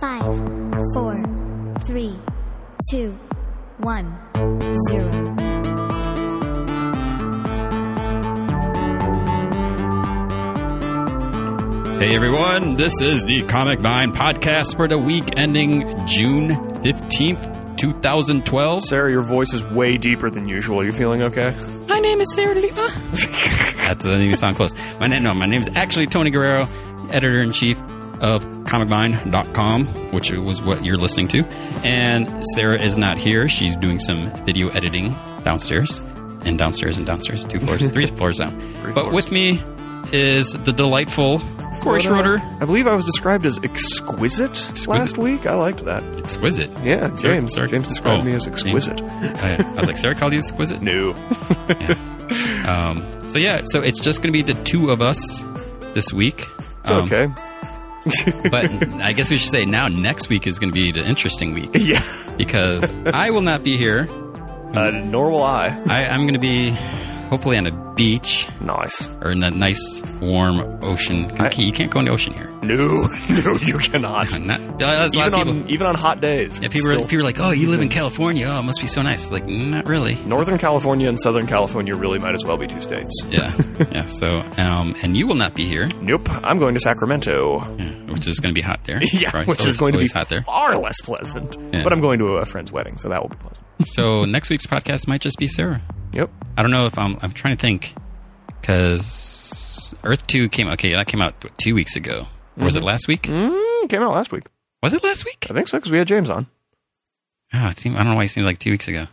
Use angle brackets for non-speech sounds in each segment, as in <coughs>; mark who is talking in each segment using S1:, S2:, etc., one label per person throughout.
S1: Five, four, three, two, one, zero.
S2: Hey everyone, this is the Comic Vine podcast for the week ending June 15th, 2012.
S3: Sarah, your voice is way deeper than usual. Are you feeling okay?
S2: My name is Sarah Lima. That's doesn't even sound close. My name, no, my name is actually Tony Guerrero, editor in chief of comicvine.com, which was what you're listening to. And Sarah is not here. She's doing some video editing downstairs and downstairs and downstairs, two floors, three floors down. but
S3: floors.
S2: with me is the delightful Corey Schroeder.
S3: I believe I was described as uh, exquisite, last week. I liked that.
S2: Exquisite.
S3: Yeah,
S2: Sarah-
S3: James.
S2: Sarah-
S3: James described
S2: oh,
S3: me as exquisite.
S2: <laughs> I, I was like, Sarah called you exquisite?
S3: <laughs> No.
S2: Um, so yeah, so it's just going to be the two of us this week.
S3: It's
S2: Um,
S3: okay.
S2: but I guess we should say now next week is going to be the interesting
S3: <laughs>
S2: week
S3: <laughs> Yeah.
S2: because I will not be here.
S3: Uh, normal eye.
S2: I, I'm going to be hopefully on a beach
S3: Nice.
S2: or in a nice warm ocean because you can't go in the ocean here.
S3: No, <laughs> no, you cannot.
S2: I'm not, uh, there's a lot
S3: Even
S2: of people.
S3: on, even on hot days.
S2: if
S3: it's
S2: people, are,
S3: still-
S2: if people are like, "Oh, you live in California. Oh, it must be so nice." It's like, not really.
S3: <laughs> Northern California and Southern California really might as well be two states.
S2: Yeah, yeah. So, um, and you will not be here,
S3: Nope. I'm going to Sacramento.
S2: yeah, which is going to be hot there.
S3: <laughs> Yeah,
S2: Probably.
S3: which
S2: It's
S3: is going to be
S2: always hot there.
S3: far less pleasant.
S2: Yeah.
S3: But I'm going to a friend's wedding, so that will be pleasant.
S2: So next week's podcast might just be Sarah.
S3: Yep.
S2: I don't know if I'm. I'm trying to think because Earth Two came. Okay, that came out what, two weeks ago. Or
S3: Mm-hmm.
S2: Was it last week?
S3: Mm, came out last week.
S2: Was it last week?
S3: I think so because we had James on.
S2: Oh, it seemed, I don't know why it seems like two weeks ago.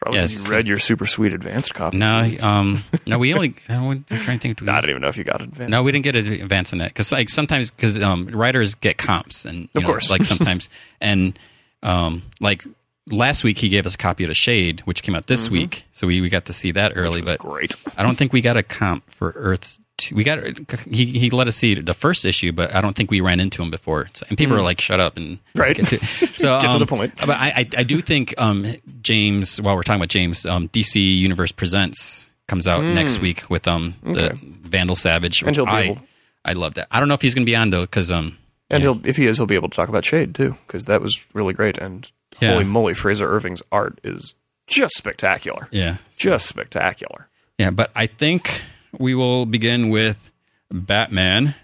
S3: Probably
S2: Yeah,
S3: 'cause
S2: it's-
S3: you read your super sweet advanced copy.
S2: No, um, no, we only. <laughs> I don't, I'm trying to think.
S3: I don't even know if you got advanced.
S2: No, we didn't get an advance in that because like sometimes because um, writers get comps and you
S3: Of
S2: know,
S3: course. <laughs>
S2: like sometimes and um, like last week he gave us a copy of the Shade, which came out this week, so we, we got to see that early.
S3: It Mm-hmm.
S2: But
S3: was great. <laughs>
S2: I don't think we got a comp for Earth. Two. We got he he let us see the first issue, but I don't think we ran into him before. So- And people are like, "Shut up!" and
S3: Hmm. Right. <laughs>
S2: Get to, so
S3: Get to the
S2: um,
S3: point.
S2: But I I, I do think um, James. While we're talking about James, um, DC Universe Presents comes out next week with um the Vandal Savage.
S3: Hmm. And he'll be
S2: I,
S3: able-
S2: I love that. I don't know if he's going to be on though, because um
S3: And he'll, if he is, he'll be able to talk about Shade too, because that was really great. And
S2: Yeah.
S3: holy moly, Fraser Irving's art is just spectacular.
S2: yeah
S3: Just spectacular.
S2: yeah. But I think we will begin with Batman.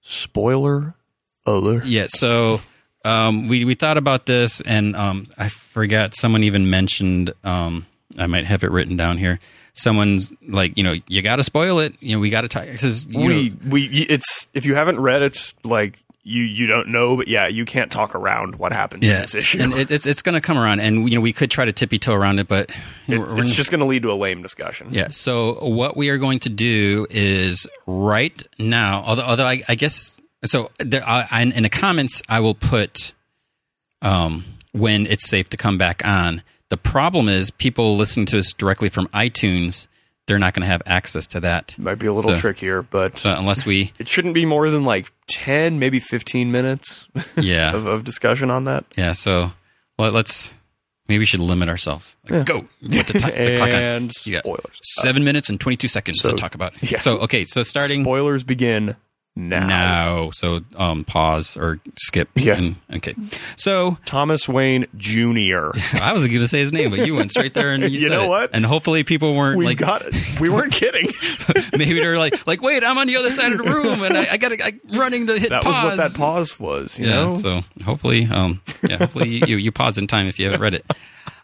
S3: Spoiler alert.
S2: Yeah, so um, we we thought about this, and um, I forgot someone even mentioned. Um, I might have it written down here. Someone's like, you know, you got to spoil it. You know, we got to talk because you know,
S3: We we y- it's if you haven't read it, like you you don't know, but yeah, you can't talk around what happens in this issue.
S2: and it, it's it's going to come around, and you know, we could try to tippy toe around it, but
S3: It-
S2: we're-
S3: <laughs> it's just going to lead to a lame discussion.
S2: Yeah. So what we are going to do is right now, although although I, I guess so. There, I, I, in the comments, I will put um, when it's safe to come back on. The problem is people listening to this directly from iTunes, they're not going to have access to that.
S3: might be a little
S2: So-
S3: trickier, but
S2: So unless we,
S3: <laughs> it shouldn't be more than like ten, maybe fifteen minutes
S2: yeah,
S3: of, of discussion on that.
S2: yeah. So well, let's maybe we should limit ourselves. Like, Go put the, ti- the clock on.
S3: and
S2: You got
S3: spoilers.
S2: Seven minutes and twenty two seconds
S3: so-
S2: to talk about.
S3: yeah.
S2: So okay, so starting
S3: Spoilers begin now.
S2: now. So um, pause or skip.
S3: Yeah.
S2: And- okay. So
S3: Thomas Wayne Jr.
S2: I was going to say his name, but you went straight
S3: <laughs>
S2: there and you,
S3: You
S2: said
S3: know
S2: it.
S3: what?
S2: And hopefully people weren't
S3: We
S2: like,
S3: got it. We weren't kidding.
S2: <laughs> maybe they're like, like, wait, I'm on the other side of the room and I, I got to running to hit
S3: That was
S2: pause.
S3: what that pause was. You
S2: yeah.
S3: know.
S2: So hopefully, um, yeah, hopefully you, you, you pause in time if you haven't read it.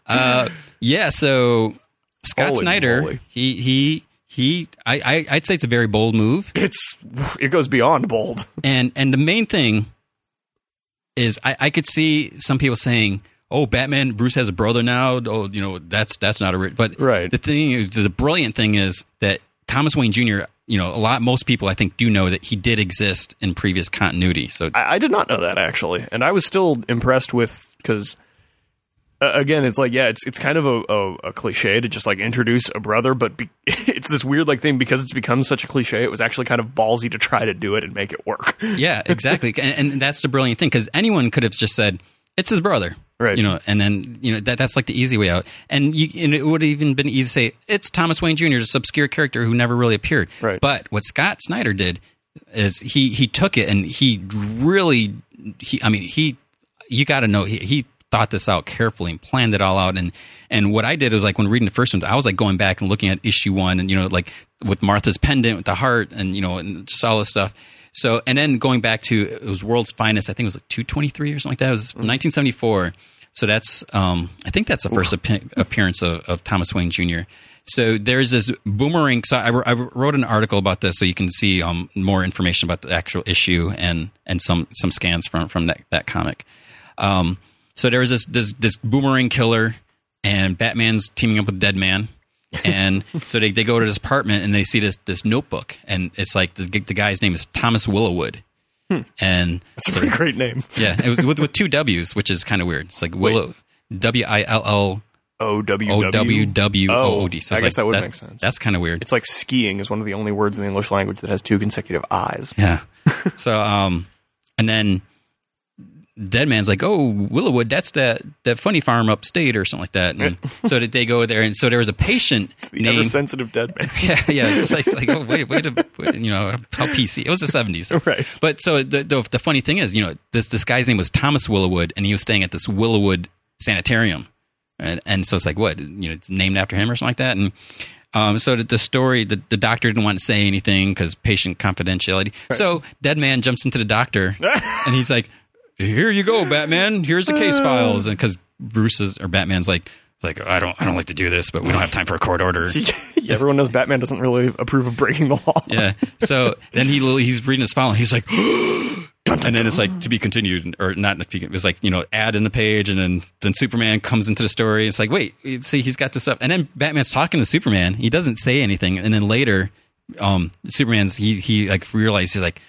S2: Uh, yeah. So Scott
S3: Holy
S2: Snyder,
S3: moly.
S2: he, he, he, I, I, I'd say it's a very bold move.
S3: it's it goes beyond bold.
S2: and and the main thing is I, I could see some people saying oh batman bruce has a brother now oh you know that's that's not a ri-" but
S3: Right.
S2: the thing is the brilliant thing is that thomas wayne jr you know a lot most people i think do know that he did exist in previous continuity so
S3: I, I did not know that actually, and I was still impressed with because. Uh, again, it's like yeah, it's it's kind of a, a, a cliche to just like introduce a brother, but be, <laughs> it's this weird like thing because it's become such a cliche. It was actually kind of ballsy to try to do it and make it work. <laughs>
S2: yeah exactly and, and that's the brilliant thing because anyone could have just said it's his brother
S3: Right.
S2: you know and then you know that that's like the easy way out and you and it would have even been easy to say it's thomas wayne jr this obscure character who never really appeared
S3: Right.
S2: but what scott snyder did is he he took it and he really he I mean he you got to know he, he thought this out carefully and planned it all out and and what I did was like when reading the first ones I was like going back and looking at issue one and you know like with Martha's pendant with the heart and you know and just all this stuff so and then going back to it was world's finest I think it was like 223 or something like that it was from 1974 so that's um I think that's the first ap- appearance of, of Thomas Wayne Jr. So there's this boomerang. So I, wr- I wrote an article about this, so you can see um, more information about the actual issue and and some some scans from from that that comic. Um, so there was this this this boomerang killer, and Batman's teaming up with Dead Man, and so they they go to this apartment and they see this this notebook, and it's like the the guy's name is Thomas Willowood, and
S3: It's a pretty great name.
S2: yeah, it was with with two W's, which is kind of weird. It's like Willow W I L L.
S3: O W
S2: O W W O O D. So
S3: Oh, I
S2: it's
S3: guess
S2: like
S3: that would make sense.
S2: That's kind of weird.
S3: It's like skiing is one of the only words in the English language that has two consecutive I's.
S2: Yeah. <laughs> so um and then Dead Man's like, oh, Willowwood, that's that that funny farm upstate or something like that. And so that they go there, and so there was a
S3: <laughs>
S2: patient
S3: The ever
S2: named
S3: sensitive dead man. <laughs>
S2: <laughs> yeah, yeah. It's just like, it's like, oh, wait, wait, a, wait, you know, how PC. It was the seventies,
S3: <laughs> Right.
S2: But so the, the the funny thing is, you know, this this guy's name was Thomas Willowood, and he was staying at this Willowood sanitarium, and and so it's like, what, you know, it's named after him or something like that, and. Um, so the, the story, the, the doctor didn't want to say anything because patient confidentiality. So dead man jumps into the
S3: <laughs>
S2: doctor and he's like, "Here you go, Batman. Here's the
S3: Uh.
S2: case files." And because Bruce is or Batman's like, like I don't I don't like to do this, but we don't have time for a court order.
S3: <laughs> Yeah, Everyone knows Batman doesn't really approve of breaking the law.
S2: Yeah. So then he he's reading his file and he's like, <gasps> and then it's like to be continued or not to be continued. It's like you know add in the page and then then Superman comes into the story. It's like wait, see he's got this up, and then Batman's talking to Superman. He doesn't say anything, and then later, um, Superman's he he like realizes he's like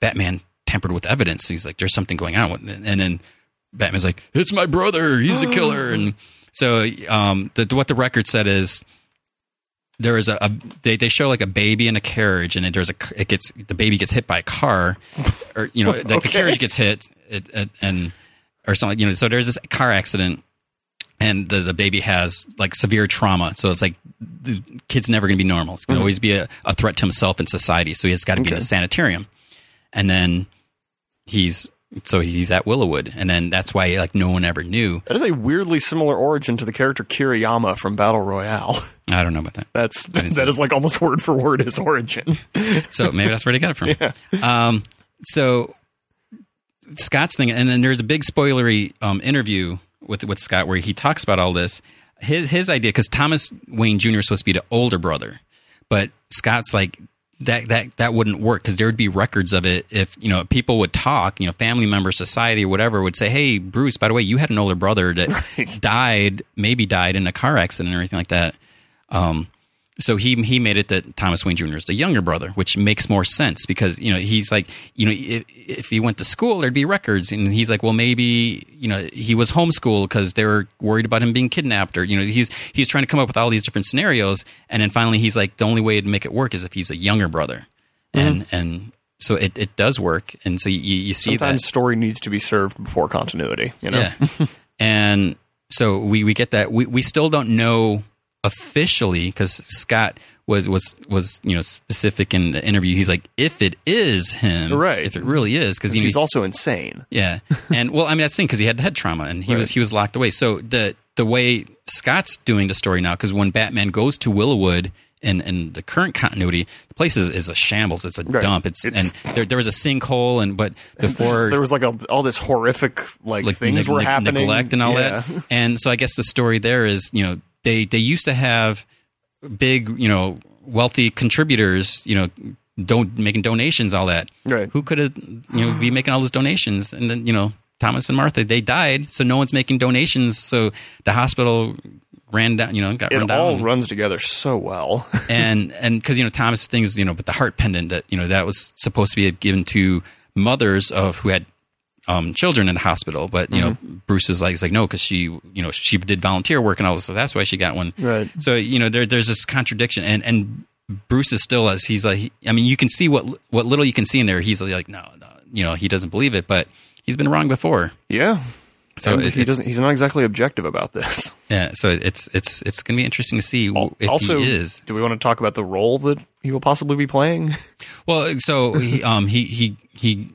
S2: Batman tampered with evidence. He's like there's something going on, and then Batman's like it's my brother. He's the killer, and so um, the, what the record said is there is a, a they, they show like a baby in a carriage and then there's a c- it gets the baby gets hit by a car or you know like the carriage gets hit it, it, and or something you know so there's this car accident and the, the baby has like severe trauma so it's like the kid's never going to be normal it's going to always be a, a threat to himself and society so he's got to be in a sanitarium and then he's so he's at Willowwood and then that's why like no one ever knew
S3: That is a weirdly similar origin to the character Kiriyama from Battle Royale. <laughs>
S2: I don't know about that
S3: That's that is like almost word for word
S2: <laughs>
S3: his origin.
S2: So maybe that's where they got it from. Um, so Scott's thing, and then there's a big spoilery um, interview with with Scott where he talks about all this. His his idea because Thomas Wayne Jr. is supposed to be the older brother, but Scott's like that that that wouldn't work because there would be records of it if you know people would talk, you know, family members, society, whatever would say, "Hey, Bruce, by the way, you had an older brother that died, maybe died in a car accident or anything like that." Um, so he he made it that Thomas Wayne Jr. is the younger brother, which makes more sense because you know he's like you know if, if he went to school there'd be records, and he's like well maybe you know he was homeschooled because they were worried about him being kidnapped or you know he's he's trying to come up with all these different scenarios, and then finally he's like the only way to make it work is if he's a younger brother, and and so it, it does work, and so you, you see that
S3: Sometimes story needs to be served before continuity, you know.
S2: yeah. <laughs> and so we, we get that. We, we still don't know officially because Scott was, was, was, you know, specific in the interview. He's like, if it is him,
S3: Right.
S2: If it really is, because
S3: He's also insane.
S2: <laughs> yeah, and well, I mean that's the thing because he had head trauma and he was he was locked away. So the the way Scott's doing the story now because when Batman goes to Willowwood and and the current continuity, the place is, is a shambles. It's a dump. It's,
S3: It's-
S2: and there there was a sinkhole and
S3: <laughs>
S2: but before
S3: There was like a, all this horrific like, things
S2: neg-
S3: were
S2: neg-
S3: happening,
S2: neglect and all
S3: Yeah. <laughs>
S2: that. And so I guess the story there is, you know, they they used to have big, you know, wealthy contributors, you know, don't making donations, all that.
S3: Right.
S2: Who could have, you know,
S3: <sighs>
S2: be making all those donations? And then you know, Thomas and Martha, they died, so no one's making donations. So the hospital ran down, you know, got run
S3: It
S2: down
S3: all runs together so well. <laughs>
S2: and and because you know Thomas things you know, but the heart pendant that you know that was supposed to be given to mothers of who had um, children in the hospital, but you
S3: Mm-hmm.
S2: know Bruce is like, is like no, because she you know she did volunteer work and all this, so that's why she got one.
S3: Right.
S2: So you know there, there's this contradiction, and and Bruce is still as he's like, he- I mean you can see what what little you can see in there. He's like, no, no, you know he doesn't believe it, but he's been wrong before.
S3: yeah.
S2: So
S3: And
S2: it-
S3: he
S2: it's-
S3: doesn't. He's not exactly objective about this.
S2: yeah, so it's it's it's going to be interesting to see w- Oh, if
S3: also,
S2: he is.
S3: do we want to talk about the role that he will possibly be playing? <laughs>
S2: Well, so he um he he he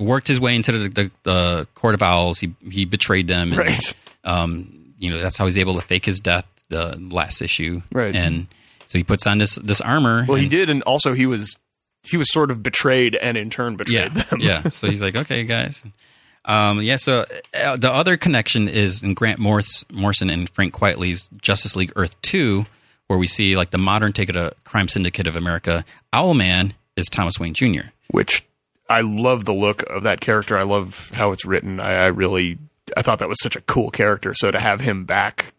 S2: worked his way into the, the, the court of owls. He he betrayed them. and,
S3: Right.
S2: Um, you know that's how he's able to fake his death the last issue.
S3: Right.
S2: And so he puts on this this armor.
S3: Well, he
S2: and-
S3: did, and also he was he was sort of betrayed and in turn
S2: yeah,
S3: betrayed them. <laughs>
S2: yeah. So he's like, okay, guys. Um, yeah. So uh, the other connection is in Grant Morse, Morrison and Frank Quietly's Justice League Earth Two, where we see like the modern take of the crime syndicate of America. Owlman is Thomas Wayne Jr.
S3: Which I love the look of that character. I love how it's written. I, I really I thought that was such a cool character. So to have him back.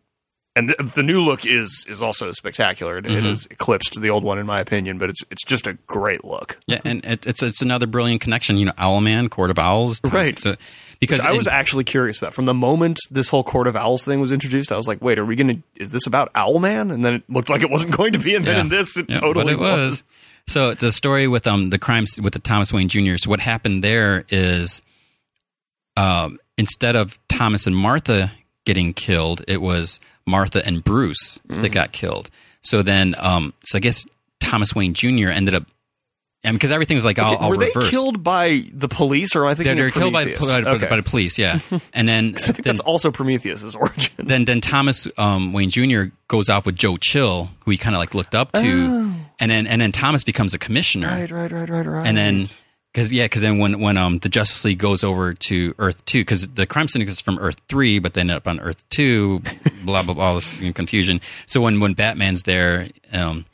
S3: And the, the new look is is also spectacular. It, it
S2: Mm-hmm.
S3: has eclipsed the old one in my opinion, but it's it's just a great look.
S2: Yeah, and it, it's it's another brilliant connection. You know, Owlman, Court of Owls, Thomas-
S3: Right.
S2: So, because
S3: I was
S2: in-
S3: actually curious about from the moment this whole Court of Owls thing was introduced. I was like, wait, are we gonna? Is this about Owlman? And then it looked like it wasn't going to be, and then
S2: yeah.
S3: in this, it
S2: Yeah, but
S3: totally
S2: it was. So it's a story with um the crimes with the Thomas Wayne Jr. So what happened there is, um, instead of Thomas and Martha getting killed, it was Martha and Bruce
S3: Mm.
S2: that got killed. So then, um, so I guess Thomas Wayne Jr. ended up, and because everything was like all, all
S3: were they
S2: reversed.
S3: killed by the police, or am I
S2: They're,
S3: thinking
S2: they're
S3: of
S2: killed by,
S3: Prometheus?
S2: by, by,
S3: Okay.
S2: by the police,
S3: <laughs>
S2: yeah. And then,
S3: I think
S2: then
S3: that's also Prometheus's <laughs> origin.
S2: then then Thomas um, Wayne Jr. goes off with Joe Chill, who he kind of like looked up to, and then and then Thomas becomes a commissioner,
S3: Oh. right, right, right, right.
S2: and then because yeah, because then when when um the Justice League goes over to Earth two, because the crime syndicate is from Earth three, but they end up on Earth two, blah blah blah, all this you know, confusion. So when when Batman's there, um,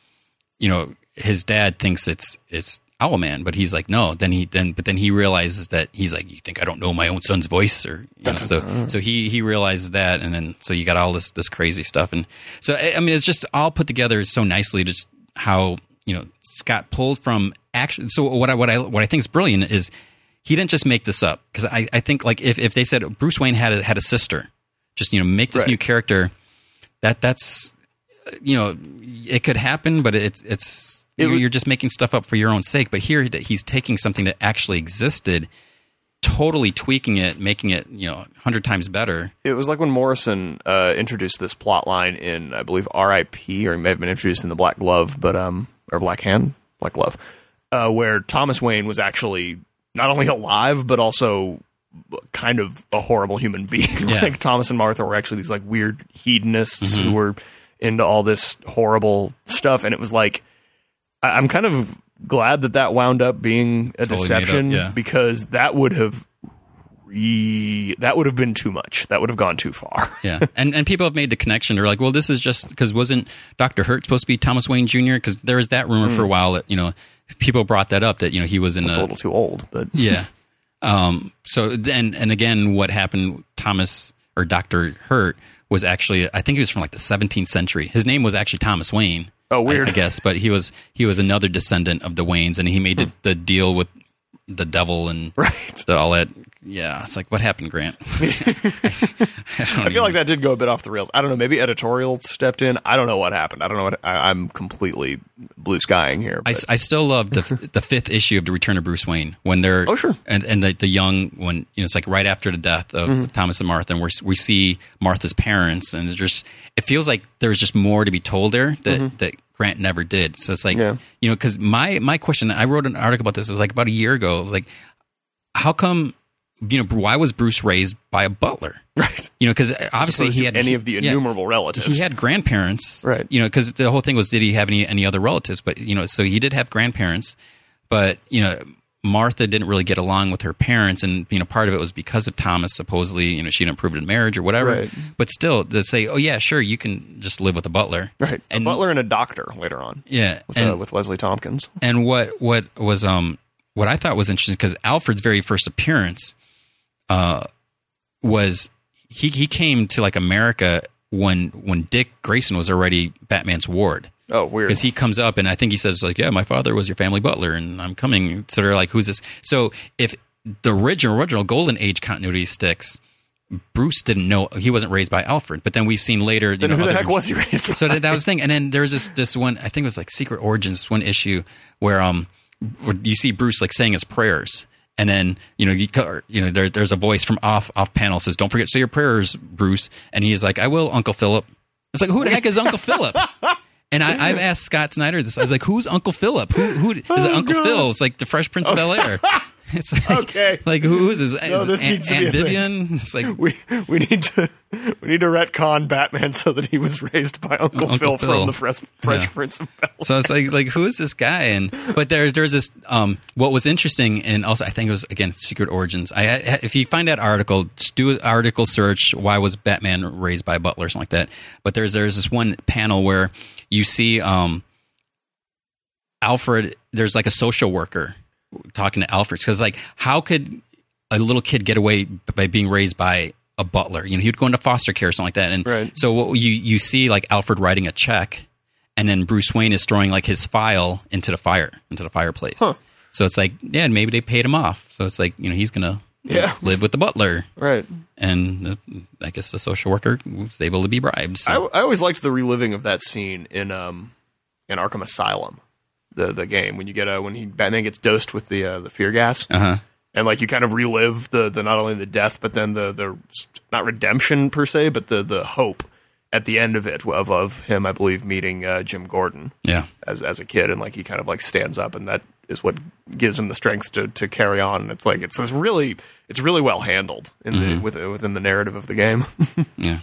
S2: you know his dad thinks it's it's Owlman, but he's like no. Then he then but then he realizes that he's like you think I don't know my own son's voice or you know, so so he he realizes that and then so you got all this this crazy stuff and so I I mean it's just all put together so nicely just how you know Scott pulled from action. So what I what I what I think is brilliant is he didn't just make this up because I I think like if if they said Bruce Wayne had a, had a sister, just you know make this
S3: Right.
S2: new character that that's you know it could happen but it's it's you're,
S3: would-
S2: you're just making stuff up for your own sake but here that he's taking something that actually existed totally tweaking it making it you know 100 times better
S3: it was like when Morrison uh, introduced this plot line in, I believe, R.I.P. or he may have been introduced in the Black Glove, but um, or Black Hand, Black Glove, uh, where Thomas Wayne was actually not only alive but also kind of a horrible human being. <laughs>
S2: Yeah.
S3: like Thomas and Martha were actually these like weird hedonists who were into all this horrible stuff, and it was like I- I'm kind of glad that that wound up being
S2: Totally
S3: a
S2: made up,
S3: deception
S2: yeah.
S3: because that would have re- that would have been too much. That would have gone too far. <laughs>
S2: yeah <laughs> and and people have made the connection they're like well this is just because wasn't dr hurt supposed to be thomas wayne jr because there was that rumor for a while that you know people brought that up that you know he was in
S3: a
S2: a
S3: little too old, but
S2: Yeah. Um, so then, and again, what happened? Thomas or Doctor Hurt was actually, I think he was from like the 17th century. His name was actually Thomas Wayne.
S3: Oh,
S2: I-
S3: weird.
S2: I, guess, but he was he was another descendant of the Waynes, and he made
S3: Hmm.
S2: the, the deal with the devil and
S3: <laughs> right.
S2: the- all that. Yeah, it's like what happened,
S3: <laughs>
S2: Grant. <laughs>
S3: I feel like that did go a bit off the rails. I don't know. Maybe editorial stepped in. I don't know what happened. I don't know what I, I'm completely blue skying here.
S2: I,
S3: but-
S2: I still love the the fifth issue of the Return of Bruce Wayne when they're
S3: Oh, sure.
S2: and and the, the young when you know it's like right after the death of
S3: Mm-hmm.
S2: Thomas and Martha and we we see Martha's parents and it's just it feels like there's just more to be told there that that Grant never did so it's like
S3: Mm-hmm. Yeah.
S2: you know because my my question I wrote an article about this it was like about a year ago it was like how come you know why was Bruce raised by a butler
S3: <laughs> right.
S2: you know because obviously
S3: Opposed
S2: he
S3: to
S2: had
S3: any of the
S2: yeah
S3: innumerable relatives.
S2: he had grandparents,
S3: Right.
S2: You know, because the whole thing was, did he have any any other relatives? But you know, so he did have grandparents, but you know, Martha didn't really get along with her parents, and you know, part of it was because of Thomas. Supposedly, you know, she didn't approve of marriage or whatever.
S3: Right.
S2: But still, to say, oh yeah, sure, you can just live with a butler,
S3: <laughs> right.
S2: And
S3: a butler and a doctor later on.
S2: yeah,
S3: With,
S2: and
S3: uh, with Leslie Tompkins.
S2: and what what was um what I thought was interesting because Alfred's very first appearance uh was he he came to like America when when Dick Grayson was already Batman's ward
S3: Oh, weird.
S2: because he comes up and I think he says like yeah my father was your family butler and I'm coming so they're like who's this so if the original original Golden Age continuity sticks. Bruce didn't know he wasn't raised by Alfred, but then we've seen later. You
S3: then
S2: know,
S3: who the
S2: other-
S3: heck was he raised? by?
S2: so that, that was the thing. And then there was this this one. I think it was like Secret Origins. One issue where um where you see Bruce like saying his prayers, and then you know you co- you know there, there's a voice from off off panel says don't forget to say your prayers bruce and he's like i will uncle philip it's like who the heck is uncle
S3: <laughs>
S2: philip and I, I've asked Scott Snyder this. I was like, "Who's Uncle Philip? Who, who is it Uncle
S3: Oh, God.
S2: Phil? It's like the Fresh Prince of Bel
S3: <laughs>
S2: Air. It's like,
S3: Okay.
S2: like who is this?
S3: No,
S2: is
S3: this
S2: it Aunt,
S3: needs to be a
S2: Aunt Vivian?
S3: thing.
S2: It's like
S3: We we need to we need to retcon Batman so that he was raised by Uncle,
S2: Uncle
S3: Phil,
S2: Phil.
S3: from the Fresh, Fresh
S2: Yeah.
S3: Prince of Bel
S2: <laughs> So it's like like who is this guy? And but there's there's this um what was interesting and also I think it was again Secret Origins. I I- if you find that article, just do an article search. Why was Batman raised by a butler or something like that? But there's there's this one panel where you see um Alfred. There's like a social worker talking to Alfred because like how could a little kid get away by being raised by a butler? You know he'd go into foster care or something like that. And
S3: Right.
S2: so what you you see like Alfred writing a check and then Bruce Wayne is throwing like his file into the fire, into the fireplace. So it's like, yeah, and maybe they paid him off. So it's like, you know, he's gonna you know,
S3: Yeah.
S2: live with the butler,
S3: Right.
S2: and uh, I guess the social worker was able to be bribed.
S3: I,
S2: So
S3: I always liked the reliving of that scene in um in Arkham Asylum, the the game when you get uh when he Batman gets dosed with the uh, the fear gas.
S2: uh-huh.
S3: and like you kind of relive the the not only the death but then the the not redemption per se but the the hope at the end of it of of him I believe meeting uh, Jim Gordon
S2: yeah,
S3: as as a kid and like he kind of like stands up and that is what gives him the strength to to carry on and it's like it's, it's really it's really well handled in
S2: Mm-hmm.
S3: the with, within the narrative of the game <laughs>
S2: yeah.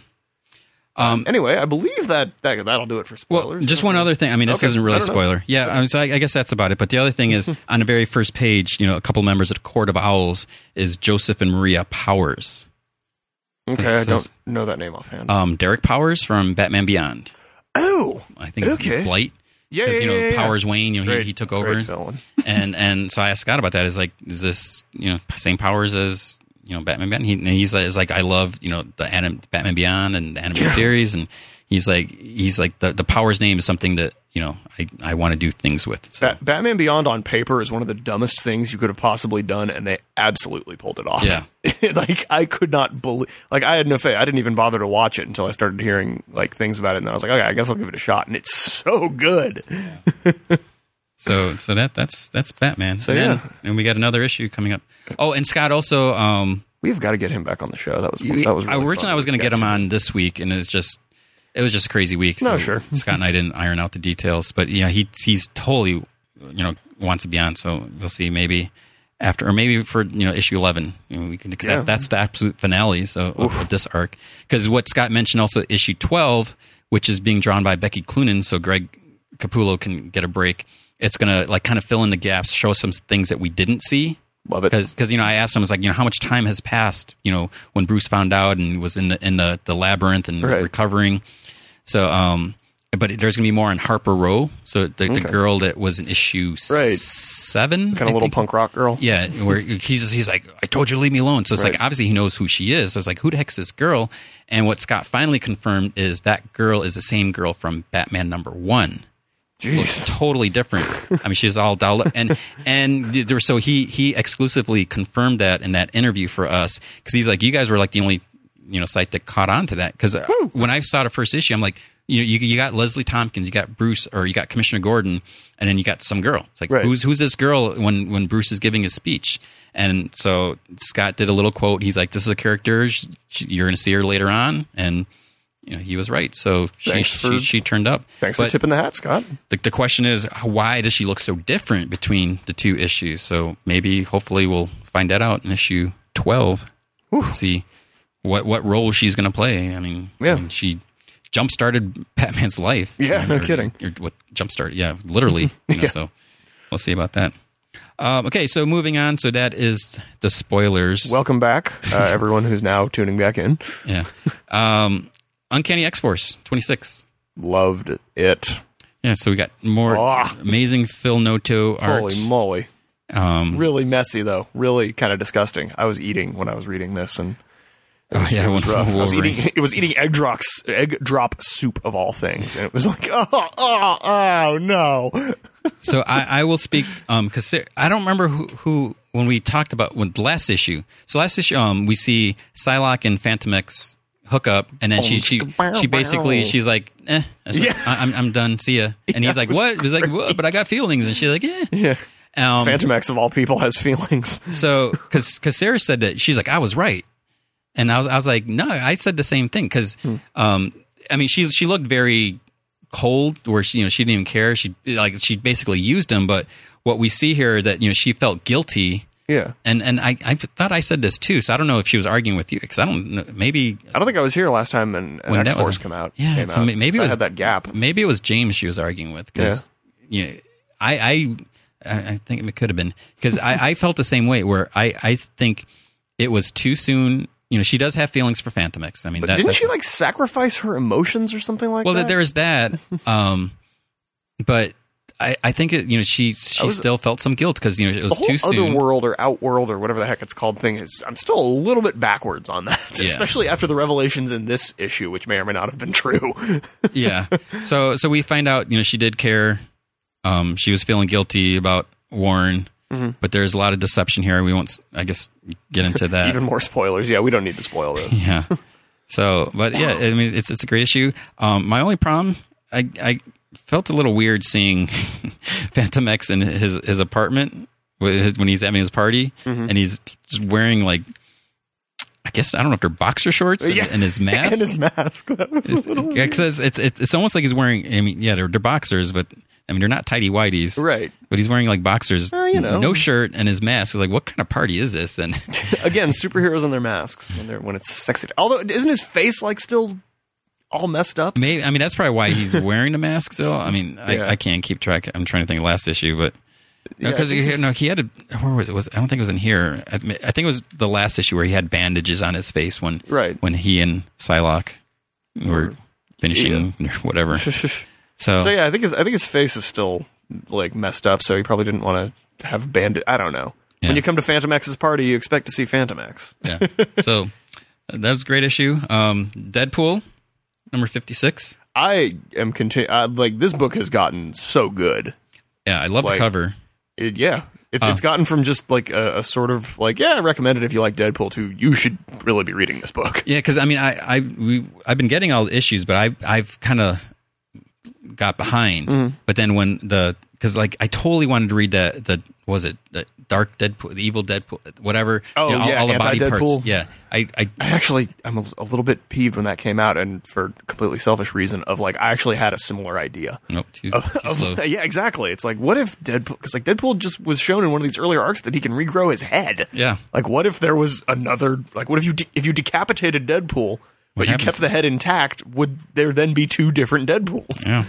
S2: Um,
S3: anyway I believe that that that'll do it for spoilers
S2: Well, just one other thing. I mean, this
S3: Okay.
S2: isn't
S3: I
S2: really a
S3: don't know.
S2: spoiler. Yeah, I, mean, so I, I guess that's about it. But the other thing
S3: <laughs>
S2: is, on the very first page, you know, a couple members of the Court of Owls is Joseph and Maria Powers,
S3: okay I
S2: This
S3: don't
S2: is-
S3: know that name offhand
S2: um, Derek Powers from Batman Beyond.
S3: oh
S2: I think it's
S3: Okay.
S2: Blight.
S3: Yeah,
S2: 'Cause, you
S3: yeah,
S2: know,
S3: yeah, yeah.
S2: Powers Wayne, you know,
S3: Great-
S2: he, he took over.
S3: great villain.
S2: and and so I asked Scott about that. Is like, is this you know same powers as you know Batman? Beyond? He, and he's like, is like, I love you know the anim, Batman Beyond and the animated series, and he's like, he's like the the powers name is something that you know I I want to do things with. So
S3: Ba- Batman Beyond on paper is one of the dumbest things you could have possibly done, and they absolutely pulled it off.
S2: Yeah.
S3: <laughs> like I could not believe. Like I had no faith. I didn't even bother to watch it until I started hearing like things about it, and then I was like, okay, I guess I'll give it a shot. And it's so good.
S2: so so that that's that's Batman. So and, then-
S3: yeah.
S2: and we got another issue coming up. Oh, and Scott also um
S3: We've got to get him back on the show. That was that was really
S2: originally
S3: fun.
S2: I was going to
S3: Sketch.
S2: get him on this week, and it's just it was just a crazy week.
S3: No, sure. <laughs>
S2: Scott and I didn't iron out the details, but yeah, he he's totally you know wants to be on. So we'll see maybe after or maybe for you know issue 11 you know, we can because
S3: Yeah.
S2: that, that's the absolute finale so of, of this arc because what scott mentioned also issue 12 which is being drawn by becky cloonan so greg capullo can get a break it's gonna like kind of fill in the gaps show some things that we didn't see
S3: Love it.
S2: because you know I asked him, I was like, you know, how much time has passed? You know, when Bruce found out and was in the in the, the labyrinth and was
S3: Right.
S2: recovering. So, um, but there's gonna be more on Harper Row. So the, the girl that was in issue
S3: Right.
S2: seven,
S3: Kind of little punk rock girl.
S2: Yeah, where he's he's like, I told you to leave me alone. So it's like
S3: Right.
S2: obviously he knows who she is. So it's like, who the heck's this girl? And what Scott finally confirmed is that girl is the same girl from Batman number one looks
S3: Jeez.
S2: totally different. I mean, she's all dolled up, and and there. was- So he he exclusively confirmed that in that interview for us because he's like, you guys were like the only you know site that caught on to that because when I saw the first issue, I'm like, you know, you, you got Leslie Tompkins, you got Bruce, or you got Commissioner Gordon, and then you got some girl. It's like
S3: Right.
S2: who's who's this girl when when Bruce is giving his speech. And so Scott did a little quote. He's like, "This is a character. Sh- sh- You're going to see her later on." And you know, he was right. So she,
S3: Thanks
S2: she
S3: for-
S2: she turned up.
S3: Thanks for
S2: But-
S3: tipping the hat, Scott.
S2: the, the question is why does she look so different between the two issues so maybe hopefully we'll find that out in issue 12 to see what what role she's going to play i mean I
S3: Yeah.
S2: mean, she jump started batman's life
S3: Yeah, no
S2: Or-
S3: kidding.
S2: or what jump started yeah
S3: <laughs>
S2: literally you know, so we'll see about that um, okay so moving on so that is the spoilers
S3: Welcome back, uh, everyone who's now tuning back in.
S2: yeah um, uncanny x-force 26
S3: Loved it.
S2: yeah, so we got more
S3: Ah.
S2: amazing Phil Noto art.
S3: Holy moly.
S2: Um,
S3: really messy though really kind of disgusting i was eating when i was reading this and it was,
S2: Oh, yeah, <laughs>
S3: it was
S2: when
S3: rough. I was
S2: Wolverine-
S3: eating, <laughs> it was eating egg drops, egg drop soup of all things, and it was like, <laughs> oh, oh, oh no!
S2: so I, I will speak because I don't remember who, who when we talked about when the last issue. So last issue, um, we see Psylocke and Phantom X hook up, and then she she she basically she's like, eh, that's-
S3: Yeah.
S2: I, am I'm done, see ya. And he's like, what? He's like, what? But I got feelings, and she's like, eh.
S3: Yeah.
S2: Um,
S3: <laughs> Phantom X of all people has feelings. <laughs>
S2: so because Sarah said that she's like I was right, and I was I was like no I said the same thing because um I mean she she looked very cold where she you know she didn't even care she like she basically used him but what we see here that you know she felt guilty
S3: Yeah.
S2: and and I I thought I said this too so I don't know if she was arguing with you because I don't know maybe
S3: I don't think I was here last time and,
S2: When that
S3: X
S2: was-
S3: Force came out.
S2: yeah,
S3: came
S2: so
S3: out.
S2: may- maybe
S3: So
S2: it
S3: I
S2: was-
S3: had that gap.
S2: maybe it was James she was arguing with because you know, I I I I think it could have been because I, I felt the same way where I I think it was too soon. You know, she does have feelings for Phantom X. I mean,
S3: But
S2: that,
S3: didn't
S2: that's-
S3: she like sacrifice her emotions or something like
S2: well,
S3: that?
S2: there is
S3: <laughs>
S2: that. Um, but I I think it, you know she she
S3: was-
S2: still felt some guilt because you know it
S3: the
S2: was
S3: whole
S2: too soon.
S3: otherworld or outworld or whatever the heck it's called thing is. I'm still a little bit backwards on that, <laughs>
S2: Yeah.
S3: especially after the revelations in this issue, which may or may not have been true. <laughs>
S2: yeah. So so we find out, you know, she did care. Um, she was feeling guilty about Warren,
S3: Mm-hmm.
S2: but there's a lot of deception here. We won't, s- I guess, get into that.
S3: Even more spoilers. Yeah, we don't need to spoil this.
S2: yeah. So, but yeah, I mean, it's it's a great issue. Um, my only problem, I I felt a little weird seeing <laughs> Phantom X in his his apartment with his, when he's having his party,
S3: Mm-hmm.
S2: and he's just wearing like. I guess I don't know if they're boxer shorts and,
S3: Yeah.
S2: and his mask
S3: <laughs> and his mask. <laughs> That was a little
S2: yeah, because it's, it's it's almost like he's wearing. I mean, yeah, they're, they're boxers, but I mean they're not tidy whities,
S3: Right.
S2: But he's wearing like boxers,
S3: Uh, you know.
S2: no shirt and his mask. He's like, what kind of party is this? And <laughs>
S3: Again, superheroes and their masks when they're when it's sexy. Although isn't his face like still all messed up?
S2: maybe I mean that's probably why he's wearing the mask still. I mean,
S3: Yeah.
S2: I, I can't keep track. I'm trying to think of last issue, but
S3: Yeah, I
S2: because
S3: think
S2: he,
S3: it's-
S2: no, he had a, where was it? Was I don't think it was in here. I, admi- I think it was the last issue where he had bandages on his face when
S3: Right.
S2: when he and Psylocke were finishing or
S3: <laughs>
S2: whatever. So,
S3: So yeah, I think his I think his face is still like messed up, so he probably didn't want to have bandit. I don't know.
S2: Yeah.
S3: When you come to Phantom X's party, you expect to see Phantom X.
S2: yeah. So that was a great issue. Um, Deadpool, number fifty six.
S3: I am continu- uh, like this book has gotten so good.
S2: Yeah, I love the
S3: Like-
S2: cover.
S3: It, yeah, it's it's gotten from just like a, a sort of like yeah, I recommend it if you like Deadpool too. You should really be reading this book.
S2: Yeah, because I mean, I I we I've been getting all the issues, but I I've kind of got behind.
S3: Mm-hmm.
S2: But then when the because like I totally wanted to read the the what was it the Dark Deadpool, the Evil Deadpool, whatever.
S3: Oh,
S2: all,
S3: yeah,
S2: all the body
S3: anti-Deadpool.
S2: parts. Yeah, I I
S3: I actually I'm a, a little bit peeved when that came out, and for completely selfish reason of like I actually had a similar idea.
S2: nope too, too
S3: Oh, <laughs> Of-
S2: slow.
S3: yeah, exactly. It's like what if Deadpool? Because like Deadpool just was shown in one of these earlier arcs that he can regrow his head.
S2: Yeah.
S3: Like what if there was another? Like what if you de- if you decapitated Deadpool, but you
S2: happens?
S3: kept the head intact? Would there then be two different Deadpools?
S2: Yeah.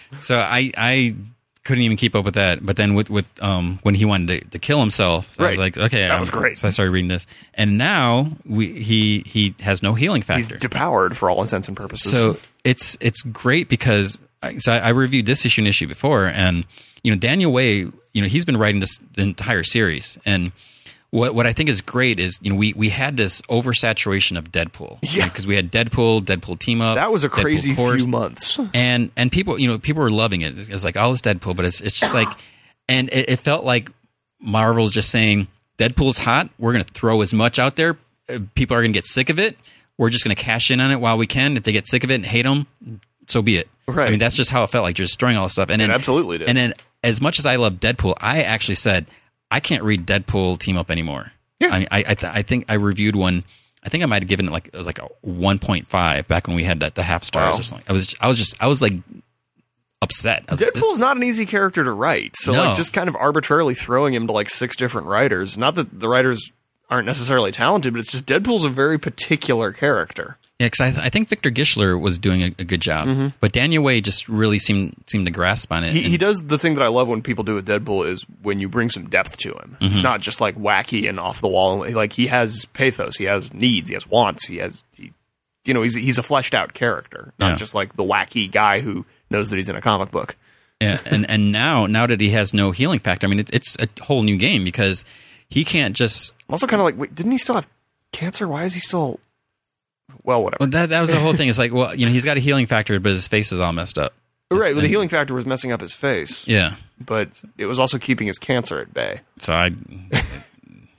S2: <laughs> so I I couldn't even keep up with that. But then with with um when he wanted to, to kill himself, so I was
S3: Right.
S2: like, okay,
S3: That
S2: I-
S3: was great.
S2: So I started reading this, and now we he he has no healing
S3: He's
S2: factor.
S3: depowered for all intents and purposes.
S2: so it's it's great because I, so I, I reviewed this issue and issue before, and you know Daniel Way, you know he's been writing this the entire series, and what what I think is great is you know we we had this oversaturation of Deadpool,
S3: Yeah.
S2: because we had Deadpool, Deadpool team up,
S3: that was a
S2: Deadpool
S3: crazy
S2: Force
S3: few months.
S2: and and people you know people were loving it. It's like all this Deadpool, but it's it's just like, and it, it felt like Marvel's just saying Deadpool's hot. We're gonna throw as much out there. Uh, People are gonna get sick of it. We're just gonna cash in on it while we can. If they get sick of it and hate them, so be it. I
S3: Right.
S2: mean that's just how it felt like just throwing all this stuff. And then,
S3: It absolutely did.
S2: And then as much as I love Deadpool, I actually said I can't read Deadpool team up anymore.
S3: Yeah.
S2: I mean, I I, th- I think I reviewed one. I think I might have given it like it was like a 1.5 back when we had that the half stars
S3: Wow.
S2: or something. I was I was just I was like upset. I was like, <laughs>
S3: Deadpool's
S2: this-
S3: not an easy character to write, so
S2: No.
S3: like just kind of arbitrarily throwing him to like six different writers. Not that the writers aren't necessarily talented, but it's just Deadpool's a very particular character.
S2: yeah, because I, th- I think Victor Gishler was doing a, a good job, but Daniel Way just really seemed seemed to grasp on it.
S3: Mm-hmm. He,
S2: and-
S3: he does the thing that I love when people do with Deadpool is when you bring some depth to him.
S2: Mm-hmm.
S3: He's not just like wacky and off the wall. Like he has pathos, he has needs, he has wants, he has he, you know he's he's a fleshed out character, not
S2: Yeah.
S3: just like the wacky guy who knows that he's in a comic book.
S2: yeah, and and now now that he has no healing factor, I mean it, it's a whole new game because he can't just.
S3: I'm also kind of like, wait, didn't he still have cancer? Why is he still? Well, whatever.
S2: Well, that that was the whole thing. It's like well, you know, he's got a healing factor, but his face is all messed up.
S3: right, well, the healing factor was messing up his face,
S2: Yeah,
S3: but it was also keeping his cancer at bay.
S2: so I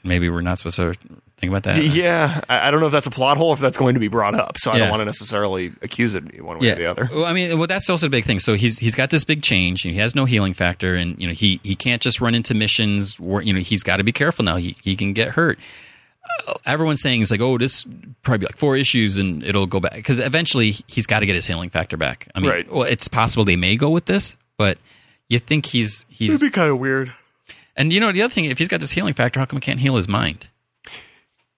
S2: maybe we're not supposed to Think about that.
S3: Yeah, I, I don't know if that's a plot hole or if that's going to be brought up. So I
S2: Yeah.
S3: don't want to necessarily accuse it one way or the other.
S2: <laughs> Well, I mean, well, that's also the big thing. So he's he's got this big change, and he has no healing factor, and you know he he can't just run into missions. Where, you know he's got to be careful now. He he can get hurt. Uh, Everyone's saying it's like, oh, this probably be like four issues, and it'll go back because eventually he's got to get his healing factor back. I mean,
S3: Right.
S2: well, it's possible they may go with this, but you think he's he's
S3: be kind of weird.
S2: and you know the other thing, if he's got this healing factor, how come he can't heal his mind?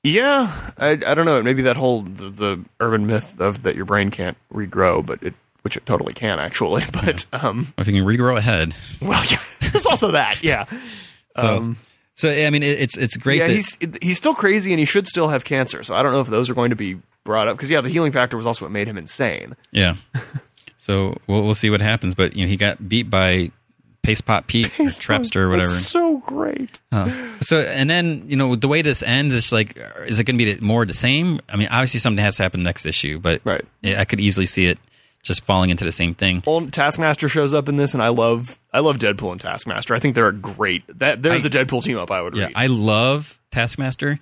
S3: Yeah, I, I don't know. Maybe that whole the, the urban myth of that your brain can't regrow, but it which it totally can actually. <laughs> But um,
S2: If he can regrow a head,
S3: well, yeah, <laughs> there's also that. Yeah,
S2: so, so I mean, it, it's it's great.
S3: Um, yeah.
S2: that,
S3: He's he's still crazy, and he should still have cancer. So I don't know if those are going to be brought up because yeah, the healing factor was also what made him insane. <laughs>
S2: Yeah. So we'll we'll see what happens, but you know he got beat by Paste Pot Pete or Trapster or whatever.
S3: That's so great.
S2: Uh, so and then you know the way this ends is like, is it going to be more the same? I mean, obviously something has to happen next issue, but
S3: Right.
S2: yeah, I could easily see it just falling into the same thing.
S3: Well, Taskmaster shows up in this, and I love I love Deadpool and Taskmaster. I think they're a great. That there's
S2: I-
S3: a Deadpool team up I would
S2: Yeah,
S3: read.
S2: I love Taskmaster.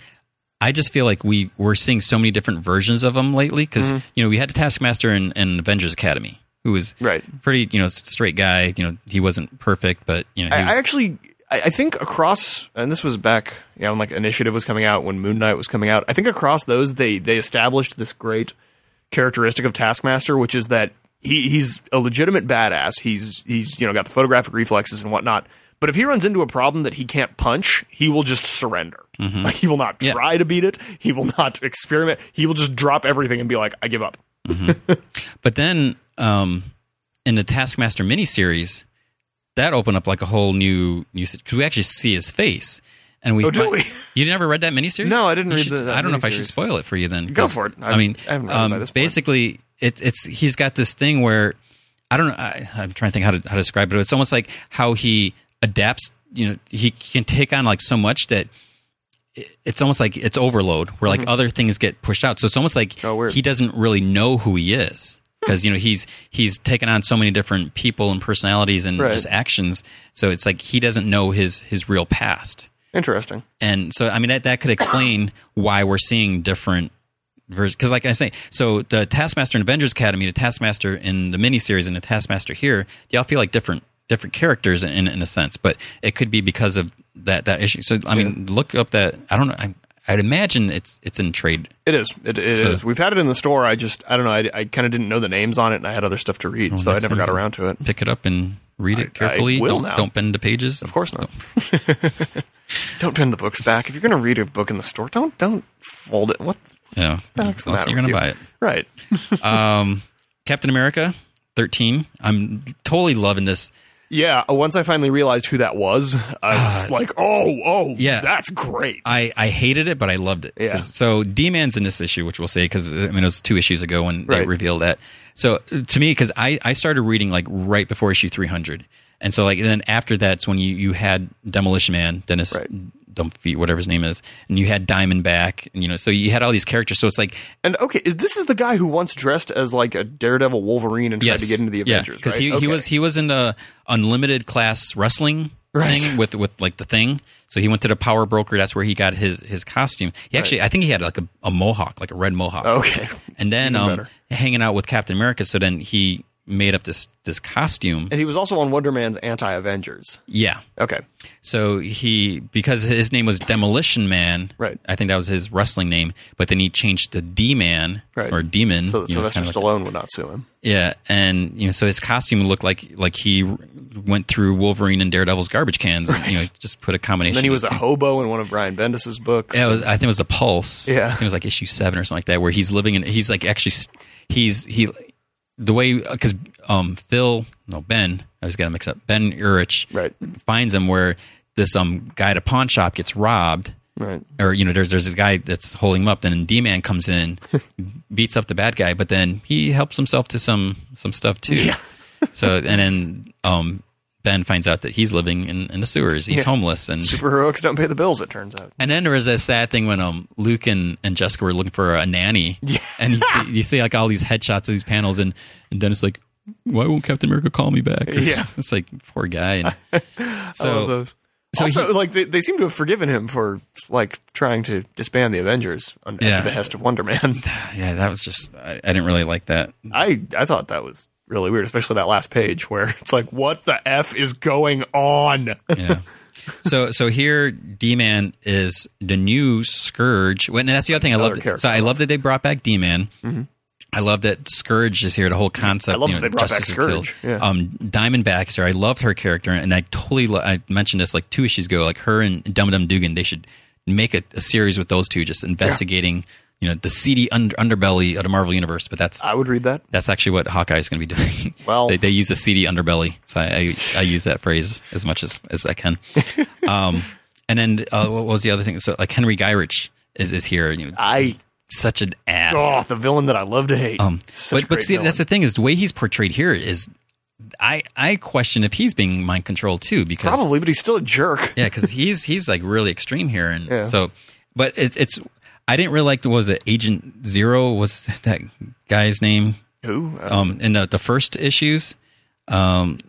S2: I just feel like we we're seeing so many different versions of him lately because
S3: Mm-hmm.
S2: you know we had Taskmaster in, in Avengers Academy, who was
S3: Right.
S2: pretty you know s- straight guy. You know he wasn't perfect, but you know he was,
S3: I, I actually, I, I think across, and this was back, yeah, when like Initiative was coming out, when Moon Knight was coming out. I think across those, they they established this great characteristic of Taskmaster, which is that he he's a legitimate badass. He's he's you know got the photographic reflexes and whatnot. But if he runs into a problem that he can't punch, he will just surrender. Like he will not
S2: Yeah.
S3: try to beat it. He will not <laughs> experiment. He will just drop everything and be like, "I give up."
S2: But then um, in the Taskmaster miniseries, that opened up like a whole new usage because we actually see his face. And we
S3: Oh, do
S2: fi-
S3: we?
S2: You never read that miniseries?
S3: No, I didn't
S2: You
S3: read
S2: should-
S3: the- that
S2: I don't know if I should
S3: miniseries.
S2: spoil it for you then.
S3: Go
S2: 'cause,
S3: for it.
S2: I,
S3: I-
S2: mean,
S3: I haven't read it by
S2: um,
S3: this point.
S2: basically, it, it's he's got this thing where I don't know. I, I'm trying to think how to how to describe it. It's almost like how he adapts. You know, he can take on like so much that it's almost like it's overload where like other things get pushed out so it's almost like
S3: Mm-hmm. Oh, weird.
S2: he doesn't really know who he is because you know he's he's taken on so many different people and personalities and
S3: Right.
S2: just actions so it's like he doesn't know his his real past
S3: Interesting.
S2: and so i mean that that could explain why we're seeing different versions because like i say so the taskmaster in avengers academy the taskmaster in the miniseries and the taskmaster here they all feel like different different characters in in a sense but it could be because of that that issue so i mean look up that i don't know I, i'd imagine it's it's in trade
S3: It is. It, it
S2: So-
S3: is. We've had it in the store. I just, I don't know. I, I kind of didn't know the names on it, and I had other stuff to read, so I
S2: next
S3: never
S2: time
S3: got
S2: you-
S3: around to it.
S2: pick it up and read it carefully
S3: will
S2: don't
S3: now.
S2: don't bend the pages
S3: Of course not. <laughs> don't pin the books back. If you're going to read a book in the store, don't don't fold it. What?
S2: yeah
S3: The heck's the
S2: Unless
S3: matter
S2: you're gonna
S3: with you?
S2: buy it
S3: Right.
S2: um captain america 13 i'm totally loving this
S3: Yeah. uh, Once I finally realized who that was, I was like, oh, oh,
S2: Uh, yeah.
S3: that's great.
S2: I, I hated it, but I loved it.
S3: Yeah.
S2: 'Cause- So D Man's in this issue, which we'll say because I mean it was two issues ago when they
S3: Right.
S2: revealed that. So uh, to me, because I, I started reading like right before issue three hundred, and so like then after that's when you you had Demolition Man, Dennis
S3: Right.
S2: Dumpfeet, whatever his name is, and you had Diamondback, and you know, so you had all these characters. So it's like
S3: And okay, is this is the guy who once dressed as like a Daredevil Wolverine and tried
S2: yes,
S3: to get into the Avengers?
S2: because
S3: right?
S2: he,
S3: Okay.
S2: he was he was in the unlimited class wrestling.
S3: Right.
S2: Thing <laughs> with with like the thing, so he went to the power broker. That's where he got his his costume. He actually, I think he had like a, a mohawk, like a red mohawk.
S3: okay.
S2: and then um,
S3: better.
S2: hanging out with Captain America. So then he made up this this costume.
S3: And he was also on Wonder Man's anti Avengers.
S2: yeah.
S3: Okay.
S2: So he because his name was Demolition Man.
S3: Right.
S2: I think that was his wrestling name. But then he changed to D Man
S3: Right.
S2: or Demon.
S3: So
S2: you know,
S3: Sylvester
S2: kinda like-
S3: Stallone would not sue him.
S2: yeah, and you know, so his costume looked like like he went through Wolverine and Daredevil's garbage cans, and you know, just put a combination.
S3: And then he
S2: of
S3: was
S2: the
S3: a hobo in one of Brian Bendis's books.
S2: Yeah, it was- I think it was the Pulse.
S3: Yeah.
S2: I think it was like issue seven or something like that, where he's living in. He's like actually, s- he's he, the way because um Phil no Ben I was gonna mix up Ben Urich
S3: Right.
S2: finds him where this um guy at a pawn shop gets robbed
S3: Right.
S2: or you know there's there's a guy that's holding him up then D Man comes
S3: <laughs>
S2: in beats up the bad guy but then he helps himself to some some stuff too <laughs> so and then um Ben finds out that he's living in, in the sewers he's homeless and
S3: Superheroics don't pay the bills, it turns out.
S2: and then there was that sad thing when um Luke and, and Jessica were looking for a nanny, and you see, you see like all these headshots of these panels, and and Dennis like, why won't Captain America call me back? <laughs> Or
S3: Yeah.
S2: it's like poor guy. And so
S3: <laughs> I love those.
S2: so
S3: also,
S2: he-
S3: like they, they seem to have forgiven him for like trying to disband the Avengers on at
S2: Yeah.
S3: the behest of Wonder
S2: <laughs>
S3: Man.
S2: yeah, that was just I, I didn't really like that.
S3: I I thought that was really weird, especially that last page where it's like, what the f is going on?
S2: Yeah. so so here, D Man is the new Scourge. When- And that's the other thing I
S3: Another
S2: love.
S3: character. Mm-hmm.
S2: So I love that they brought back D Man. I love that Scourge is here. The whole concept.
S3: I love
S2: you know,
S3: that they brought back
S2: Justice is
S3: Scourge,
S2: killed.
S3: yeah.
S2: Um, Diamondback is here. I loved her character, and I totally. Lo- I mentioned this like two issues ago. Like her and Dum Dum Dugan, they should make a, a series with those two, just investigating. You know the seedy under- underbelly of the Marvel universe, but that's
S3: <laughs> I would read that.
S2: that's actually what Hawkeye is going to be <laughs> doing.
S3: Well-
S2: they, they use a seedy underbelly, so I, I, I use that phrase as much as, as I
S3: <laughs>
S2: can. Um, and then uh, what was the other thing? So like Henry Gyrich is is here. You know,
S3: I
S2: such an ass.
S3: Ah. oh the villain that I love to hate.
S2: Um,
S3: Such
S2: but
S3: a
S2: but
S3: great
S2: see,
S3: villain.
S2: that's the thing is the way he's portrayed here is I I question if he's being mind controlled too because
S3: probably, but he's still a jerk.
S2: yeah, because he's he's like really extreme here, and
S3: Yeah.
S2: so. But it, it's I didn't really like what was it Agent Zero was that guy's name
S3: Who? Uh,
S2: um, in the, the first issues, um,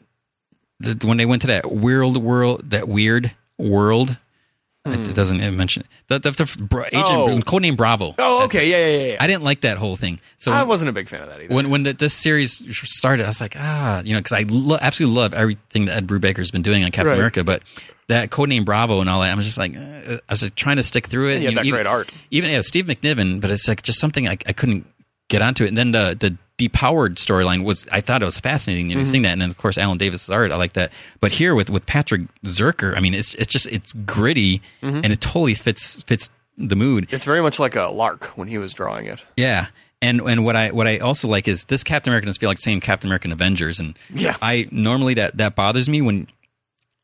S2: the, when they went to that weird world, that weird world, it, it doesn't even mention that. That's the f- bra- agent
S3: Hmm. Oh.
S2: codename Bravo.
S3: oh,
S2: That's
S3: okay,
S2: it.
S3: yeah, yeah, yeah. yeah.
S2: I didn't like that whole thing. So
S3: I,
S2: when-
S3: wasn't a big fan of that either.
S2: when when the, this series started, I was like, ah, you know, because I lo- absolutely love everything that Ed Brubaker's been doing on Captain
S3: Right.
S2: America, but that codename Bravo and all that, I'm just like, uh, I was like trying to stick through it.
S3: he had that
S2: even,
S3: great art.
S2: Even yeah, Steve McNiven, but it's like just something I, I couldn't get onto it. And then the the depowered storyline was, I thought it was fascinating, you know,
S3: Mm-hmm.
S2: seeing that. And then of course Alan Davis's art, I like that. But here with with Patrick Zerker, I mean, it's it's just it's gritty
S3: Mm-hmm.
S2: and it totally fits fits the mood.
S3: It's very much like a lark when he was drawing it.
S2: Yeah. And and what I what I also like is this Captain America does feel like same Captain American Avengers and
S3: Yeah.
S2: I normally that that bothers me when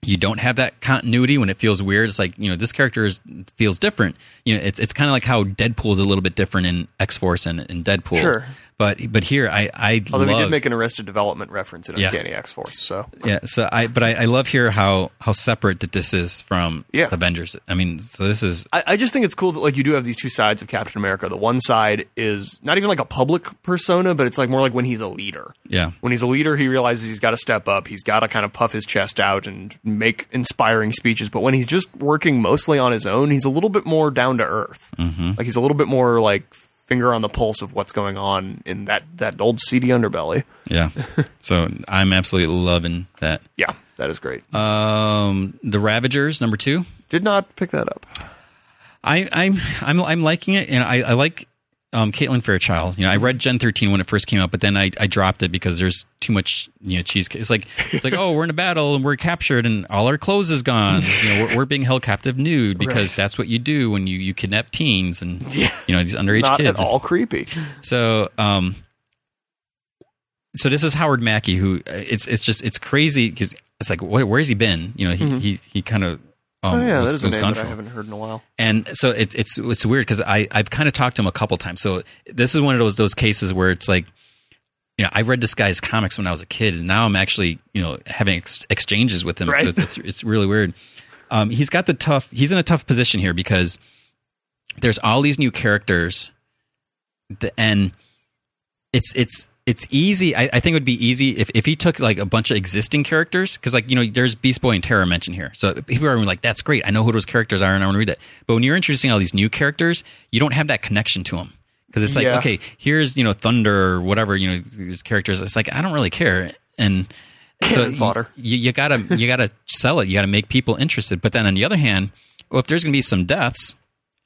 S2: you don't have that continuity when it feels weird. It's like you know this character is, feels different. You know it's it's kind of like how Deadpool is a little bit different in X Force and in Deadpool.
S3: Sure.
S2: But but here I I
S3: Although
S2: love
S3: he did make an Arrested Development reference in
S2: Yeah.
S3: Uncanny X Force, so
S2: yeah. So I but I, I love here how how separate that this is from
S3: Yeah.
S2: Avengers. I mean so this is
S3: I, I just think it's cool that like you do have these two sides of Captain America. The one side is not even like a public persona, but it's like more like when he's a leader.
S2: yeah
S3: When he's a leader, he realizes he's got to step up. He's got to kind of puff his chest out and make inspiring speeches. But when he's just working mostly on his own, he's a little bit more down to earth. Mm-hmm. Like he's a little bit more like finger on the pulse of what's going on in that that old seedy underbelly. <laughs>
S2: yeah. so I'm absolutely loving that.
S3: Yeah, that is great.
S2: Uh, Um, the Ravagers number two.
S3: Did not pick that up.
S2: I, I'm I'm I'm liking it, and I, I like um, Caitlin Fairchild. You know, I read Gen 13 when it first came out, but then I, I dropped it because there's too much you know cheesecake. It's like it's
S3: <laughs>
S2: like oh we're in a battle and we're captured and all our clothes is gone. You know, we're, we're being held captive nude because that's what you do when you, you kidnap teens and you know these underage
S3: Not
S2: kids.
S3: at all creepy.
S2: So um, so this is Howard Mackey who uh, it's it's just it's crazy because it's like where, where's he been? You know, he he, he kind of. Um,
S3: Mm-hmm. Oh yeah,
S2: was-
S3: that is a
S2: was
S3: name
S2: gone
S3: that I
S2: for-
S3: haven't heard in a while.
S2: and so it's it's it's weird because I I've kind of talked to him a couple times. So this is one of those those cases where it's like, you know, I read this guy's comics when I was a kid, and now I'm actually you know having ex- exchanges with him.
S3: Right.
S2: So it's, it's it's really weird. Um, he's got the tough. He's in a tough position here because there's all these new characters, th- and it's it's it's easy. I, I think it would be easy if, if he took like a bunch of existing characters because like you know there's Beast Boy and Terra mentioned here, so people are like that's great. I know who those characters are and I want to read that. But when you're introducing all these new characters, you don't have that connection to them because it's like
S3: Yeah.
S2: okay, here's you know Thunder or whatever you know these characters. It's like I don't really care and. So
S3: Cannon fodder.
S2: you, you gotta you gotta sell it. You gotta make people interested. But then on the other hand, well, if there's gonna be some deaths,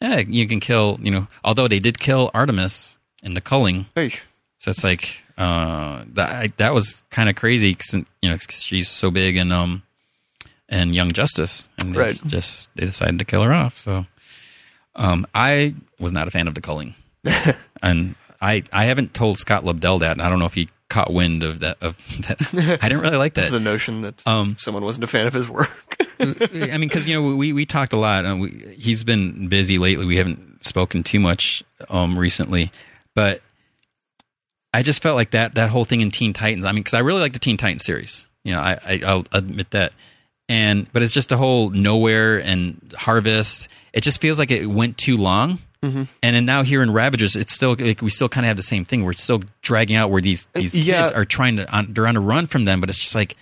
S2: eh, you can kill. You know, although they did kill Artemis in the culling,
S3: Hey, <laughs>
S2: so it's like uh, that. I, that was kind of crazy, 'cause, you know, 'cause she's so big and um and Young Justice, and they
S3: Right.
S2: just they decided to kill her off. So, um, I was not a fan of the
S3: <laughs>
S2: culling, and I I haven't told Scott Lobdell that, and I don't know if he caught wind of that of <laughs> that. I didn't really like that.
S3: the notion that
S2: <laughs> Um,
S3: someone wasn't a fan of his work. <laughs>
S2: I mean, because you know we we talked a lot. And we, he's been busy lately. We haven't spoken too much um recently, but I just felt like that that whole thing in Teen Titans. I mean, because I really like the Teen Titans series. You know, I, I I'll admit that. And but it's just a whole nowhere and harvest. It just feels like it went too long. Mm-hmm. And then now here in Ravagers, it's still like we still kind of have the same thing. We're still dragging out where these these
S3: yeah.
S2: kids are trying to on, they're on a run from them, but it's just like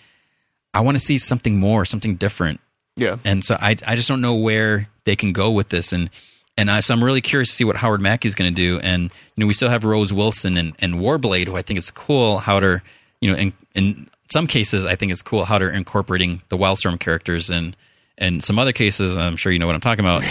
S2: I want to see something more, something different.
S3: Yeah.
S2: And so I, I just don't know where they can go with this. And, and I, so I'm really curious to see what Howard Mackey's going to do. And, you know, we still have Rose Wilson and, and Warblade, who I think is cool how to, you know, in, in some cases, I think it's cool how they're incorporating the Wildstorm characters and, and some other cases, I'm sure you know what I'm talking
S3: <laughs>
S2: about.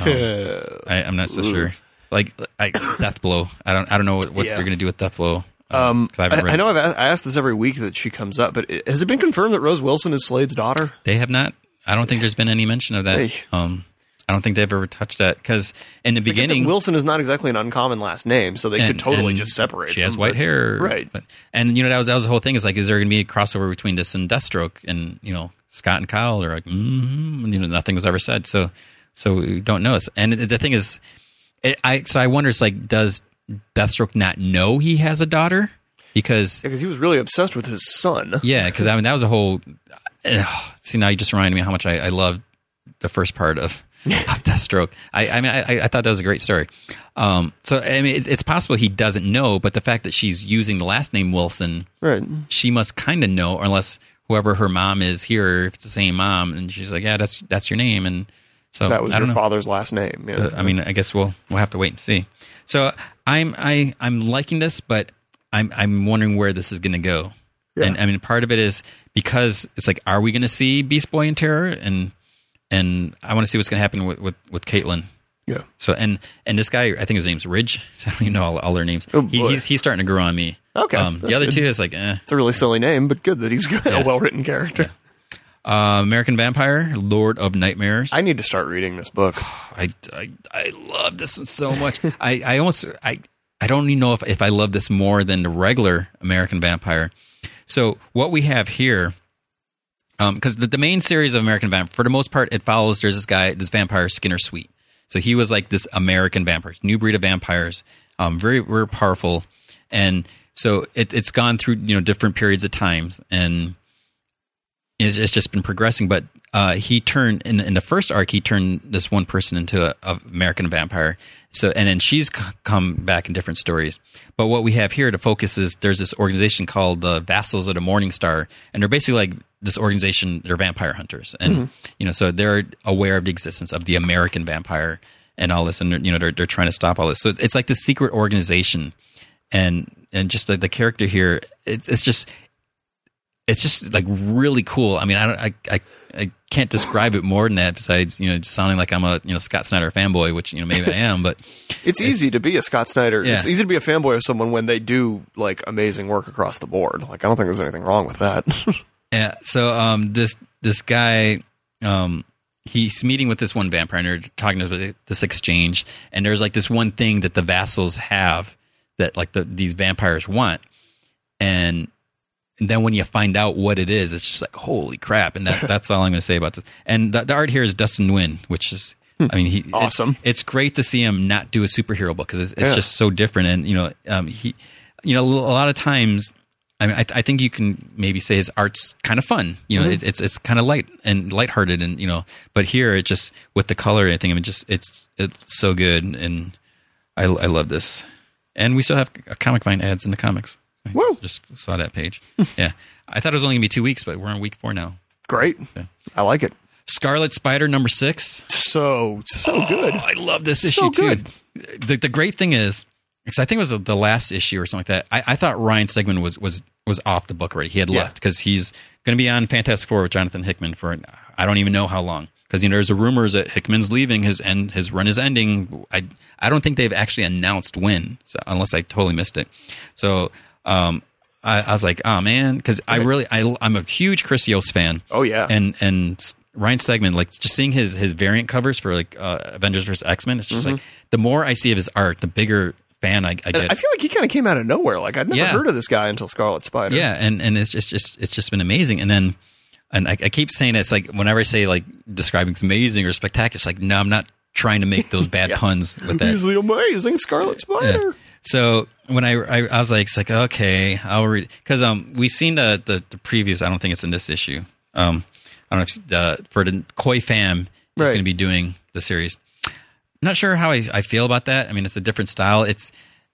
S2: Um, I, I'm not so sure. Like I, Death Blow. I don't. I don't know what, what
S3: Yeah.
S2: they're going to do with Death Blow.
S3: Um,
S2: 'cause
S3: I,
S2: haven't read
S3: I
S2: it.
S3: know I've, a- I asked this every week that she comes up, but i has it been confirmed that Rose Wilson is Slade's daughter?
S2: They have not. I don't think there's been any mention of that.
S3: Hey.
S2: Um, I don't think they've ever touched that because in the
S3: I get that
S2: beginning,
S3: Wilson is not exactly an uncommon last name, so they could
S2: and-
S3: totally
S2: and
S3: just separate.
S2: She has
S3: them,
S2: white
S3: but-
S2: hair,
S3: Right.
S2: But, and you know that was that was the whole thing. Is like, is there going to be a crossover between this and Deathstroke? And you know, Scott and Kyle are like, mm-hmm, and, you know, nothing was ever said. So, so we don't know. And the thing is, it, I so I wonder. It's like, does Deathstroke not know he has a daughter? Because
S3: because he was really obsessed with his son.
S2: yeah, because I mean that was a whole. eh, see now you just reminded me how much I, I loved the first part
S3: <laughs>
S2: of of Deathstroke. I, I mean I, I thought that was a great story. Um, so I mean it, it's possible he doesn't know, but the fact that she's using the last name Wilson,
S3: Right.
S2: she must kind of know, unless whoever her mom is here, if it's the same mom, and she's like, yeah, that's that's your name, and so
S3: That was
S2: I
S3: your
S2: don't know. uh,
S3: father's last name. Yeah.
S2: I mean, I guess we'll we'll have to wait and see. So I'm I I'm liking this, but I'm I'm wondering where this is going to go. And I mean, part of it is because it's like, are we going to see Beast Boy and Terror? And and I want to see what's going to happen with with with Caitlin.
S3: yeah.
S2: So and and this guy, I think his name's Ridge. <laughs> So I don't even know all, all their names.
S3: Oh,
S2: he,
S3: boy.
S2: he's he's starting to grow on me.
S3: Okay,
S2: Um, the
S3: that's
S2: other
S3: good.
S2: two is like, eh.
S3: It's a really silly name, but good that he's got a well written character.
S2: Uh, American Vampire, Lord of Nightmares.
S3: I need to start reading this book.
S2: I, I, I love this one so much. <laughs> I, I almost I I don't even know if if I love this more than the regular American Vampire. So what we have here, because the, the main series of American Vampire, for the most part, it follows. There's this guy, this vampire Skinner Sweet. So he was like this American vampire, new breed of vampires, um, very very powerful, and so it, it's gone through you know different periods of times and it's, it's just been progressing. But uh, he turned in in the first arc, he turned this one person into a, a American vampire. So and then she's c- come back in different stories. But what we have here to focus is there's this organization called the Vassals of the Morning Star, and they're basically like this organization. They're vampire hunters, and you know, so they're aware of the existence of the American vampire and all this, and they're, you know, they're they're trying to stop all this. So it's like this secret organization, and and just like the character here, it's it's just it's just like really cool. I mean, I don't, I, I, I can't describe it more than that. Besides, you know, just sounding like I'm a you know Scott Snyder fanboy, which you know maybe I am, but <laughs>
S3: It's easy to be a Scott Snyder.
S2: Yeah.
S3: It's easy to be a fanboy of someone when they do like amazing work across the board. Like I don't think there's anything wrong with that. <laughs>
S2: yeah. So um, this this guy, um, he's meeting with this one vampire, and they're talking about this exchange, and there's like this one thing that the vassals have that like the, these vampires want, and and then when you find out what it is, it's just like holy crap! And
S3: <laughs>
S2: that, that's all I'm going to say about this. And the, the art here is Dustin Nguyen, which is, I mean, he it's-
S3: Hmm. Awesome.
S2: It's, great to see him not do a superhero book because it's, it's
S3: Yeah.
S2: just so different. And you know, um, he, you know, a lot of times, I mean, I, I think you can maybe say his art's kind of fun. You
S3: Hmm.
S2: know, it, it's it's kind of light and lighthearted, and you know, but here it just with the color, I think, I mean, just it's it's so good, and I I love this. And we still have comic vine ads in the comics. I
S3: Woo.
S2: Just saw that page. <laughs> yeah, I thought it was only gonna be two weeks, but we're on week four now.
S3: Great. I like it.
S2: Scarlet Spider number six.
S3: So so good.
S2: Oh, I love this issue
S3: So
S2: too. The the great thing is, because I think it was the last issue or something like that. I, I thought Ryan Stegman was was was off the book already. He had left because he's going to be on Fantastic Four with Jonathan Hickman for I don't even know how long. Because you know, there's a rumors that Hickman's leaving his end, his run is ending. I I don't think they've actually announced when, so, unless I totally missed it. So um, I, I was like, oh man, because I really I I'm a huge Chris Yost fan.
S3: Oh, yeah.
S2: and and and Ryan Stegman, like just seeing his his variant covers for like uh, Avengers vs X Men, it's just like the more I see of his art, the bigger fan I, I get.
S3: I feel like he kind of came out of nowhere. Like I'd never
S2: Yeah.
S3: heard of this guy until Scarlet Spider.
S2: yeah, and and it's just just it's just been amazing. And then and I, I keep saying it's like whenever I say like describing it's amazing or spectacular, it's like no, I'm not trying to make those bad puns with that.
S3: He's the amazing Scarlet Spider.
S2: So when I, I I was like, it's like okay, I'll read because um we seen the, the the previews. I don't think it's in this issue. Um, I don't know if uh, for the Koi Fam is
S3: Right.
S2: going to be doing the series. Not sure how I, I feel about that. I mean, it's a different style. It's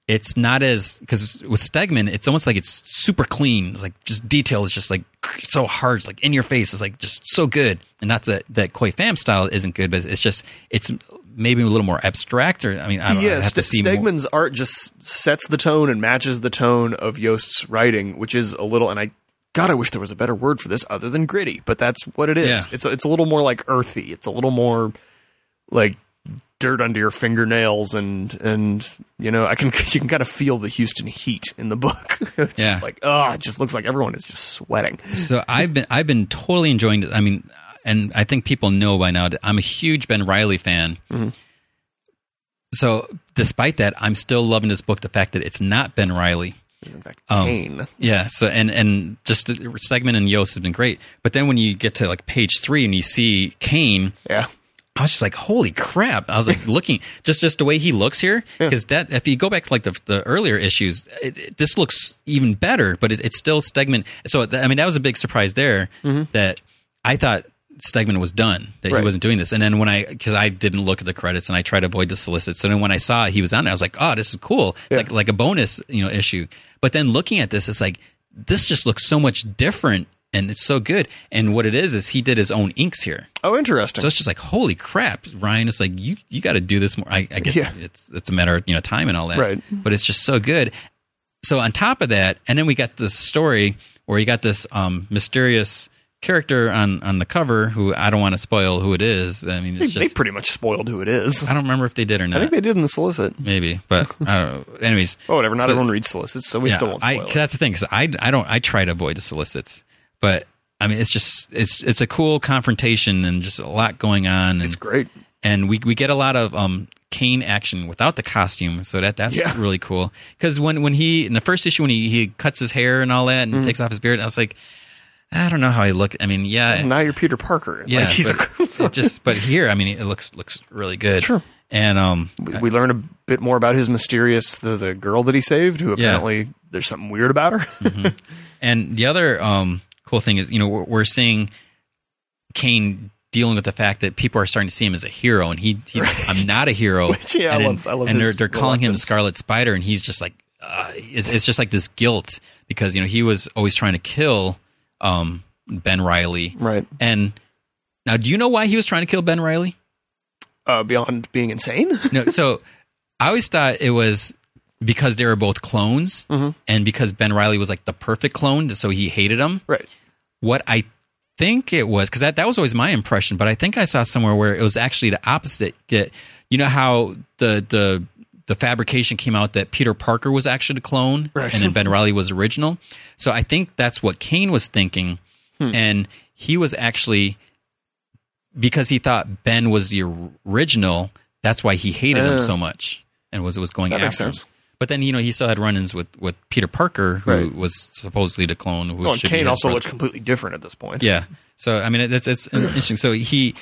S2: it's not as because with Stegman, it's almost like it's super clean. It's like just detail is just like so hard. It's like in your face. It's like just so good. And not that that Koi Fam style isn't good, but it's just it's maybe a little more abstract. Or I mean, I don't know. I
S3: yeah,
S2: have
S3: Ste
S2: to see more-
S3: Stegman's art just sets the tone and matches the tone of Yost's writing, which is a little. And I, God, I wish there was a better word for this other than gritty, but that's what it is.
S2: Yeah.
S3: It's a, it's a little more like earthy. It's a little more like dirt under your fingernails, and and you know, I can <laughs> you can kind of feel the Houston heat in the book. <laughs> It's just
S2: Yeah.
S3: like oh, it just looks like everyone is just sweating.
S2: so I've been I've been totally enjoying it. I mean, and I think people know by now that I'm a huge Ben Riley fan. So despite that, I'm still loving this book. The fact that it's not Ben Riley.
S3: It's in fact
S2: Um,
S3: pain.
S2: Yeah. So and and just Stegman and Yost has been great, but then when you get to like page three and you see Kane,
S3: yeah.
S2: I was just like, holy crap! I was like looking just just the way he looks here because that if you go back to like the, the earlier issues, it, it- this looks even better, but it, it's still Stegman. So th- I mean, that was a big surprise there that I thought. Stegman was done that
S3: Right.
S2: he wasn't doing this, and then when I because I didn't look at the credits and I tried to avoid the solicits, and then when I saw he was on it, I was like, "Oh, this is cool! It's like like a bonus, you know, issue." But then looking at this, it's like this just looks so much different, and it's so good. And what it is is he did his own inks here.
S3: Oh, interesting.
S2: So it's just like, holy crap, Ryan! It's like you you got to do this more. I, I guess
S3: Yeah.
S2: it's it's a matter of you know time and all that,
S3: Right.
S2: But it's just so good. So on top of that, and then we got this story where you got this um, mysterious character on on the cover who I don't want to spoil who it is. I mean, it's
S3: they
S2: just
S3: pretty much spoiled who it is.
S2: I don't remember if they did or
S3: I
S2: not.
S3: think they did in the solicit.
S2: Maybe,
S3: <laughs>
S2: but I don't know. Anyways,
S3: Oh, whatever. Not
S2: So-
S3: everyone reads solicits, so we still won't
S2: I,
S3: spoil
S2: 'cause
S3: it.
S2: that's the thing. 'cause I, I don't. I try to avoid the solicits, but I mean, it's just it's it's a cool confrontation and just a lot going on. And,
S3: It's great.
S2: and we we get a lot of um Kane action without the costume, so that that's
S3: Yeah.
S2: really cool. Because when when he in the first issue when he, he cuts his hair and all that and
S3: Mm-hmm.
S2: takes off his beard, I was like, I don't know how he look. I mean,
S3: <laughs>
S2: yeah,
S3: Now you're Peter Parker.
S2: yeah,
S3: like he's <laughs>
S2: but it just but here, I mean, it looks looks really good.
S3: Sure.
S2: And um,
S3: a, we learn a bit more about his mysterious the, the girl that he saved, who
S2: Yeah. Hmm.
S3: apparently there's something weird about her.
S2: And the other um, cool thing is, you know, we're, we're seeing Kane dealing with the fact that people are starting to see him as a hero, and he, he's like, "I'm not a hero."
S3: <laughs> Which, yeah, I
S2: and then-
S3: love- I love
S2: And they're
S3: his
S2: they're calling him
S3: reluctance.
S2: Scarlet Spider, and he's just like, uh, it's, it's just like this guilt because you know he was always trying to kill um, Ben Riley,
S3: Right.
S2: And now, do you know why he was trying to kill Ben Riley?
S3: <laughs> uh, beyond being insane. <laughs>
S2: No, so <laughs> I always thought it was because they were both clones,
S3: Mm-hmm.
S2: and because Ben Riley was like the perfect clone, so he hated him
S3: right.
S2: what I think it was because that, that was always my impression, but I think I saw somewhere where it was actually the opposite. That you know how the the the fabrication came out that Peter Parker was actually the clone,
S3: Right.
S2: and then
S3: <laughs>
S2: Ben Riley was original. So I think that's what Kane was thinking,
S3: Hmm.
S2: and he was actually because he thought Ben was the original. That's why he hated him so much and was was going
S3: Uh. That
S2: after
S3: makes
S2: him.
S3: sense.
S2: But then you know he still had run-ins with, with Peter Parker, who
S3: Right.
S2: was supposedly the clone. Who
S3: Well, and
S2: should be
S3: Kane
S2: his
S3: also
S2: brother.
S3: looked completely different at this point.
S2: Yeah. So I mean, that's it's interesting. So he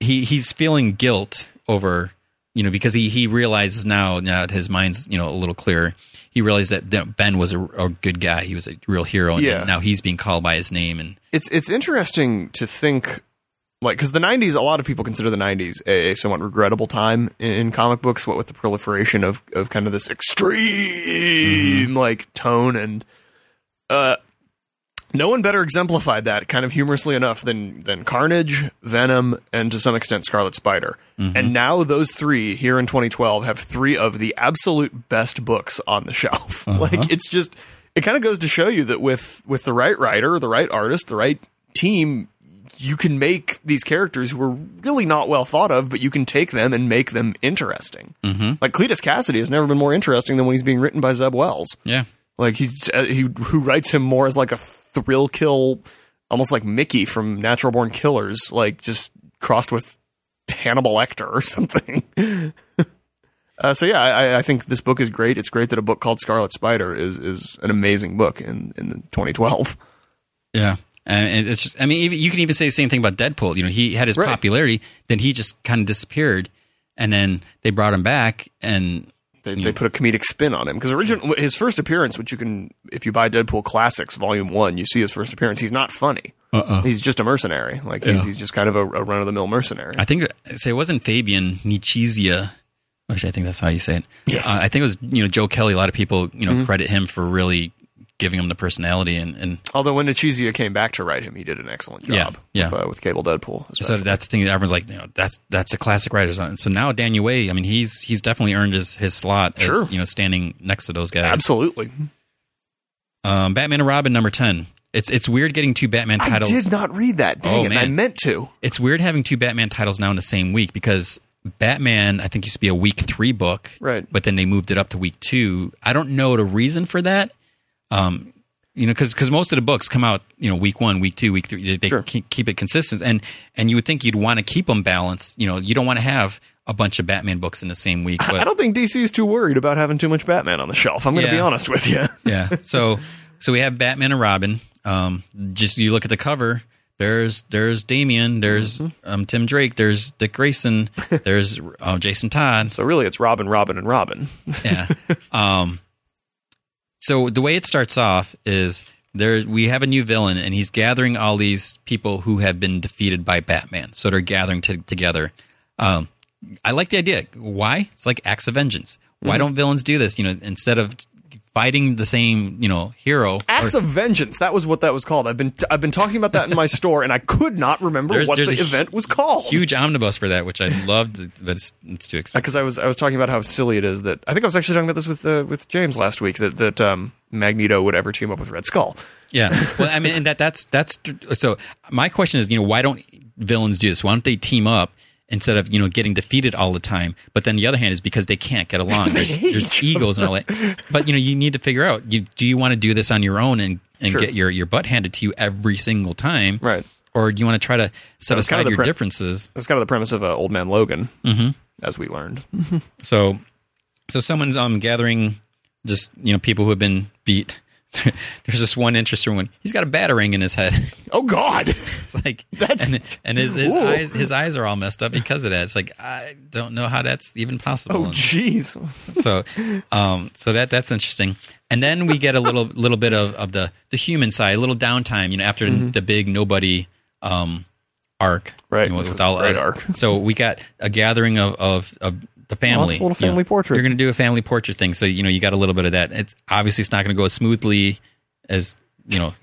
S2: he he's feeling guilt over you know because he he realizes now now that his mind's you know a little clearer. He realized that that Ben was a, a good guy. He was a real hero, and
S3: Yeah.
S2: now he's being called by his name. And
S3: It's it's interesting to think like because the 90s a lot of people consider the 90s a, a somewhat regrettable time in, in comic books what with the proliferation of, of kind of this extreme
S2: Mm-hmm.
S3: like tone and uh no one better exemplified that kind of humorously enough than than carnage venom and to some extent scarlet spider and now those three here in 2012 have three of the absolute best books on the <laughs> shelf like it's just it kind of goes to show you that with with the right writer the right artist the right team you can make these characters who are really not well thought of, but you can take them and make them interesting. Mm-hmm. Like Cletus Cassidy has never been more interesting than when he's being written by Zeb Wells.
S2: yeah,
S3: Like he's uh, he who writes him more as like a thrill kill, almost like Mickey from Natural Born Killers, like just crossed with Hannibal Lecter or <laughs> something. <laughs> uh, so yeah, I, I- I think this book is great. It's great that a book called Scarlet Spider is is an amazing book in in 2012.
S2: yeah. And it's just I mean, even, you can even say the same thing about Deadpool. You know, he had his
S3: Right.
S2: popularity, then he just kind of disappeared, and then they brought him back, and
S3: They, they put a comedic spin on him because original his first appearance, which you can if you buy Deadpool Classics Volume One, you see his first appearance. He's not funny.
S2: Uh-uh.
S3: He's just a mercenary. Like he's, he's just kind of a, a run of the mill mercenary.
S2: I think so. It wasn't Fabian Nichizia Bush. I think that's how you say it.
S3: Yes. Mm-hmm.
S2: Uh, I think it was you know Joe Kelly. A lot of people you know credit him for really giving him the personality and, and
S3: Although when Nechizia came back to write him, he did an excellent
S2: Yeah,
S3: job.
S2: yeah.
S3: With, uh, with Cable Deadpool.
S2: so
S3: especially.
S2: that's the thing that everyone's like you know that's that's a classic writer's on. So now Dan Yue, I mean he's he's definitely earned his his slot. as,
S3: Sure.
S2: you know standing next to those guys.
S3: Absolutely.
S2: Um, Batman and Robin number ten. It's it's weird getting two Batman
S3: I
S2: titles.
S3: did not read that. Dang
S2: Oh,
S3: it. and I
S2: man.
S3: meant to.
S2: it's weird having two Batman titles now in the same week because Batman, I think, used to be a week three book,
S3: Right.
S2: But then they moved it up to week two. I don't know the reason for that. Um, you know, because most of the books come out, you know, week one, week two, week three. They, they
S3: Sure.
S2: keep, keep it consistent, and and you would think you'd want to keep them balanced. You know, you don't want to have a bunch of Batman books in the same week. But
S3: I don't think DC is too worried about having too much Batman on the shelf. I'm going to
S2: Yeah.
S3: be honest
S2: <laughs>
S3: with you.
S2: yeah. So so we have Batman and Robin. Um, just you look at the cover. There's there's Damien. There's um, Tim Drake. There's Dick Grayson. There's uh, Jason Todd.
S3: So really, it's Robin, Robin, and Robin.
S2: Yeah. Um, so the way it starts off is there we have a new villain and he's gathering all these people who have been defeated by Batman. So they're gathering t- together. Um, I like the idea. Why? It's like acts of vengeance. Why don't villains do this? You know, instead of fighting the same you know hero
S3: Acts
S2: or-
S3: of Vengeance. That was what that was called. I've been I've been talking about that in my store, and I could not remember
S2: There's-
S3: what
S2: there's
S3: the
S2: a hu-
S3: event was called.
S2: huge omnibus for that, which I loved, but it's, it's too expensive.
S3: because Uh, I was I was talking about how silly it is that I think I was actually talking about this with uh, with James last week that that um, Magneto would ever team up with Red Skull.
S2: Yeah. Well, I mean, and that that's that's so. My question is, you know, why don't villains do this? Why don't they team up? Instead of you know getting defeated all the time, but then the other hand is because they can't get along. There's,
S3: hate
S2: there's
S3: each
S2: egos and all that. But you know you need to figure out you, do you want to do this on your own and, and
S3: Sure.
S2: get your, your butt handed to you every single time,
S3: Right.
S2: Or do you want to try to set
S3: was
S2: aside
S3: kind of the
S2: your
S3: pre-
S2: differences
S3: That's kind of the premise of uh, Old Man Logan,
S2: Mm-hmm.
S3: as we learned.
S2: So, so someone's um gathering just you know people who have been beat. <laughs> There's this one interesting one. He's got a batarang in his head. <laughs>
S3: Oh God,
S2: It's like
S3: That's-
S2: and, and his his
S3: Ooh.
S2: eyes his eyes are all messed up because of that. It's like I don't know how that's even possible.
S3: oh jeez,
S2: so, um, so that that's interesting. And then we get a little <laughs> little bit of, of the the human side, a little downtime. You know, after the big nobody um arc,
S3: Mm-hmm. Right,
S2: you know,
S3: which was a great
S2: uh,
S3: arc.
S2: <laughs> So we got a gathering of of, of the family.
S3: it's a
S2: you
S3: little
S2: know.
S3: family portrait.
S2: You're going to do a family portrait thing, so you know you got a little bit of that. It's obviously it's not going to go as smoothly as you know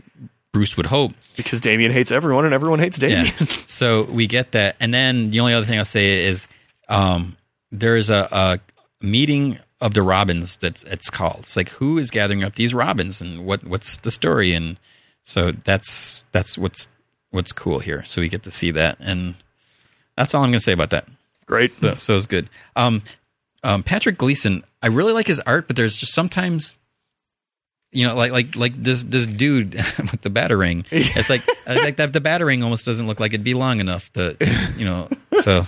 S2: Bruce would hope.
S3: because Damien hates everyone, and everyone hates Damien. <laughs>
S2: Yeah. so we get that, and then the only other thing I'll say is um, there is a, a meeting of the robins that's it's called. It's like who is gathering up these robins and what what's the story, and so that's that's what's what's cool here. So we get to see that, and that's all I'm going to say about that.
S3: Great.
S2: So so it's good. Um, um, Patrick Gleason, I really like his art, but there's just sometimes. You know, like like like this this dude <laughs> with the battering. It's like uh, it's like that the battering almost doesn't look like it'd be long enough to, you know.
S3: <laughs>
S2: So,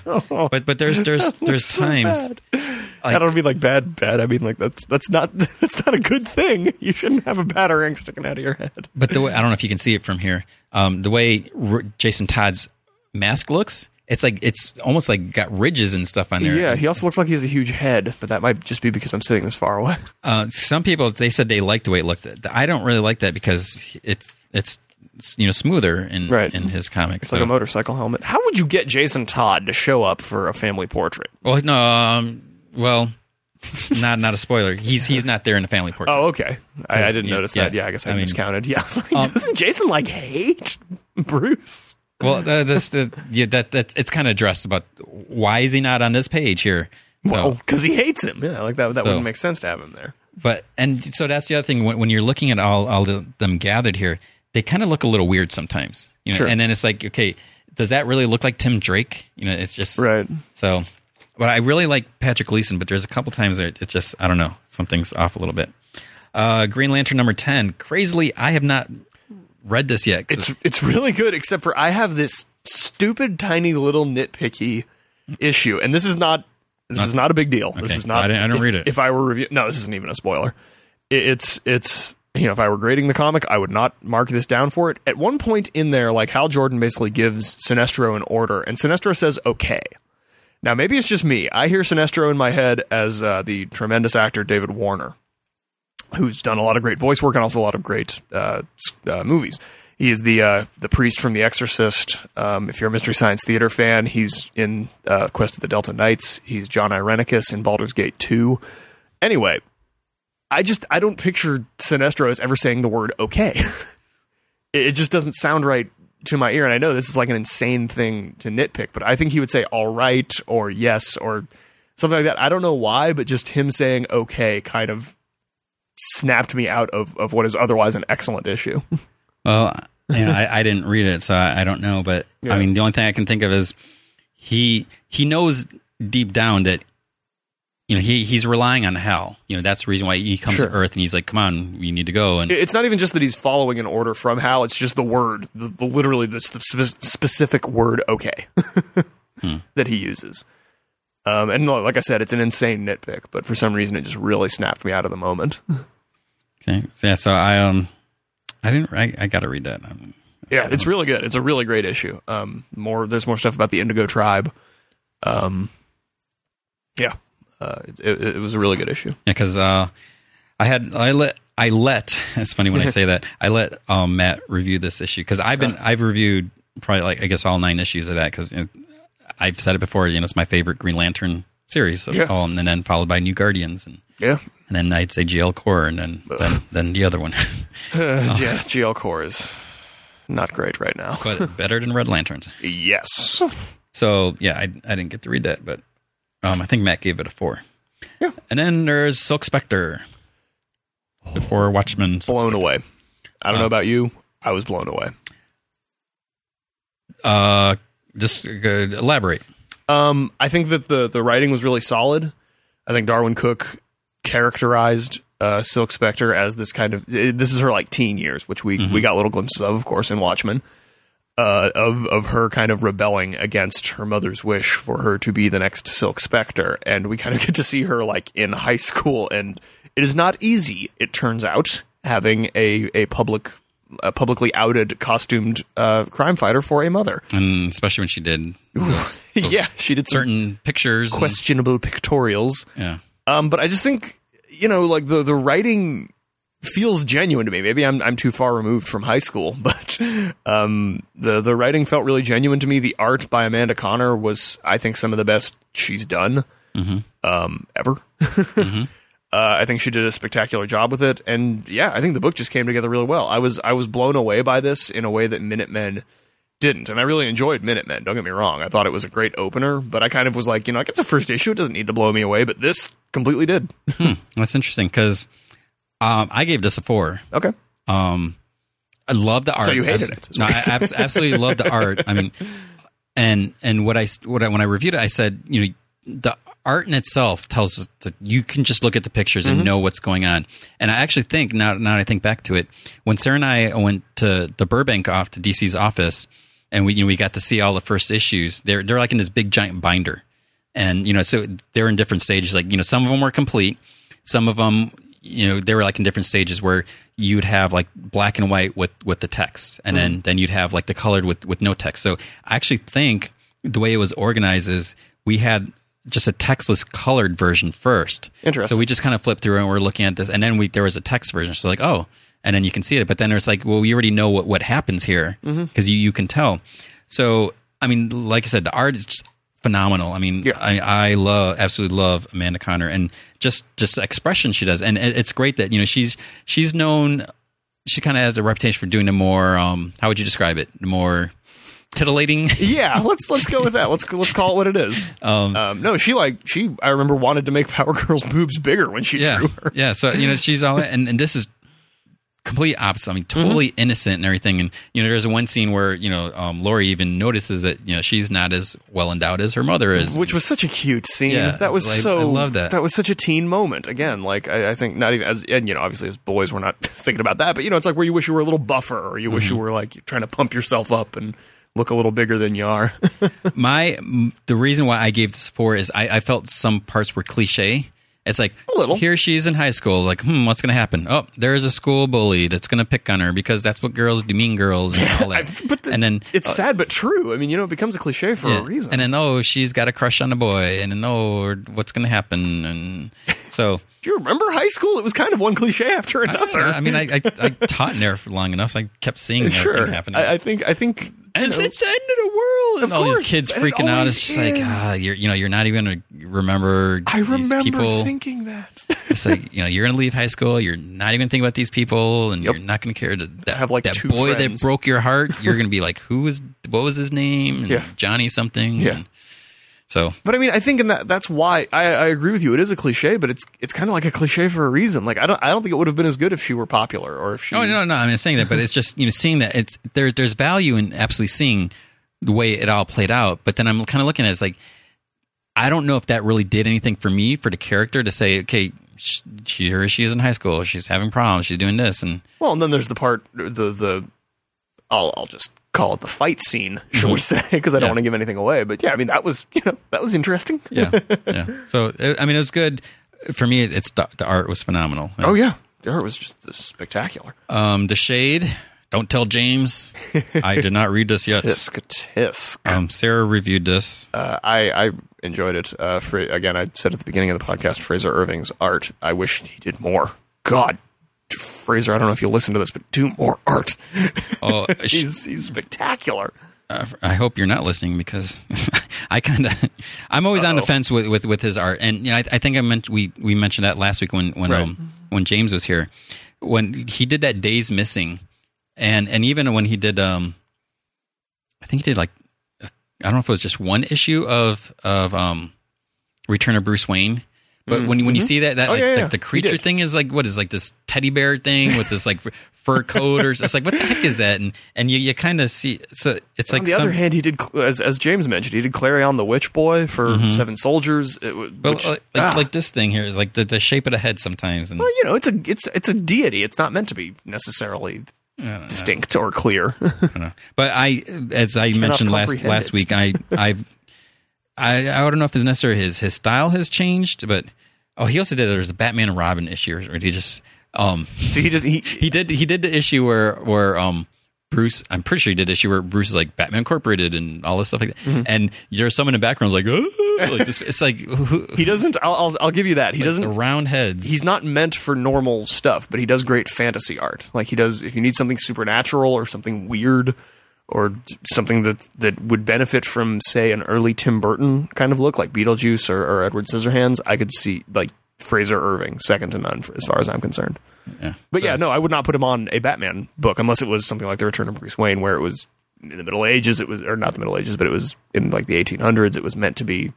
S2: but but there's there's there's
S3: so
S2: times.
S3: bad. I don't mean like bad, bad. I mean like that's that's not <laughs> that's not a good thing. You shouldn't have a batarang sticking out of your head.
S2: But the way I don't know if you can see it from here, um, the way R- Jason Todd's mask looks, it's like it's almost like got ridges and stuff on there.
S3: Yeah, he also looks like he has a huge head, but that might just be because I'm sitting this far away. <laughs>
S2: Uh, some people they said they liked the way it looked. I don't really like that because it's it's you know smoother in
S3: Right.
S2: in his comics.
S3: It's like a motorcycle helmet. How would you get Jason Todd to show up for a family portrait?
S2: well, no, um, well, <laughs> not not a spoiler. He's he's not there in the family portrait.
S3: Oh, okay. I, I didn't
S2: Yeah,
S3: notice that.
S2: yeah.
S3: Yeah, I um, guess
S2: I
S3: I,
S2: mean-
S3: miscounted. <laughs> Yeah, I was like, doesn't Jason like hate Bruce?
S2: Well, uh, this the, yeah that that it's kind of addressed about why is he not on this page here. So,
S3: Well, because he hates him. Yeah, like that. That
S2: So-
S3: wouldn't make sense to have him there.
S2: but and so that's the other thing when, when you're looking at all all the, them gathered here, they kind of look a little weird sometimes. You know,
S3: Sure.
S2: and then it's like, okay, does that really look like Tim Drake? You know, it's just
S3: Right.
S2: So, but I really like Patrick Gleason, but there's a couple times that it's just I don't know something's off a little bit. Uh, Green Lantern number ten. Crazily, I have not read this yet. 'cause
S3: It's it's really good, except for I have this stupid, tiny little nitpicky issue, and this is not this is not a big deal. This
S2: Okay.
S3: is not.
S2: I didn't- I didn't
S3: if-
S2: read it.
S3: If I were review, no, this isn't even a spoiler. It- It's it's you know if I were grading the comic, I would not mark this down for it. At one point in there, like Hal Jordan basically gives Sinestro an order, and Sinestro says okay. Now maybe it's just me. I hear Sinestro in my head as uh, the tremendous actor David Warner who's done a lot of great voice work and also a lot of great uh, s- uh, movies. He is the uh, the priest from The Exorcist. Um, if you're a Mystery Science Theater fan, he's in uh, Quest of the Delta Knights. He's John Irenicus in Baldur's Gate 2. Anyway, I just I don't picture Sinestro as ever saying the word okay. <laughs> it, it just doesn't sound right to my ear, and I know this is like an insane thing to nitpick, but I think he would say all right or yes or something like that. I don't know why, but just him saying okay kind of snapped me out of, of what is otherwise an excellent issue.
S2: Well, you know,
S3: <laughs>
S2: I, I didn't read it, so I, I don't know. But
S3: Yeah.
S2: I mean, the only thing I can think of is he he knows deep down that you know he he's relying on hell. You know that's the reason why he comes
S3: Sure.
S2: to Earth and he's like, "Come on, we need to go." And
S3: It- <laughs> It's not even just that he's following an order from Hal, it's just the word, the, the literally the spe- specific word <laughs> okay that he uses. Um, and no, like I said, it's an insane nitpick, but for some reason it just really snapped me out of the moment. <laughs>
S2: okay, so, yeah. So I um I didn't I, I got to read that. Um,
S3: Yeah, it's really good. It's a really great issue. Um, more there's more stuff about the Indigo Tribe. Um, yeah, uh, it, it, it was a really good issue.
S2: Yeah, because uh, I had I let I let. <laughs> It's funny when I say that I let um, Matt review this issue because I've been I've reviewed probably like I guess all nine issues of that because I've said it before. You know, it's my favorite Green Lantern series. So,
S3: Yeah.
S2: um, and then followed by New Guardians and.
S3: <laughs> Yeah,
S2: And then I'd say GL Core, and then, then then the other one, <laughs>
S3: yeah. GL Core is not great right now.
S2: but <laughs> better than Red Lanterns.
S3: Yes.
S2: So yeah, I, I didn't get to read that, but um, I think Matt gave it a four.
S3: Yeah.
S2: And then there's Silk Spectre, before Watchmen.
S3: blown away. I don't
S2: Um,
S3: know about you. I was blown away.
S2: Uh, just uh, elaborate.
S3: Um, I think that the the writing was really solid. I think Darwin Cook characterized uh, Silk Spectre as this kind of eh, this is her like teen years, which we we got little glimpses of, of course, in Watchmen. Uh, of of her kind of rebelling against her mother's wish for her to be the next Silk Spectre, and we kind of <laughs> get to see her like in high school, and it is not easy. It turns out having a a public a publicly outed costumed uh, crime fighter for a mother.
S2: and especially when she did those
S3: <laughs> yeah, she did certain
S2: certain pictures. and-
S3: questionable pictorials.
S2: yeah,
S3: Um, but I just think you know, like the the writing feels genuine to me. Maybe I'm I'm too far removed from high school, <laughs> but um, the the writing felt really genuine to me. The art by Amanda Connor was, I think, some of the best she's done um, ever. <laughs> Uh, I think she did a spectacular job with it, and yeah, I think the book just came together really well. I was I was blown away by this in a way that Minutemen didn't, and I really enjoyed Minutemen. Don't get me wrong; I thought it was a great opener, but I kind of was like, you know, like it's a first issue; it doesn't need to blow me away, but this completely did.
S2: that's interesting because um, I gave this a four.
S3: okay,
S2: Um, I love the art.
S3: you hated
S2: Abs-
S3: it, is
S2: No,
S3: what
S2: I abs- absolutely love the art. I mean, and and what I what I, when I reviewed it, I said you know the art in itself tells us that you can just look at the pictures
S3: Mm-hmm.
S2: and know what's going on. And I actually think now now that I think back to it, when Sarah and I went to the Burbank off to DC's office, and we you know we got to see all the first issues. They're they're like in this big giant binder, and you know so they're in different stages. Like you know some of them were complete, some of them you know they were like in different stages where you'd have like black and white with with the text and then then you'd have like the colored with with no text so i actually think the way it was organized is we had just a textless colored version first
S3: Interesting.
S2: so we just kind of flipped through and we're looking at this and then we there was a text version so like oh and then you can see it but then it's like well we already know what what happens here because you you can tell so i mean like i said the art is just phenomenal i mean
S3: Yeah.
S2: I, I love absolutely love Amanda Connor and just just the expression she does and it- it's great that you know she's she's known she kind of has a reputation for doing a more um how would you describe it The more titillating <laughs>
S3: yeah, let's let's go with that. Let's let's call it what it is. Um, no, she like she I remember wanted to make <laughs> Power Girl's boobs bigger when she
S2: yeah
S3: drew her.
S2: yeah so you know she's all and and this is complete opposite I mean
S3: Mm-hmm.
S2: totally innocent and everything and you know there's one scene where you know um Lori even notices that you know she's not as well endowed as her mother is
S3: Which was such a cute scene.
S2: Yeah,
S3: that was
S2: I-
S3: so.
S2: I love that.
S3: That was such a teen moment. Again, like I, I think not even as and you know obviously as boys we're not <laughs> thinking about that, but you know it's like where you wish you were a little buffer or you wish you
S2: Mm-hmm.
S3: were like trying to pump yourself up and look a little bigger than you are.
S2: my m- the reason why I gave this a four is I, I felt some parts were cliche It's like
S3: A little.
S2: Here she's in high school. Like, hmm, what's gonna happen? Oh, there is a school bully that's gonna pick on her because that's what girls do, mean girls and all that.
S3: but the-
S2: and then
S3: it's
S2: oh,
S3: sad but true. I mean, you know, it becomes a cliche for a
S2: yeah.
S3: reason.
S2: And then oh, she's got a crush on a boy, and then oh, what's gonna happen? And so
S3: Do you remember high school? It was kind of one cliche <laughs> after
S2: I,
S3: another.
S2: I mean, I, I
S3: <laughs>
S2: I taught in there for long enough, so I kept seeing everything
S3: sure.
S2: happening.
S3: I, I think. I think.
S2: and it's, it's the end of the world, and
S3: Of
S2: all
S3: course,
S2: these kids
S3: and it
S2: freaking out.
S3: always
S2: It's just like
S3: is.
S2: ah, you're you know you're not even gonna remember.
S3: I
S2: these
S3: remember
S2: people.
S3: thinking that. <laughs>
S2: It's like you know, you're gonna leave high school. You're not even thinking about these people, and you're not gonna care that that,
S3: Have, like,
S2: that
S3: two
S2: boy
S3: friends.
S2: that broke your heart. You're gonna
S3: <laughs>
S2: be like, who was what was his name? And
S3: Yeah.
S2: Johnny something.
S3: Yeah.
S2: And so
S3: But I mean, I think in that that's why I, I agree with you. It is a cliche, but it's it's kind of like a cliche for a reason. Like I don't I don't think it would have been as good if she were popular or if she.
S2: Oh, no, no, no. I'm not saying that, but it's just you know seeing that it's there's there's value in absolutely seeing the way it all played out. But then I'm kind of looking at it, it's like I don't know if that really did anything for me for the character to say, okay, sh- she here she is in high school, she's having problems, she's doing this, and
S3: Well, and then there's the part the the I'll I'll just call it the fight scene, shall we say? Because I don't
S2: Mm-hmm. Yeah.
S3: want to give anything away. But yeah, I mean that was you know that was interesting.
S2: yeah, <laughs> yeah. So uh, I I mean, it was good for me. It's the, the art was phenomenal.
S3: Oh yeah, yeah, it was just this spectacular.
S2: Um, the shade. Don't tell
S3: <laughs>
S2: James. I did not read this yet.
S3: Tisk tisk.
S2: Um, Sarah reviewed this.
S3: Uh, I I enjoyed it. Uh, Fra- again, I said at the beginning of the podcast, Fraser Irving's art. I wish he did more. God, Fraser, I don't know if you listen to this, but do more art. <laughs>
S2: Oh, she,
S3: he's he's spectacular.
S2: uh, I hope you're not listening because <laughs> I kind of I'm always on the
S3: Uh-oh.
S2: fence with, with, with his art, and you know, I, I think I meant we, we mentioned that last week when when
S3: Right.
S2: um, when James was here when he did that days missing, and and even when he did um I think he did like uh, I don't know if it was just one issue of of um Return of Bruce Wayne. But when you when you see that that
S3: Oh,
S2: like,
S3: yeah,
S2: the-
S3: yeah.
S2: the
S3: He
S2: creature
S3: did.
S2: thing is like what is like this teddy bear thing with this like fur coat or it's like what the heck is that and and you, you kind of see so it's like
S3: on the
S2: some,
S3: other hand, he did cl- as as James mentioned, he did Clarion the Witch Boy for Seven Soldiers. It, wa-
S2: Mm-hmm. Well,
S3: which,
S2: like,
S3: ah,
S2: like this thing here is like the, the shape of the head sometimes, and
S3: well, you know, it's a it's it's a deity. It's not meant to be necessarily distinct or clear. <laughs>
S2: I don't know. But I, as I mentioned last
S3: comprehend
S2: last
S3: it.
S2: week, I I've I I don't know if it's necessary. His his style has changed, but oh, he also did there's a Batman and Robin issue, or he just um
S3: so he just he
S2: he did he did the issue where where um Bruce I'm pretty sure he did the issue where Bruce is like Batman Incorporated and all this stuff like that,
S3: Mm-hmm.
S2: and there's someone in the background who's like oh, like this, it's like who,
S3: he doesn't. I'll I'll, I'll give you that. He
S2: the
S3: doesn't.
S2: round heads.
S3: He's not meant for normal stuff, but he does great fantasy art. Like he does, if you need something supernatural or something weird, or d- something that that would benefit from, say, an early Tim Burton kind of look, like Beetlejuice or, or Edward Scissorhands, I could see like Fraser Irving second to none, for, as far as I'm concerned.
S2: yeah.
S3: But yeah, no, I would not put him on a Batman book unless it was something like The Return of Bruce Wayne, where it was in the Middle Ages. It was, or not the Middle Ages, but it was in like the 1800s. It was meant to be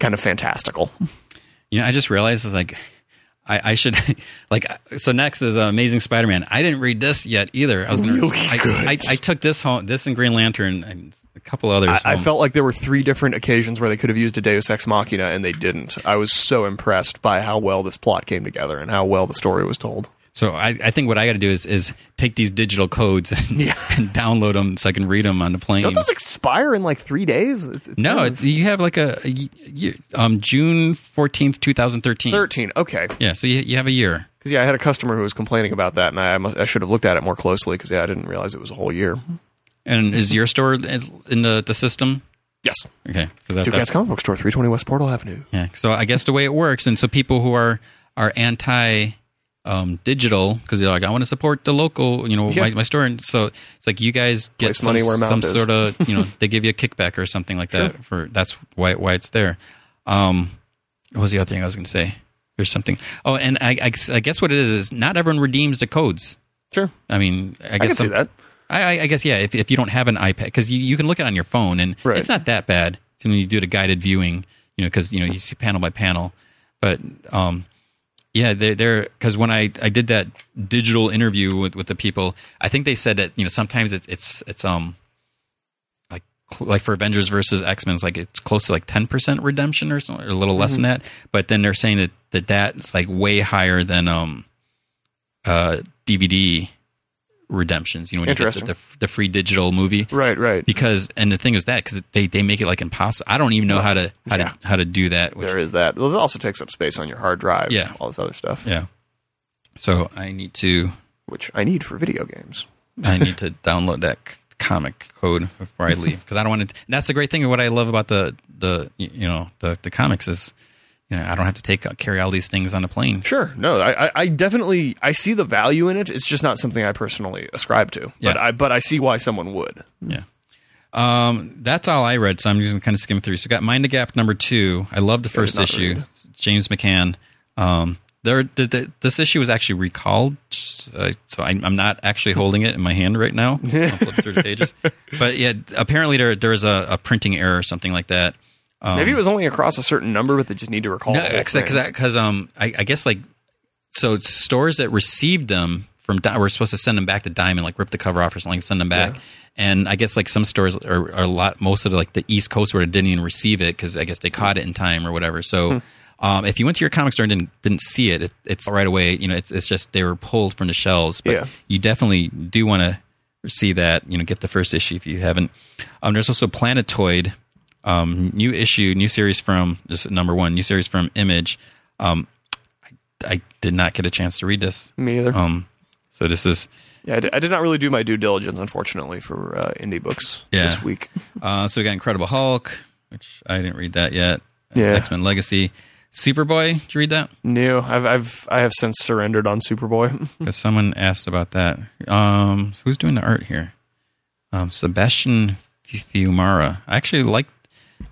S3: kind of fantastical.
S2: You know, I just realized it's like I, I should <laughs> like so next is uh, Amazing Spider-Man. I didn't read this yet either. I was gonna
S3: Really
S2: I,
S3: good.
S2: I, I took this home, this and Green Lantern and a couple others.
S3: I, I
S2: home.
S3: felt like there were three different occasions where they could have used a Deus Ex Machina and they didn't. I was so impressed by how well this plot came together and how well the story was told.
S2: so. I, I think what I got to do is is take these digital codes and, <laughs> and download them so I can read them on the plane.
S3: Don't those expire in like three days? It's, it's
S2: no,
S3: kind
S2: it's, you have like a, a y- year, um June fourteenth, two thousand thirteen.
S3: thirteen. Okay,
S2: Yeah, so you, you have a year.
S3: because yeah, I had a customer who was complaining about that, and I, I, must, I should have looked at it more closely because yeah, I didn't realize it was a whole year.
S2: And is your store is in the, the system?
S3: Yes,
S2: Okay, 'cause that- that's-
S3: Duke Cats Comic Book Store, three twenty West Portal Avenue.
S2: Yeah. So I guess the way it works, and so people who are are anti um, digital because they're like, I want to support the local, you know,
S3: Yeah.
S2: my, my store, and so it's like you guys get
S3: Place
S2: some,
S3: money where mouth
S2: some
S3: is.
S2: sort
S3: <laughs>
S2: of you know they give you a kickback or something like that for that's why why it's there. Um, what was the other thing I was going to say? There's something. Oh, and I, I, I guess what it is is not everyone redeems the codes.
S3: Sure,
S2: I mean, I guess
S3: I can see
S2: some-
S3: that.
S2: I, I- I guess yeah. If, if you don't have an iPad, because you, you can look at it on your phone, and
S3: Right.
S2: it's not that bad when you do the guided viewing, you know, because you know you see panel by panel. But um, yeah, they're because when I, I did that digital interview with, with the people, I think they said that you know sometimes it's it's it's um like cl- like for Avengers versus X Men, it's like it's close to like ten percent redemption or something, or a little less
S3: Mm-hmm.
S2: than that. But then they're saying that that that's like way higher than um uh DVD redemptions. You know, when you get the,
S3: Interesting.
S2: the, the free digital movie,
S3: Right, right.
S2: Because and the thing is that because they, they make it like impossible. I don't even know how to how
S3: Yeah.
S2: to how to do that. Which,
S3: there is that. Well, it also takes up space on your hard drive.
S2: Yeah.
S3: all this other stuff,
S2: yeah. So I need to
S3: which I need for video games.
S2: I need to download that c- comic code before I leave because I don't want to. That's the great thing. What I love about the the y- you know the the comics is you know I don't have to take uh, carry all these things on the plane.
S3: Sure. No, I, I- I definitely I see the value in it. It's just not something I personally ascribe to. But
S2: Yeah.
S3: I but I see why someone would.
S2: Yeah. Um, that's all I read, so I'm just gonna kind of skim through. So, got Mind the Gap number two. I love the first
S3: not
S2: issue.
S3: read.
S2: James McCann. Um, there, th- th- this issue was actually recalled, uh, so I, I'm not actually holding it in my hand right now. I'll flip
S3: <laughs>
S2: through the pages, but yeah, apparently there there is a, a printing error or something like that. Um,
S3: Maybe it was only across a certain number, but they just need to recall. the whole thing.
S2: because um, I, I guess like so it's stores that received them from Di- were supposed to send them back to Diamond, like rip the cover off or something, send them back. And I guess like some stores are, are a lot, most of the, like the East Coast where they didn't even receive it because I guess they caught it in time or whatever. So. Um, if you went to your comic store and didn't didn't see it, it it's right away. You know, it's it's just they were pulled from the shelves. But
S3: Yeah.
S2: you definitely do want to see that. You know, get the first issue if you haven't. Um, there's also Planetoid, um, new issue, new series from this is number one, new series from Image. Um, I, I did not get a chance to read this.
S3: Me either.
S2: Um, so this is
S3: yeah, I did, I did not really do my due diligence, unfortunately, for uh, indie books
S2: Yeah.
S3: this week.
S2: uh, so we got Incredible Hulk, which I didn't read that yet.
S3: Yeah.
S2: X Men Legacy, Superboy. Did you read that?
S3: No, I've I've I have since surrendered on Superboy. <laughs>
S2: Because someone asked about that. Um, so who's doing the art here? Um, Sebastian F- Fiumara. I actually like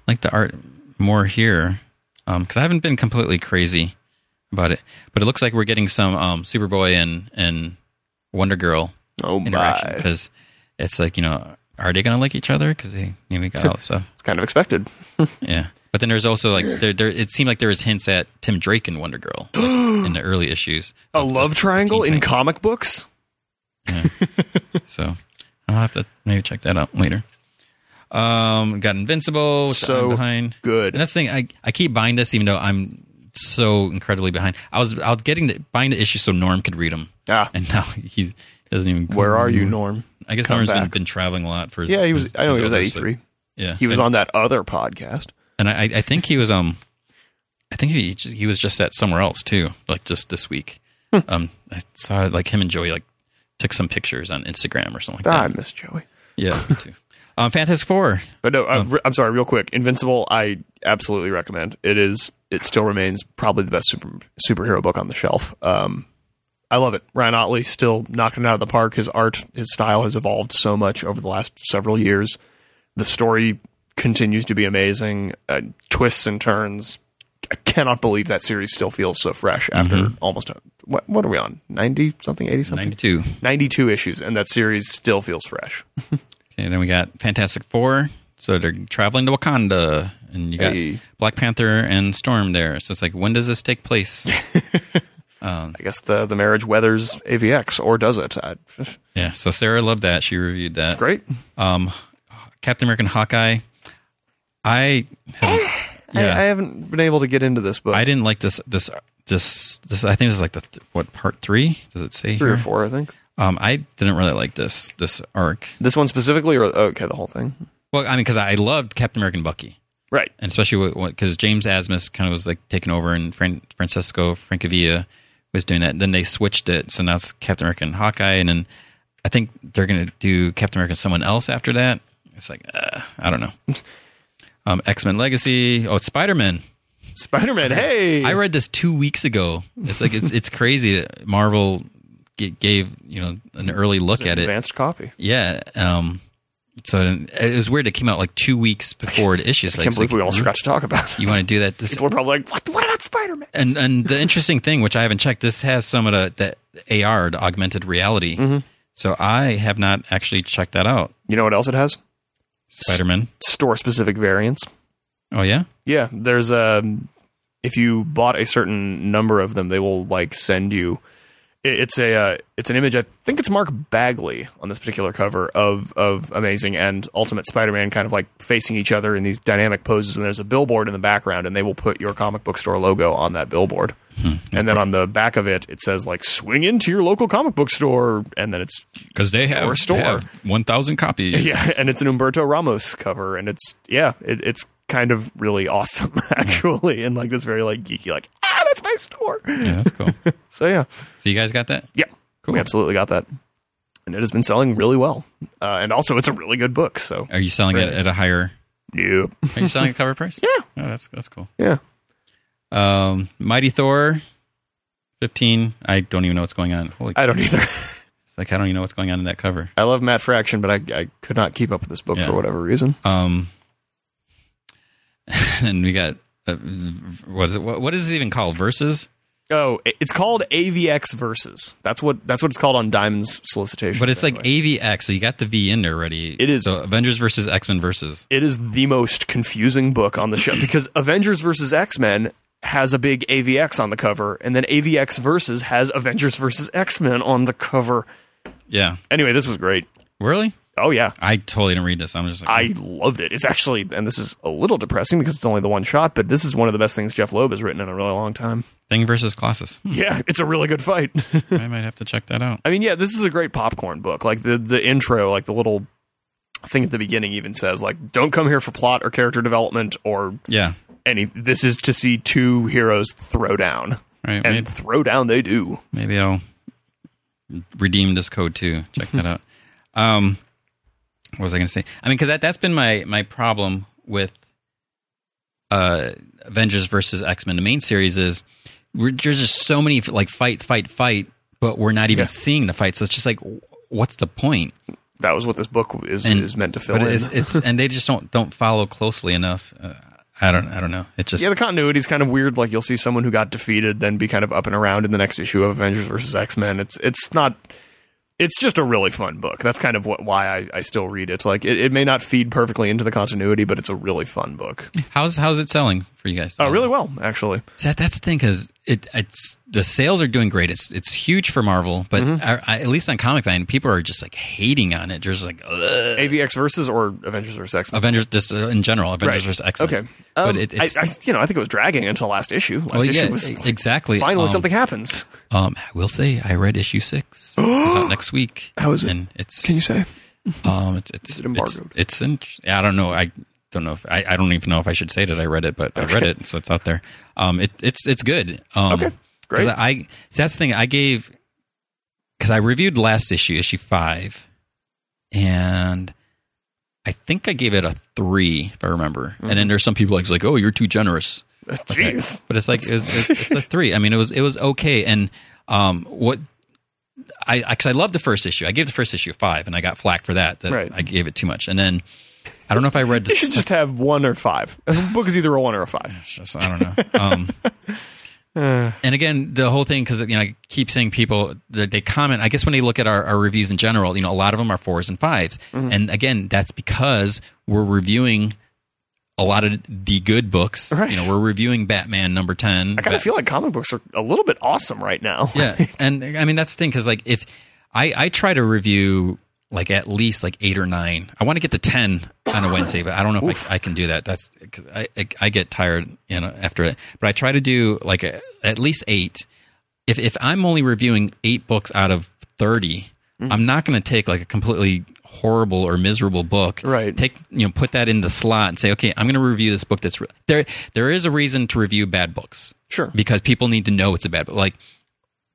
S2: like the art more here because I haven't been completely crazy about it. But it looks like we're getting some um, Superboy and and Wonder Girl
S3: oh
S2: interaction
S3: my!
S2: because it's like you know are they gonna like each other because they you know
S3: <laughs>
S2: got all that stuff.
S3: It's kind of expected.
S2: Yeah. But then there's also like there, there it seemed like there was hints at Tim Drake and Wonder Girl like, in the early issues.
S3: A love triangle in
S2: Titans.
S3: comic books.
S2: So I'll have to maybe check that out later. Um, got Invincible. which
S3: So
S2: I'm behind.
S3: good.
S2: And that's the thing. I, I keep buying this even though I'm so incredibly behind. I was I was getting the, buying the issues so Norm could read them,
S3: Ah,
S2: and now <laughs> he's doesn't even.
S3: where are you, Norm?
S2: Mm-hmm. I guess
S3: Come
S2: Norm's been,
S3: back.
S2: been traveling a lot for. His,
S3: Yeah, he was.
S2: his-
S3: I know
S2: his
S3: he was at
S2: other
S3: E
S2: stuff.
S3: three.
S2: Yeah,
S3: He was
S2: and,
S3: on that other podcast.
S2: and I I think he was um, I think he j- he was just at somewhere else too, like just this week.
S3: Hmm.
S2: Um, I saw like him and Joey like took some pictures on Instagram or something like
S3: Ah, I
S2: that.
S3: miss Joey.
S2: Yeah, <laughs> me too. Um, Fantastic Four.
S3: But Oh, no, I, I'm sorry. Real quick, Invincible. I absolutely recommend. It is. It still remains probably the best super, superhero book on the shelf. Um, I love it. Ryan Otley still knocking it out of the park. His art, his style has evolved so much over the last several years. The story continues to be amazing. Uh, twists and turns. I cannot believe that series still feels so fresh after almost a, what, what are we on ninety something, eighty something,
S2: 92.
S3: ninety two issues, and that series still feels fresh.
S2: Okay, then we got Fantastic Four. So they're traveling to Wakanda, and you got
S3: Hey.
S2: Black Panther and Storm there. So it's like, when does this take place?
S3: <laughs> I guess the the marriage weathers AVX or does it? I,
S2: yeah, so Sarah loved that. She reviewed that.
S3: great.
S2: Um, Captain American Hawkeye. I
S3: I,
S2: Yeah.
S3: I haven't been able to get into this book.
S2: I didn't like this this this this. I think this is like the th- what part three? Does it say
S3: three
S2: here?
S3: or four, I think.
S2: Um, I didn't really like this this arc.
S3: This one specifically, or okay, the whole thing.
S2: Well, I mean, because I loved Captain American Bucky.
S3: Right.
S2: and especially because James Asmus kind of was like taking over, and Fran- Francisco Francavilla was doing that. Then they switched it, so now it's Captain America and Hawkeye, and then I think they're going to do Captain America and someone else after that. It's like uh, I don't
S3: <laughs>
S2: know. Um, X Men Legacy. Oh, Spider Man.
S3: Spider <laughs> Man. Hey,
S2: I read this two weeks ago. It's like it's it's crazy. that Marvel g- gave you know an early look at it.
S3: advanced copy.
S2: Yeah. Um, so it was weird. It came out like two weeks
S3: <laughs>
S2: before it issues.
S3: Can't believe we almost forgot to talk about. it. <laughs>
S2: You want to do that? This,
S3: People are probably like, what, what about Spider Man?
S2: and and the interesting thing, which I haven't checked, this has some of the, the AR, the augmented reality. So I have not actually checked that out.
S3: You know what else it has?
S2: Spider Man.
S3: Store specific variants.
S2: Oh yeah.
S3: Yeah, there's um, a. If you bought a certain number of them, they will like send you it- it's a uh, it's an image. I think it's Mark Bagley on this particular cover of of Amazing and Ultimate Spider-Man, kind of like facing each other in these dynamic poses. And there's a billboard in the background, and they will put your comic book store logo on that billboard. and then on the back of it, it says like "Swing into your local comic book store," and then it's
S2: because they have,
S3: Or store.
S2: they have 1,000 copies.
S3: <laughs> yeah, and it's an Umberto Ramos cover, and it's yeah, it, it's kind of really awesome <laughs> actually, and like this very like geeky like ah, that's my store.
S2: Yeah, that's
S3: <laughs>
S2: cool. so
S3: So yeah.
S2: you guys got that?
S3: Yeah,
S2: Cool.
S3: we absolutely got that, and it has been selling really well. Uh, and also, it's a really good book. So
S2: Are you selling it at a higher?
S3: yeah,
S2: Are you selling it cover price?
S3: Yeah.
S2: Oh, that's that's cool.
S3: yeah.
S2: Um, Mighty Thor, fifteen. I don't even know what's going on. Holy,
S3: I don't either. <laughs>
S2: it's like I don't even know what's going on in that cover.
S3: I love Matt Fraction, but I, I could not keep up with this book
S2: Yeah.
S3: for whatever reason.
S2: Um, <laughs> and we got uh, what is it? What, what is it even called? Verses.
S3: Oh, i- it's called AVX Versus. That's what that's what it's called on Diamond's solicitation.
S2: But it's like
S3: anyway.
S2: AVX, so you got the V in there already.
S3: It is-
S2: so Avengers versus X Men versus.
S3: it is the most confusing book on the <clears throat> show because Avengers versus X Men has a big AVX on the cover, and then AVX Versus has Avengers versus X Men on the cover.
S2: Yeah,
S3: Anyway, this was great.
S2: really?
S3: Oh yeah,
S2: I totally didn't read this. I'm just like,
S3: I loved it. It's actually, and this is a little depressing because it's only the one shot, but this is one of the best things Jeff Loeb has written in a really long time.
S2: thing versus classes. Hmm,
S3: <laughs> Yeah, it's a really good fight.
S2: I might have to check that out.
S3: <laughs> I mean, yeah, this is a great popcorn book. Like the the intro, like the little thing at the beginning even says like don't come here for plot or character development or
S2: Yeah,
S3: any this is to see two heroes throw down
S2: right.
S3: and
S2: maybe-
S3: throw down they do
S2: Maybe I'll redeem this code too. Check that
S3: <laughs>
S2: out. Um, what was I going to say? I mean, because that that's been my my problem with uh, Avengers versus X Men. The main series is we're, there's just so many like fight, fight, fight, but we're not even
S3: Yeah.
S2: seeing the fight. So it's just like, what's the point?
S3: that was what this book is is meant to fill
S2: but
S3: in
S2: It's,
S3: <laughs>
S2: it's and they just don't don't follow closely enough. Uh, I don't I don't know. It just
S3: yeah, the continuity is kind of weird. Like you'll see someone who got defeated, then be kind of up and around in the next issue of Avengers versus X Men. It's it's not. It's just a really fun book. That's kind of what why I, I still read it. Like it, it may not feed perfectly into the continuity, but it's a really fun book.
S2: how's how's it selling for you guys?
S3: Oh, really well actually.
S2: See, that- that's the thing because it, it's the sales are doing great. It's it's huge for Marvel, but
S3: Mm-hmm.
S2: I- I- at least on Comic Vine, people are just like hating on it. They're just like Ugh.
S3: AVX versus or Avengers versus X Men.
S2: Avengers, just uh, in general, Avengers versus X Men.
S3: Okay, um,
S2: but it, it's
S3: I, I, you know I think it was dragging until last issue. Last
S2: well,
S3: issue
S2: yeah,
S3: was
S2: e- exactly.
S3: finally
S2: um,
S3: something happens.
S2: Um, I will say I read issue six It's
S3: <gasps>
S2: out next week.
S3: How is it?
S2: And it's
S3: Can you say?
S2: um, it's it's
S3: it embargoed?
S2: It's, it's in, I don't know. I don't know if I, I don't even know if I should say that I read it, but I read it, so it's out there. Um, it it's it's good. Um,
S3: Okay, great.
S2: 'cause I see, that's the thing. I gave because I reviewed last issue, issue five, and I think I gave it a three if I remember.
S3: Mm-hmm.
S2: And then there's some people like, like, oh, you're too generous.
S3: <laughs> Jeez,
S2: But it's like it's, it's, it's a three. I mean, it was it was okay. And um, what I because I, loved the first issue. I gave the first issue a five, and I got flack for that. That
S3: Right.
S2: I gave it too much. And then I don't know if I read the
S3: <laughs> you should just have one or five. The book is either a one or a five.
S2: it's just- I don't know. Um,
S3: <laughs>
S2: and again, the whole thing because you know I keep seeing people that they comment. I guess when they look at our, our reviews in general, you know, a lot of them are fours and 5s
S3: Mm-hmm.
S2: and again, that's because we're reviewing a lot of the good books.
S3: Right.
S2: You know, we're reviewing Batman number ten.
S3: I kind of feel like comic books are a little bit awesome right now.
S2: <laughs> yeah, and I mean that's the thing because like if I I try to review like at least like eight or nine, I want to get to ten on a Wednesday, but I don't know if I, I can do that. That's 'cause I, I I get tired you know after it, but I try to do like a, at least eight. If if I'm only reviewing eight books out of 30 i I'm not going to take like a completely horrible or miserable book
S3: Right.
S2: take you know put that in the slot and say okay i'm going to review this book that's re-. there there is a reason to review bad books
S3: Sure.
S2: because people need to know it's a bad book like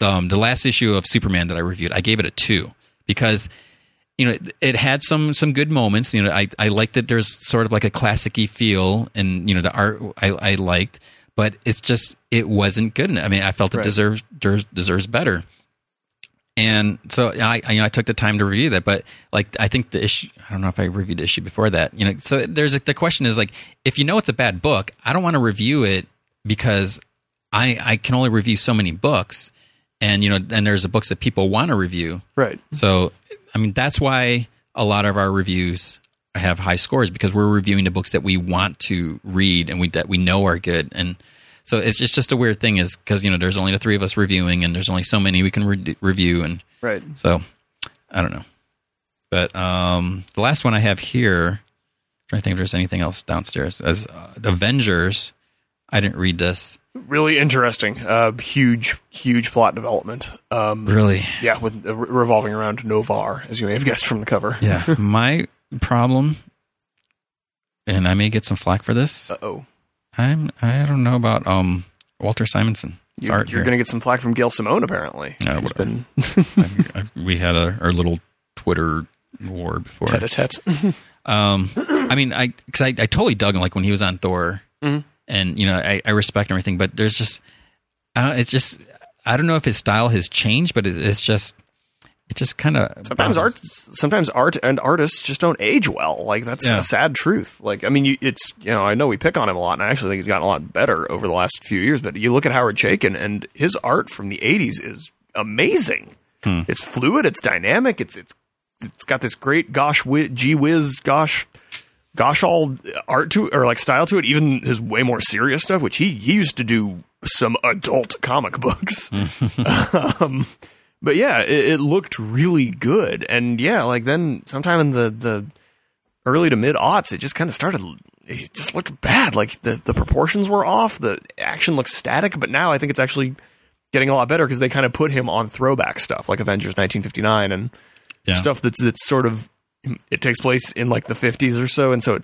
S2: um, the last issue of Superman that I reviewed, I gave it a two because you know it, it had some some good moments. You know, I I liked that there's sort of like a classicy feel, and you know the art I, I liked, but it's just it wasn't good. enough. I mean, I felt it
S3: Right.
S2: deserves deserves deserves better. And so I, I, you know, I took the time to review that, but like I think the issue, I don't know if I reviewed the issue before that, you know. So there's a, the question is like, if you know it's a bad book, I don't want to review it because I I can only review so many books, and you know, and there's the books that people want to review.
S3: <laughs> Right.
S2: So I mean, that's why a lot of our reviews have high scores because we're reviewing the books that we want to read and we that we know are good, and So it's just, just a weird thing is because, you know, there's only the three of us reviewing and there's only so many we can re- review. And
S3: Right.
S2: so I don't know. But um, the last one I have here, I'm trying to think if there's anything else downstairs, as uh, Avengers. I didn't read this.
S3: Really interesting. Uh, huge, huge plot development. Um,
S2: Really?
S3: yeah, with uh, re- revolving around Novar, as you may have guessed from the cover.
S2: Yeah. My problem, and I may get some flack for this.
S3: Uh oh.
S2: I'm I don't know about um Walter Simonson. It's
S3: You're,
S2: art
S3: you're
S2: here.
S3: going to get some flack from Gail Simone, apparently.
S2: Yeah,
S3: She's
S2: whatever.
S3: been
S2: <laughs> I- I- we had a, our little Twitter war before.
S3: tete a tete.
S2: Um, I mean, I because I, I totally dug him like when he was on Thor,
S3: Mm-hmm.
S2: and you know I, I respect everything, but there's just I don't. It's just I don't know if his style has changed, but it, it's just it just kind of
S3: sometimes art sometimes art and artists just don't age well like that's
S2: Yeah.
S3: a sad truth like i mean you, it's you know i know we pick on him a lot and i actually think he's gotten a lot better over the last few years but you look at howard chaikin and his art from the 80s is amazing it's fluid it's dynamic it's it's it's got this great gosh whi gee whiz gosh gosh all art to or like style to it even his way more serious stuff which he, he used to do some adult comic books um, but yeah it, it looked really good and yeah like then sometime in the the early to mid aughts it just kind of started it just looked bad like the the proportions were off the action looked static but now i think it's actually getting a lot better because they kind of put him on throwback stuff like avengers 1959 and
S2: Yeah.
S3: stuff that's that's sort of it takes place in like the 50s or so and so it,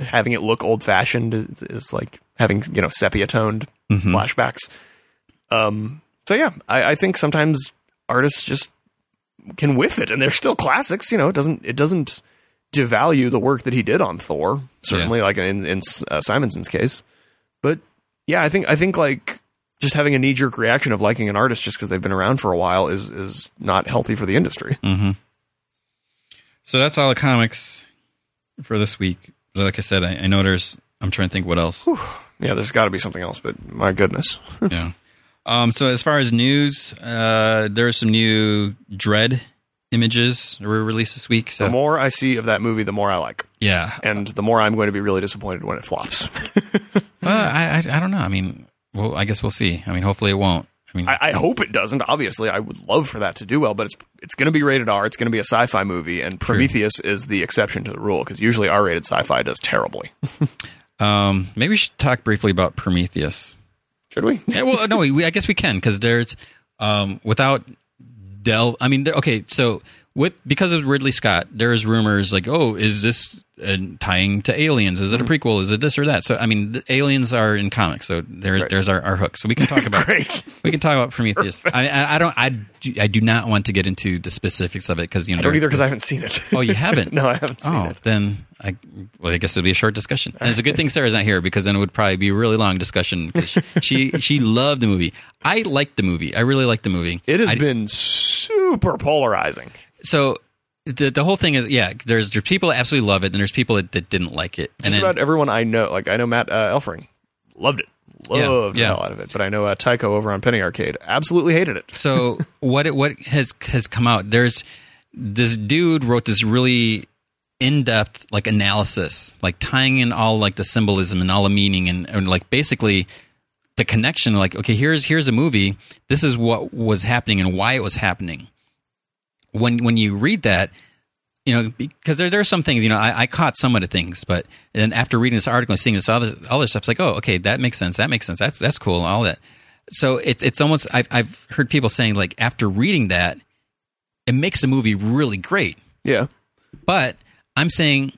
S3: having it look old fashioned is, is like having you know sepia toned flashbacks um so yeah I, I think sometimes artists just can whiff it and they're still classics you know it doesn't it doesn't devalue the work that he did on thor certainly like in in uh, simonson's case but yeah i think i think like just having a knee jerk reaction of liking an artist just because they've been around for a while is is not healthy for the industry
S2: So that's all the comics for this week. But like I said, I, I know there's. I'm trying to think what else.
S3: Yeah, there's got to be something else, but my goodness.
S2: yeah. Um, so as far as news, uh, there are some new Dread images that were released this week.
S3: The
S2: So
S3: more I see of that movie, the more I like,
S2: yeah,
S3: and the more I'm going to be really disappointed when it flops. <laughs>
S2: well, I, I I don't know. I mean, well, I guess we'll see. I mean, hopefully it won't. I mean,
S3: I, I hope it doesn't. Obviously, I would love for that to do well, but it's it's going to be rated R. It's going to be a sci-fi movie, and Prometheus is the exception to the rule because usually R-rated sci-fi does terribly.
S2: um, maybe we should talk briefly about Prometheus.
S3: Should we?
S2: yeah, well, no, we, I guess we can because there's um, without Dell. I mean, there- okay, so with because of Ridley Scott, there's rumors like, oh, is this uh, tying to Aliens? Is it a
S3: Mm.
S2: prequel? Is it this or that? So, I mean, the aliens are in comics, so there's there's our, our hook. So we can talk
S3: <laughs>
S2: about
S3: <laughs> Great.
S2: we can talk about Prometheus. I, I, I don't I do, I do not want to get into the specifics of it because you know
S3: Don't
S2: there-
S3: either because I haven't seen it.
S2: <laughs> Oh, you haven't?
S3: <laughs> no, I haven't seen
S2: Oh,
S3: it.
S2: then I well, I guess it'll be a short discussion. And it's a good thing Sarah's not here because then it would probably be a really long discussion. 'cause she <laughs> she loved the movie. I liked the movie. I really liked the movie.
S3: It has
S2: I-
S3: been super polarizing.
S2: so. The, the whole thing is yeah. There's, there's people that absolutely love it, and there's people that, that didn't like it. And
S3: Just
S2: then,
S3: about everyone I know, like I know Matt uh, Elfring, loved it, loved
S2: yeah.
S3: the hell out of it. But I know uh, Tycho over on Penny Arcade absolutely hated it.
S2: so what it, what has has come out? There's this dude wrote this really in-depth like analysis, like tying in all like the symbolism and all the meaning and, and like basically the connection. Like okay, here's here's a movie. This is what was happening and why it was happening. When when you read that, you know, because there, there are some things, you know, I, I caught some of the things, but then after reading this article and seeing this other other stuff, it's like, oh, okay, that makes sense. That makes sense. That's that's cool. and All that. So it's it's almost I've I've heard people saying like after reading that, it makes the movie really great.
S3: Yeah,
S2: But I'm saying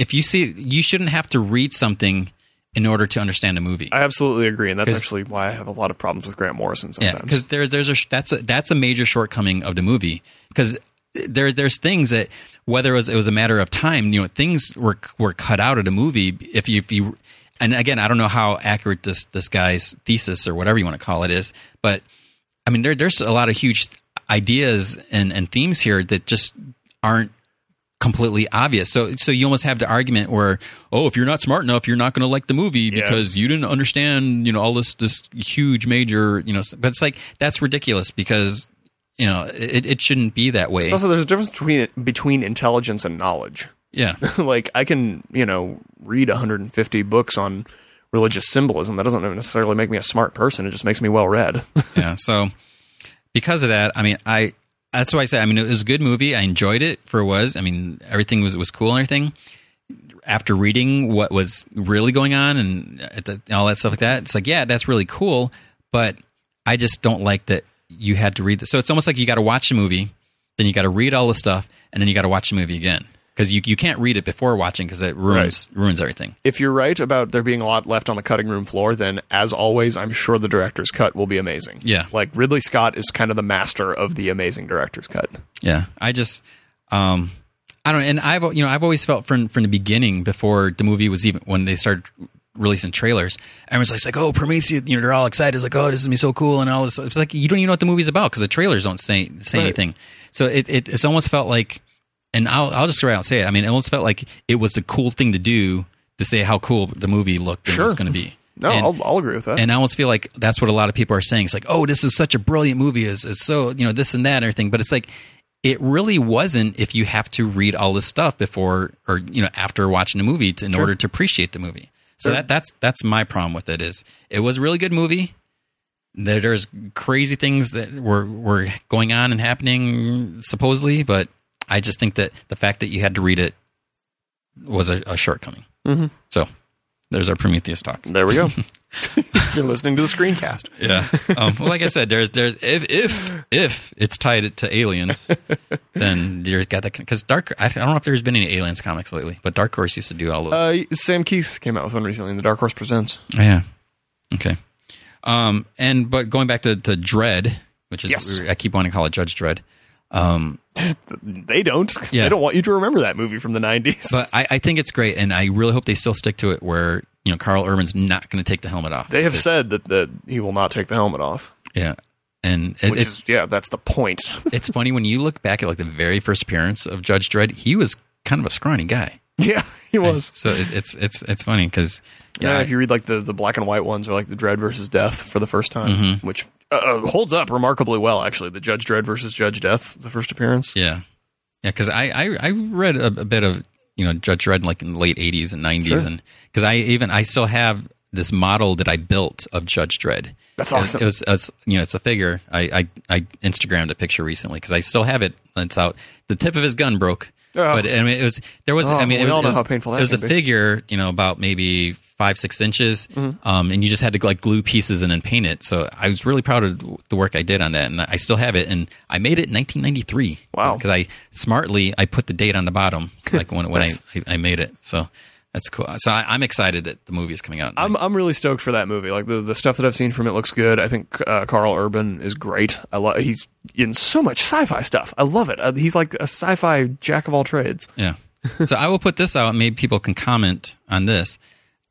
S2: if you see, you shouldn't have to read something in order to understand a movie.
S3: I absolutely agree, and that's
S2: 'Cause-
S3: actually why I have a lot of problems with Grant Morrison
S2: Yeah,
S3: sometimes.
S2: because there's there's a sh- that's a that's a major shortcoming of the movie because there there's things that whether it was it was a matter of time, you know, things were were cut out of the movie if you if you and again I don't know how accurate this this guy's thesis or whatever you want to call it is, but I mean there there's a lot of huge ideas and and themes here that just aren't completely obvious. So so you almost have the argument where oh if you're not smart enough you're not going to like the movie because you didn't understand, you know, all this this huge major, you know, s- but it's like that's ridiculous because you know, it, it shouldn't be that way.
S3: Also, there's a difference between between <laughs> intelligence and knowledge.
S2: yeah.
S3: like I can, you know, read 150 books on religious symbolism. That doesn't necessarily make me a smart person. It just makes me well read. <laughs>
S2: yeah. So because of that, I mean, I that's why I say I mean it was a good movie. I enjoyed it for what it was. I mean, everything was was cool and everything. After reading what was really going on and uh, at the- all that stuff like that, it's like yeah, that's really cool. But I just don't like that you had to read this. So it's almost like you got to watch the movie, then you got to read all the stuff, and then you got to watch the movie again because you you can't read it before watching because it ruins ruins everything.
S3: if you're right about there being a lot left on the cutting room floor, then as always, I'm sure the director's cut will be amazing.
S2: Yeah.
S3: Like Ridley Scott is kind of the master of the amazing director's cut.
S2: Yeah, I just, um, I don't, and I've you know I've always felt from from the beginning before the movie was even when they started releasing trailers, everyone's like, it's like oh Prometheus, you know they're all excited, it's like oh this is gonna be so cool and all this. It's like you don't even know what the movie's about because the trailers don't say say
S3: Right.
S2: anything. So it, it it's almost felt like, and I'll I'll just go out and say it. I mean, it almost felt like it was the cool thing to do to say how cool the movie looked and was
S3: Sure.
S2: going to be.
S3: No,
S2: And-
S3: I'll, I'll agree with that.
S2: and I almost feel like that's what a lot of people are saying. It's like, oh, this is such a brilliant movie. It's, it's so, you know, this and that and everything. But it's like, it really wasn't if you have to read all this stuff before or, you know, after watching the movie to, in order to appreciate the movie. So that, that's that's my problem with it is it was a really good movie. There, there's crazy things that were, were going on and happening supposedly, but I just think that the fact that you had to read it was a, a shortcoming.
S3: Mhm.
S2: So there's our Prometheus talk.
S3: there
S2: <laughs>
S3: we go. <laughs> you're listening to the screencast.
S2: Yeah. Um, well, like I said, there's there's if if if it's tied to
S3: <laughs>
S2: aliens, then you're got that because Dark. I don't know if there's been any aliens comics lately, but Dark Horse used to do all those. Oh,
S3: Uh, Sam Keith came out with one recently in The Dark Horse Presents.
S2: yeah. Okay. Um. And but going back to to Dread, which is
S3: Yes.
S2: I keep wanting to call it Judge Dread.
S3: They don't.
S2: Yeah.
S3: They don't want you to remember that movie from the 90s.
S2: But I, I think it's great, and I really hope they still stick to it. Where you know Carl Urban's not going to take the helmet off.
S3: <laughs> they have said that, that he will not take the helmet off,
S2: yeah. And it,
S3: which
S2: it's
S3: is, yeah, that's the point. <laughs>
S2: it's funny when you look back at like the very first appearance of Judge Dredd, he was kind of a scrawny guy.
S3: yeah, he was.
S2: So it, it's it's it's funny because
S3: Yeah,
S2: yeah,
S3: if you read like the, the black and white ones or like the Dread versus Death for the first time,
S2: Mm-hmm.
S3: which uh, uh, holds up remarkably well, actually. The Judge Dread versus Judge Death, the first appearance.
S2: yeah, yeah. Because I, I I read a, a bit of you know Judge Dredd like in the late eighties and nineties, and because I even I still have this model that I built of Judge Dredd.
S3: That's
S2: It was-
S3: awesome.
S2: It was, it was- you know it's a figure. I I, I Instagrammed a picture recently because I still have it. It's out. The tip of his gun broke.
S3: Oh.
S2: But I mean, it was there was. I
S3: Oh,
S2: mean, it
S3: we
S2: was,
S3: all know
S2: it was-
S3: how painful that
S2: It was a
S3: can be.
S2: figure, you know, about maybe five six inches, um, and you just had to like glue pieces and then paint it. So I was really proud of the work I did on that, and I still have it. And I made it in 1993.
S3: Wow.
S2: Because I smartly I put the date on the bottom, like when when I, I I made it. So that's cool. So I, I'm excited that the movie is coming out.
S3: I'm, I'm really stoked for that movie. Like the, the stuff that I've seen from it looks good. I think uh, Carl Urban is great. I lo- he's in so much sci-fi stuff. I love it. Uh, he's like a sci-fi jack of all trades.
S2: Yeah. So I will put this out. Maybe people can comment on this.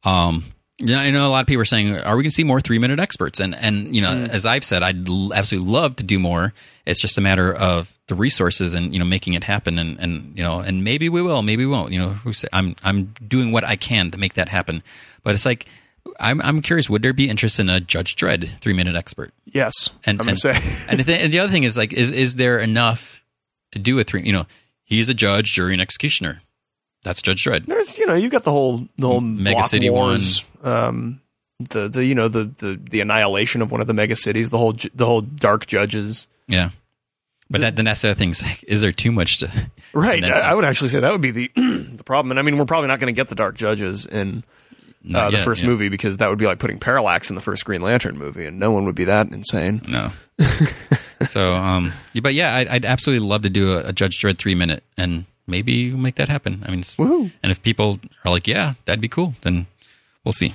S2: Um, yeah, I know a lot of people are saying, "Are we going to see more three minute experts?" And and you know, as I've said, I'd l- absolutely love to do more. It's just a matter of the resources and you know making it happen. And and you know, and maybe we will, maybe we won't. You know, who say, I'm I'm doing what I can to make that happen. But it's like I'm I'm curious. Would there be interest in a Judge Dredd three minute expert?
S3: Yes,
S2: And
S3: I'm
S2: and,
S3: gonna say <laughs>
S2: and, the thing, and the other thing is like, is is there enough to do a three? You know, he's a judge, jury, and executioner. That's Judge Dredd.
S3: there's you know you got the whole the whole
S2: Mega
S3: block
S2: City
S3: wars. Um, the, the you know the, the the annihilation of one of the mega cities. The whole ju- the whole dark judges.
S2: Yeah, but that, then that's the other thing. Is like, is there too much to? <laughs>
S3: Right.
S2: And that's-
S3: I, I would actually say that would be the <clears throat> the problem. And I mean, we're probably not going to get the dark judges in
S2: Not
S3: uh, the
S2: yet,
S3: first
S2: yeah.
S3: movie because that would be like putting Parallax in the first Green Lantern movie, and no one would be that insane. <laughs>
S2: No. so, um, yeah, but yeah, I'd, I'd absolutely love to do a, a Judge Dredd three minute, and maybe we'll make that happen. I mean, it's-
S3: Woohoo.
S2: and if people are like, yeah, that'd be cool, then we'll see.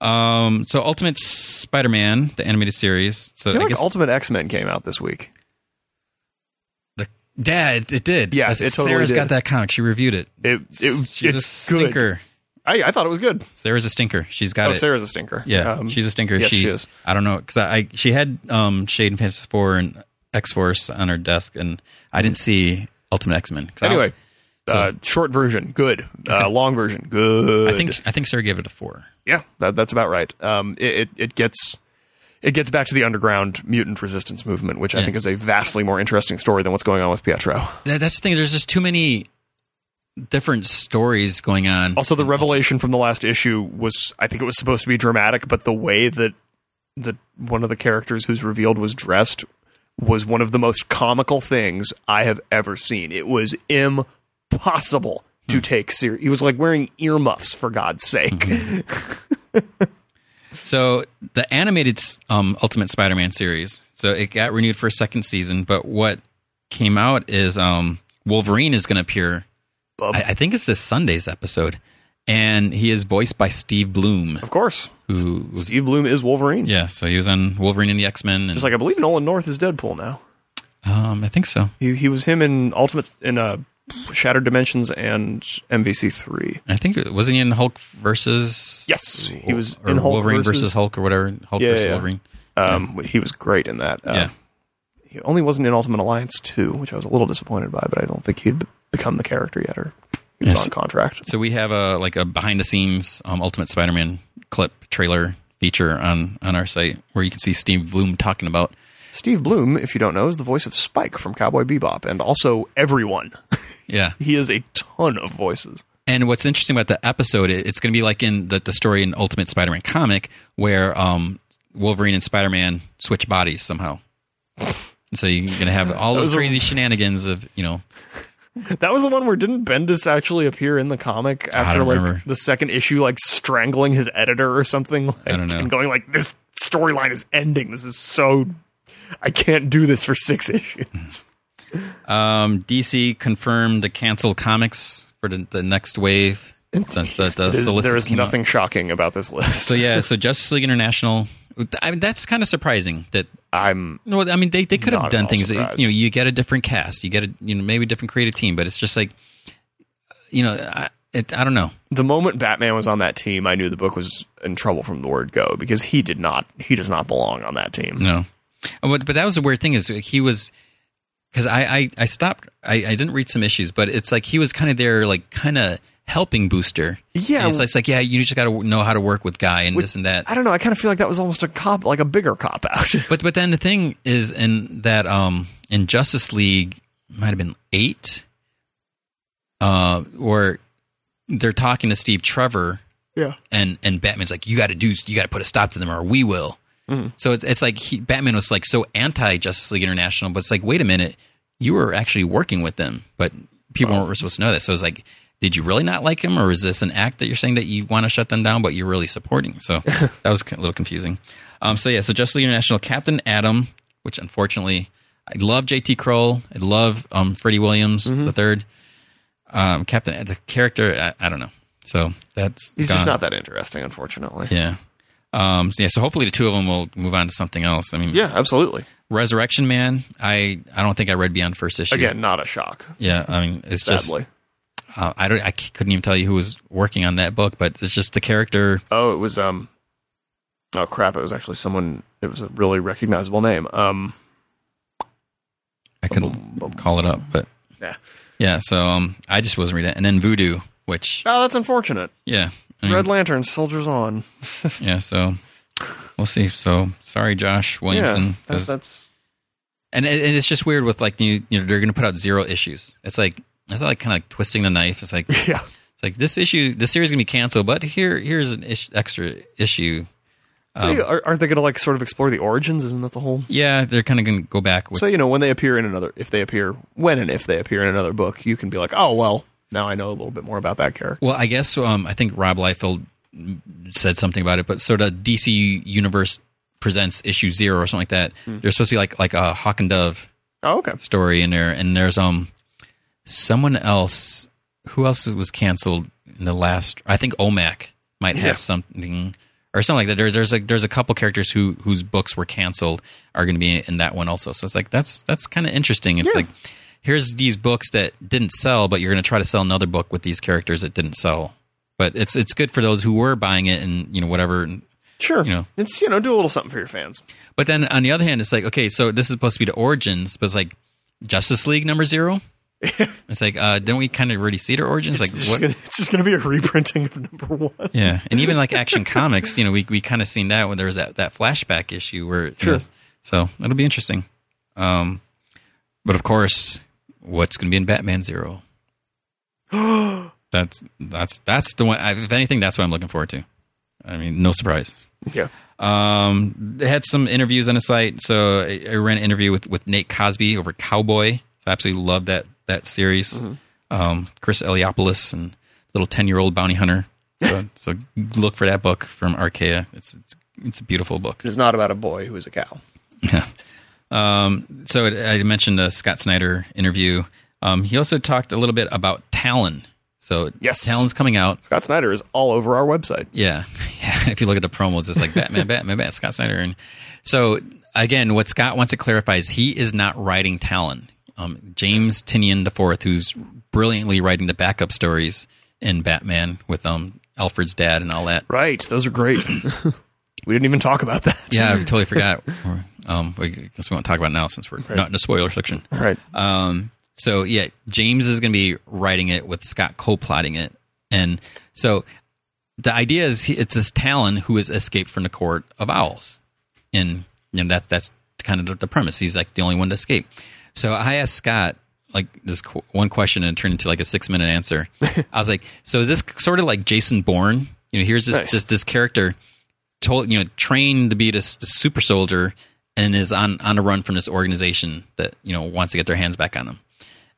S2: Um, so Ultimate Spider-Man, the animated series. So
S3: I feel
S2: I
S3: like
S2: guess
S3: Ultimate X Men came out this week.
S2: The, yeah, it, it did.
S3: Yeah,
S2: That's-
S3: it totally
S2: Sarah's
S3: did.
S2: got that comic. She reviewed it.
S3: It, it
S2: She's a
S3: it's good.
S2: stinker.
S3: I, I thought it was good.
S2: Sarah's a stinker. She's got
S3: Oh,
S2: it.
S3: Sarah's a stinker.
S2: yeah,
S3: Um,
S2: she's a stinker.
S3: yes,
S2: she's,
S3: she is.
S2: I don't know because I, I she had um, Shade and Fantasy Four and X Force on her desk, and I didn't see Ultimate X Men.
S3: Anyway, uh, short version, good. Uh, long version,
S2: I,
S3: good.
S2: think I think Sarah gave it a four.
S3: yeah, that, that's about right. Um, it, it it gets it gets back to the underground mutant resistance movement, which I think is a vastly more interesting story than what's going on with Pietro.
S2: That, that's the thing. There's just too many different stories going on.
S3: Also, the revelation from the last issue was I think it was supposed to be dramatic, but the way that the one of the characters who's revealed was dressed was one of the most comical things I have ever seen. It was impossible
S2: Hmm.
S3: to take serious. He was like wearing earmuffs for God's sake.
S2: Mm-hmm. So the animated um, Ultimate Spider-Man series, so it got renewed for a second season. But what came out is um, Wolverine is going to appear.
S3: Bub.
S2: I, I think it's this Sunday's episode, and he is voiced by Steve Bloom,
S3: of course,
S2: who was
S3: Steve Bloom is Wolverine.
S2: yeah. So he was on Wolverine and the X-Men, and
S3: Just like I believe Nolan North is Deadpool now.
S2: um, I think so.
S3: He he was him in Ultimate in uh, Shattered Dimensions and MVC three.
S2: I think it- wasn't he in Hulk versus?
S3: Yes, he was
S2: or
S3: in Hulk
S2: Wolverine versus,
S3: versus-
S2: Hulk or whatever. Hulk
S3: Yeah,
S2: versus
S3: yeah.
S2: Wolverine.
S3: Um, he was great in that. Uh,
S2: yeah.
S3: He only wasn't in Ultimate Alliance two, which I was a little disappointed by, but I don't think he'd become the character yet, or he was
S2: Yes.
S3: on contract.
S2: So we have a like a behind the scenes um, Ultimate Spider-Man clip trailer feature on on our site where you can see Steve Bloom talking about
S3: Steve Bloom, if you don't know, is the voice of Spike from Cowboy Bebop, and also everyone. <laughs>
S2: yeah.
S3: he has a ton of voices.
S2: And what's interesting about the episode, it- it's going to be like in the, the story in Ultimate Spider-Man comic where um, Wolverine and Spider-Man switch bodies somehow. And so you're going to have all those
S3: was a-
S2: crazy shenanigans of you know
S3: That was the one where didn't Bendis actually appear in the comic after
S2: don't
S3: like
S2: remember.
S3: the second issue, like strangling his editor or something, like,
S2: don't know.
S3: and going like, "This storyline is ending. This is so, I can't do this for six issues."
S2: Um, DC confirmed the canceled comics for the, the next wave since the, the
S3: There's-
S2: solicits
S3: there is
S2: came out.
S3: nothing shocking about this list.
S2: So yeah, so Justice League International. I mean, that's kind of surprising that.
S3: I'm
S2: No, I mean they, they could
S3: Not
S2: have
S3: at
S2: done
S3: all
S2: things. That,
S3: surprised.
S2: you know, you get a different cast, you get a you know maybe a different creative team, but it's just like, you know, I, it, I don't know.
S3: the moment Batman was on that team, I knew the book was in trouble from the word go because he did not, he does not belong on that team.
S2: No, Uh, but but that was the weird thing is he was because I, I I stopped I I didn't read some issues, but it's like he was kind of there like kind of helping Booster.
S3: Yeah.
S2: And it's, like- it's like yeah, you just got to know how to work with Guy and this and that.
S3: I don't know. I kind of feel like that was almost a cop, like a bigger cop out. <laughs>
S2: <laughs> But but then the thing is in that um in Justice League might have been eight, uh, where they're talking to Steve Trevor
S3: yeah.
S2: and and Batman's like you got to do you got to put a stop to them or we will.
S3: Mm-hmm.
S2: So it's it's like he, Batman was like so anti Justice League International, but it's like wait a minute, you were actually working with them, but people weren't supposed to know that. So it's like. Did you really not like him, or is this an act that you're saying that you want to shut them down, but you're really supporting?
S3: <laughs>
S2: So that was a little confusing. Um, so yeah, so Justice League International, Captain Adam, which unfortunately I love JT Kroll, I love um, Freddie Williams
S3: Mm-hmm.
S2: the third, um, Captain the character. I, I don't know. So that's
S3: He's just
S2: gone.
S3: not that interesting, unfortunately.
S2: Yeah. Um, so yeah. So hopefully the two of them will move on to something else. I mean,
S3: yeah absolutely.
S2: Resurrection Man. I I don't think I read beyond first issue.
S3: Again, not a shock.
S2: Yeah. I mean, it's
S3: Sadly.
S2: just uh, I don't I c- couldn't even tell you who was working on that book, but it's just the character.
S3: oh, it was um. Oh crap! It was actually someone. It was a really recognizable name. Um,
S2: I couldn't call it up, but
S3: yeah.
S2: yeah. So um, I just wasn't reading it. And then Voodoo, which
S3: Oh, that's unfortunate.
S2: yeah, I mean,
S3: Red Lantern, soldiers on.
S2: yeah. So we'll see. So sorry, Josh
S3: Yeah,
S2: Williamson.
S3: that's,
S2: 'cause-
S3: that's
S2: and it, and it's just weird with like you you know they're going to put out zero issues. It's like it's like kind of like twisting the knife. It's like
S3: yeah.
S2: It's like this issue, the series is gonna be canceled, but here, here's an ish, extra issue. Um,
S3: Hey, are, aren't they going to like sort of explore the origins? Isn't that the whole?
S2: Yeah, they're kind of gonna go back with.
S3: So you know when they appear in another, if they appear when and if they appear in another book, you can be like, oh well, now I know a little bit more about that character.
S2: well, I guess um, I think Rob Liefeld said something about it, but sort of DC Universe presents issue zero or something like that. There's supposed to be like like a Hawk and Dove
S3: Oh okay.
S2: story in there, and there's um someone else. Who else was canceled in the last? I think Omac might have
S3: Yeah.
S2: something or something like that. There, there's like there's a couple characters who whose books were canceled are going to be in that one also. So it's like that's that's kind of interesting. It's
S3: Yeah.
S2: like here's these books that didn't sell, but you're going to try to sell another book with these characters that didn't sell. But it's it's good for those who were buying it and you know whatever. and-
S3: Sure.
S2: You know.
S3: It's you know do a little something for your fans.
S2: But then on the other hand, it's like okay, so this is supposed to be the origins, but it's like Justice League number
S3: <laughs>
S2: zero. it's like, uh, don't we kind of already see their origins? Like,
S3: It's just
S2: what?
S3: gonna- it's just going to be a reprinting of number one.
S2: <laughs> Yeah, and even like Action Comics, you know, we we kind of seen that when there was that, that flashback issue where, you
S3: Sure.
S2: know, so it'll be interesting.
S3: <gasps>
S2: Um, but of course, what's going to be in Batman Zero? that's that's that's the one. If anything, that's what I'm looking forward to. I mean, no surprise.
S3: Yeah.
S2: Um, they had some interviews on the site. So I, I ran an interview with, with Nate Cosby over Cowboy. So I absolutely love that that series. Um, Chris Eliopoulos and little ten year old bounty hunter. So, so look for that book from Arkea. It's it's, it's a beautiful book.
S4: It's not about a boy who is a cow.
S2: Yeah. Um, so it, I mentioned the Scott Snyder interview. Um, he also talked a little bit about Talon. So
S3: Yes.
S2: Talon's coming out.
S3: Scott Snyder is all over our website.
S2: Yeah. <laughs> Yeah. If you look at the promos, it's like Batman, Batman, Batman, Scott Snyder. And so again, what Scott wants to clarify is he is not writing Talon. Um, James Tinian IV, who's brilliantly writing the backup stories in Batman with um, Alfred's dad and all that.
S3: Right. Those are great. <laughs> we didn't even talk about that.
S2: Yeah, I totally forgot. Or, um, I guess we won't talk about it now since we're not in a spoiler section.
S3: Right.
S2: Um, so yeah, James is going to be writing it with Scott co-plotting it, and so the idea is he, it's this Talon who has escaped from the court of owls, and you know that's that's kind of the, the premise. He's like the only one to escape. So I asked Scott like this qu- one question and it turned into like a six minute answer. I was like, so is this sort of like Jason Bourne? You know, here's this
S3: Nice.
S2: this, this character told you know trained to be this, this super soldier and is on on the run from this organization that you know wants to get their hands back on them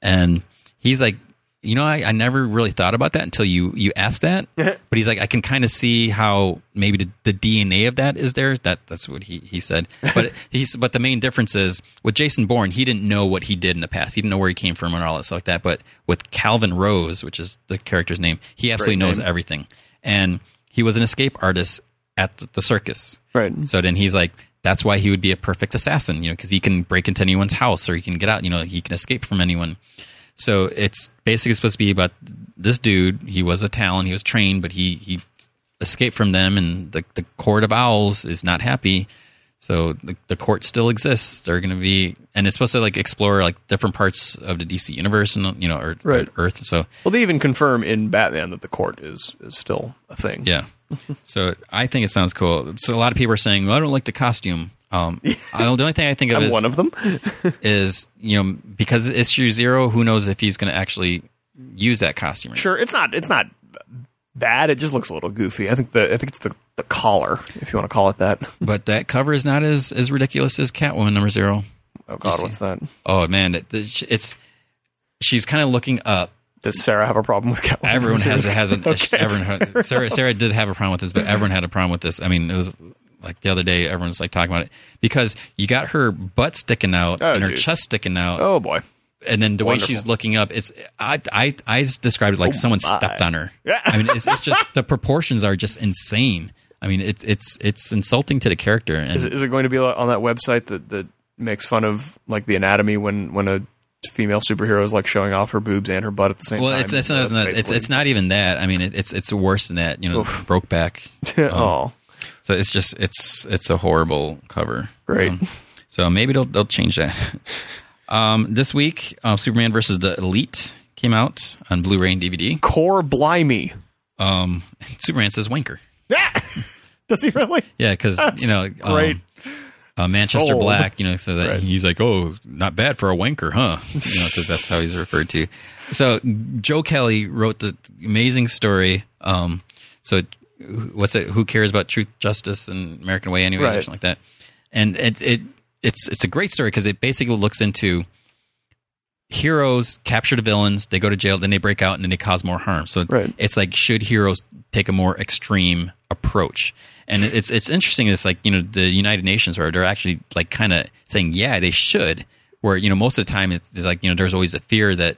S2: and he's like you know I, I never really thought about that until you you asked that but he's like i can kind of see how maybe the, the dna of that is there that that's what he, he said but he's but the main difference is with jason bourne he didn't know what he did in the past he didn't know where he came from and all that stuff like that but with calvin rose which is the character's name he absolutely knows everything and he was an escape artist at the- the circus
S3: Right.
S2: so then he's like, that's why he would be a perfect assassin, you know, because he can break into anyone's house or he can get out, you know, he can escape from anyone. So it's basically supposed to be about this dude. He was a Talon, he was trained, but he he escaped from them, and the the court of owls is not happy. So the, the court still exists. They're going to be, and it's supposed to like explore like different parts of the DC universe and you know, or,
S3: Right.
S2: or Earth. So
S3: Well, they even confirm in Batman that the court is is still a thing.
S2: yeah. So I think it sounds cool. So a lot of people are saying, well, I don't like the costume. Um, I don't, the only thing I think of
S3: <laughs> I'm
S2: is
S3: one of them.
S2: is you know because it's issue zero, who knows if he's going to actually use that costume? Or not.
S3: Sure, it's not it's not bad. It just looks a little goofy. I think the I think it's the, the collar, if you want to call it
S2: <laughs>
S3: that.
S2: But that cover is not as as ridiculous as Catwoman number zero.
S3: Oh God,
S2: see.
S3: what's that?
S2: Oh man, it- it's it's- she's kind of looking up.
S3: Does Sarah have a problem with Catwoman?
S2: Everyone
S3: <laughs>
S2: has has an <laughs>
S3: Okay.
S2: everyone had- Sarah Sarah did have a problem with this, but everyone had a problem with this. I mean, it was like the other day, everyone's like talking about it because you got her butt sticking out
S3: Oh,
S2: and her
S3: geez.
S2: chest sticking out,
S3: Oh boy.
S2: and then the
S3: Wonderful. Oh
S2: way she's looking up, it's I I I just described it like someone
S3: my.
S2: stepped on her.
S3: Yeah.
S2: I mean, it's, it's just the proportions are just insane. I mean, it's it's it's insulting to the character. And
S3: Is it, is it going to be on that website that, that makes fun of like the anatomy when when a female superhero is like showing off her boobs and her butt at the same
S2: well,
S3: time?
S2: it's it's not,
S3: That's
S2: it's, not it's
S3: basically-
S2: it's not even that. I mean, it, it's it's worse than that. You know, broke back. <laughs>
S3: oh,
S2: So it's just it's it's a horrible cover.
S3: Great.
S2: Um, so maybe they'll they'll change that. Um, this week, uh, Superman versus the Elite came out on Blu-ray and DVD.
S3: <laughs> core blimey.
S2: Um, Superman says wanker.
S3: <laughs> Does he really?
S2: Yeah, because you know, um,
S3: great.
S2: uh, Manchester
S3: Sold.
S2: Black, you know, so that he's like, oh, not bad for a wanker, huh? <laughs> You know, because that's how he's referred to. So Joe Kelly wrote the amazing story. Um, so wh- what's it? Who cares about truth, justice, and American way, anyways, or
S3: Right.
S2: something like that. And it, it it's it's a great story because it basically looks into heroes capture the villains, they go to jail, then they break out, and then they cause more harm. So it's,
S3: Right.
S2: it's like should heroes take a more extreme approach? And it's it's interesting. It's like you know the United Nations where they're actually like kind of saying yeah they should. Where you know most of the time it's, it's like you know there's always a fear that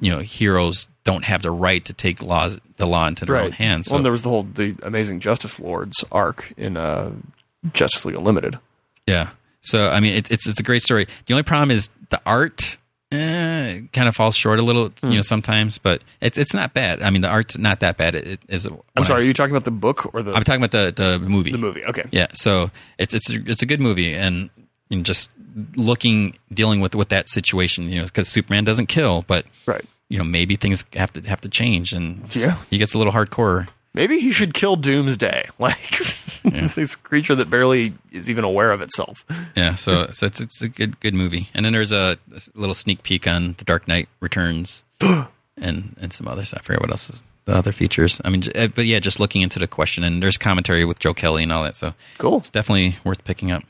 S2: you know heroes don't have the right to take laws the law into their own hands. So,
S3: Well, and there was the whole the Amazing Justice Lords arc in uh, Justice League Unlimited.
S2: yeah. So I mean it, it's it's a great story. The only problem is the art. Eh, kind of falls short a little,
S3: Hmm.
S2: you know, sometimes, but it's it's not bad. I mean, the art's not that bad. It, it is.
S3: I'm sorry, are you talking about the book or the
S2: I'm talking about the the movie.
S3: the movie? Okay,
S2: Yeah, so it's it's a, it's a good movie, and, and just looking dealing with with that situation, you know, because Superman doesn't kill, but
S3: right.
S2: you know maybe things have to have to change, and
S3: Yeah.
S2: he gets a little hardcore.
S3: Maybe he should kill Doomsday, <laughs> like <laughs> this creature that barely is even aware of itself.
S2: Yeah, so so it's it's a good good movie, and then there's a, a little sneak peek on The Dark Knight Returns, and and some other stuff. I forget what else is the other features. I mean, j- uh, but yeah, just looking into the question and there's commentary with Joe Kelly and all that. So
S3: Cool.
S2: it's definitely worth picking up.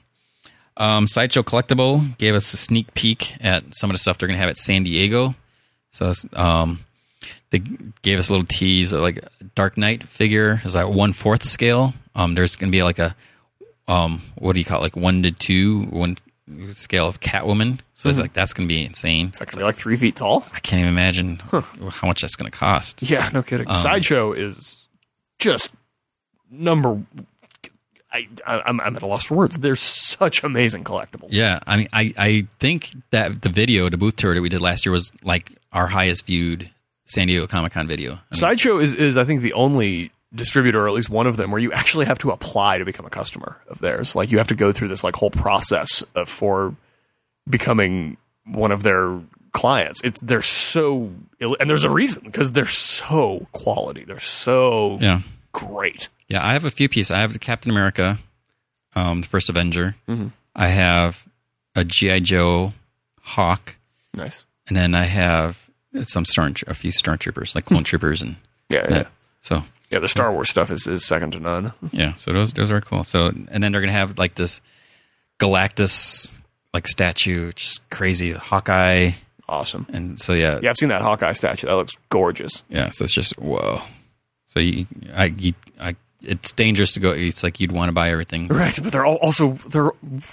S2: Um, Sideshow Collectible gave us a sneak peek at some of the stuff they're going to have at San Diego. So it's, um, they gave us a little tease, like Dark Knight figure is like one fourth scale. Um, there's going to be like a um, what do you call it? like one to two one scale of Catwoman. So it's like that's going to be insane.
S3: It's not gonna be like three feet tall. <laughs>
S2: I can't even imagine how much that's going to cost.
S3: Yeah, no kidding.
S2: Um,
S3: Sideshow is just number. I, I I'm, I'm at a loss for words. They're such amazing collectibles.
S2: Yeah, I mean, I, I think that the video, the booth tour that we did last year, was like our highest viewed San Diego Comic Con video. I mean,
S3: Sideshow is is I think the only distributor, or at least one of them, where you actually have to apply to become a customer of theirs. Like you have to go through this like whole process of, for becoming one of their clients. It's they're so ill- and there's a reason because they're so quality. They're so
S2: yeah,
S3: great.
S2: yeah. I have a few pieces. I have the Captain America, um, the first Avenger. I have a GI Joe Hawk,
S3: Nice.
S2: and then I have some Storm, a few stormtroopers, like clone troopers, and
S3: Yeah, yeah.
S2: that. so
S3: Yeah, the Star Wars stuff is, is second to none.
S2: Yeah, so those those are cool. So and then they're gonna have like this Galactus like statue, just crazy Hawkeye,
S3: Awesome.
S2: and so yeah,
S3: Yeah, I've seen that Hawkeye statue. That looks gorgeous.
S2: yeah, So it's just whoa. So you, I, you, I, it's dangerous to go. It's like you'd want to buy
S3: <laughs>
S2: everything.
S3: Right, but they're all also they're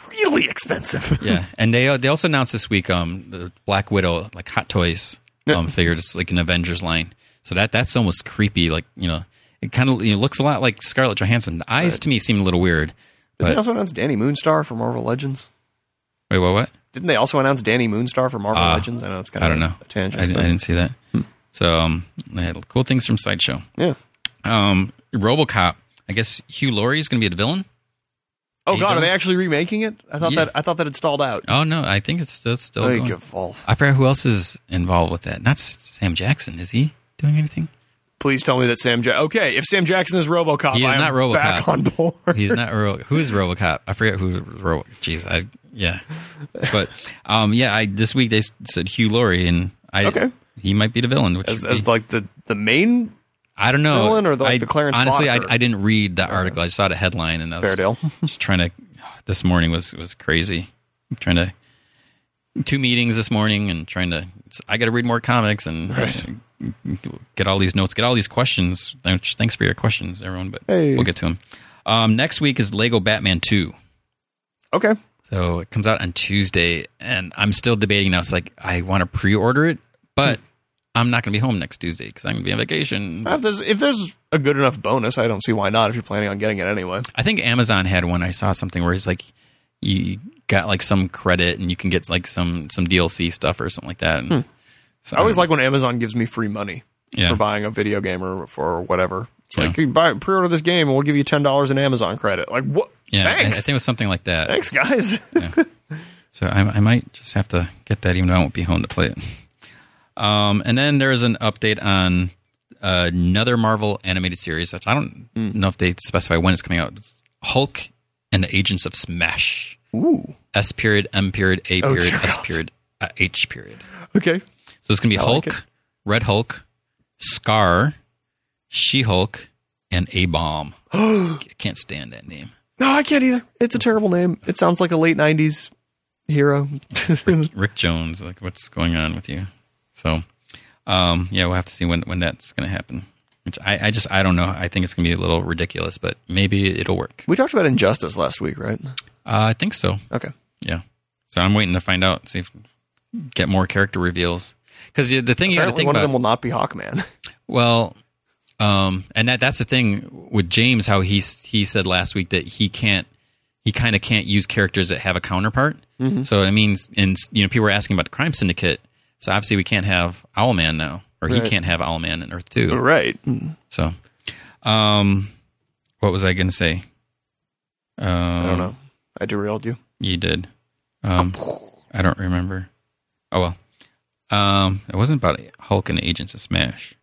S3: really expensive. <laughs>
S2: Yeah, and they they also announced this week um the Black Widow like Hot Toys um figure it's like an Avengers line. So that that's almost creepy. Like you know, it kind of you know, looks a lot like Scarlett Johansson. The eyes to me seem a little weird.
S3: Didn't
S2: But
S3: they also announce Danny Moonstar from Marvel Legends?
S2: wait, what? What?
S3: Didn't they also announce Danny Moonstar from Marvel Legends? I know it's kind
S2: Ah, I
S3: of
S2: don't know.
S3: Uh, a tangent.
S2: I, didn't-
S3: but- Hmm.
S2: I didn't see that. So um, they had cool things from Sideshow.
S3: yeah.
S2: Um, RoboCop. I guess Hugh Laurie is going to be the villain.
S3: Oh
S2: you
S3: God, are
S2: don't-
S3: they actually remaking it? I thought
S2: Yeah.
S3: that I thought that had stalled out.
S2: Oh no, I think it's still still.
S3: Like
S2: going.
S3: a fall.
S2: I forget who else is involved with that. Not S- Sam Jackson. Is he doing anything?
S3: Please tell me that Sam. Ja- okay, if Sam Jackson is RoboCop,
S2: He is
S3: I am
S2: not RoboCop.
S3: Back on board.
S2: He's not. Ro- who is RoboCop? I forget who. Robo. Jeez, I yeah. But um, yeah. I this week they s- said Hugh Laurie and I.
S3: Okay.
S2: He might be the villain. Which
S3: <laughs> as,
S2: would be-
S3: as like the the main
S2: I don't know.
S3: villain or the- like
S2: I-
S3: the Clarence
S2: Honestly, I,
S3: Boddicker?
S2: I didn't read that article. I saw the headline and I was <laughs>
S3: Fairdale.
S2: just trying to. This morning was was crazy. I'm trying to two meetings this morning and trying to. I got to read more comics and get all these notes, get all these questions. Thanks thanks for your questions, everyone. But
S3: Hey.
S2: we'll get to them. Um, next week is Lego Batman Two.
S3: Okay,
S2: So it comes out on Tuesday, and I'm still debating now. It's like I want to pre-order it, but I'm not going to be home next Tuesday because I'm going to be on vacation.
S3: if there's if there's a good enough bonus, I don't see why not. If you're planning on getting it anyway,
S2: I think Amazon had one. I saw something where it's like you got like some credit and you can get like some some DLC stuff or something like that. And so,
S3: Hmm. I always like when Amazon gives me free money
S2: Yeah.
S3: for buying a video game or for whatever. It's
S2: Yeah.
S3: like you buy pre-order this game and we'll give you ten dollars in Amazon credit. Like what?
S2: yeah, I- I,
S3: Thanks,
S2: think it was something like that.
S3: thanks guys. <laughs>
S2: So I, I might just have to get that, even though I won't be home to play it. Um, and then there is an update on another Marvel animated series. Which I don't
S3: Hmm.
S2: know if they specify when it's coming out. It's Hulk and the Agents of Smash.
S3: Ooh.
S2: S period, M period, A
S3: Oh,
S2: period,
S3: dear
S2: S
S3: God.
S2: period, uh, H period.
S3: Okay.
S2: So it's gonna be Hulk,
S3: it.
S2: Red Hulk, Scar, She Hulk, and A
S3: <gasps>
S2: Bomb. I can't stand that name.
S3: No, I can't either. It's a terrible name. It sounds like a late '90s hero. <laughs>
S2: Rick Jones, like what's going on with you? So um yeah, we'll have to see when when that's gonna happen. Which I, I just I don't know. I think it's gonna be a little ridiculous, but maybe it'll work.
S3: we talked about Injustice last week, right?
S2: Uh, I think so.
S3: Okay.
S2: Yeah. So I'm waiting to find out, see if get more character reveals. Because the the thing you got to
S3: Apparently,
S2: think
S3: one
S2: about
S3: of them will not be Hawkman. <laughs>
S2: Well, um, and that that's the thing with James, how he he said last week that he can't, he kind of can't use characters that have a counterpart.
S3: Mm-hmm.
S2: So it means, and you know, people were asking about the Crime Syndicate. So obviously, we can't have Owlman now, or he
S3: Right.
S2: can't have Owlman in Earth Two.
S3: right.
S2: So, um, what was I going to say? Uh,
S3: I don't know. I derailed you.
S2: You did. Um, I don't remember. Oh well. Um, it wasn't about Hulk and Agents of Smash.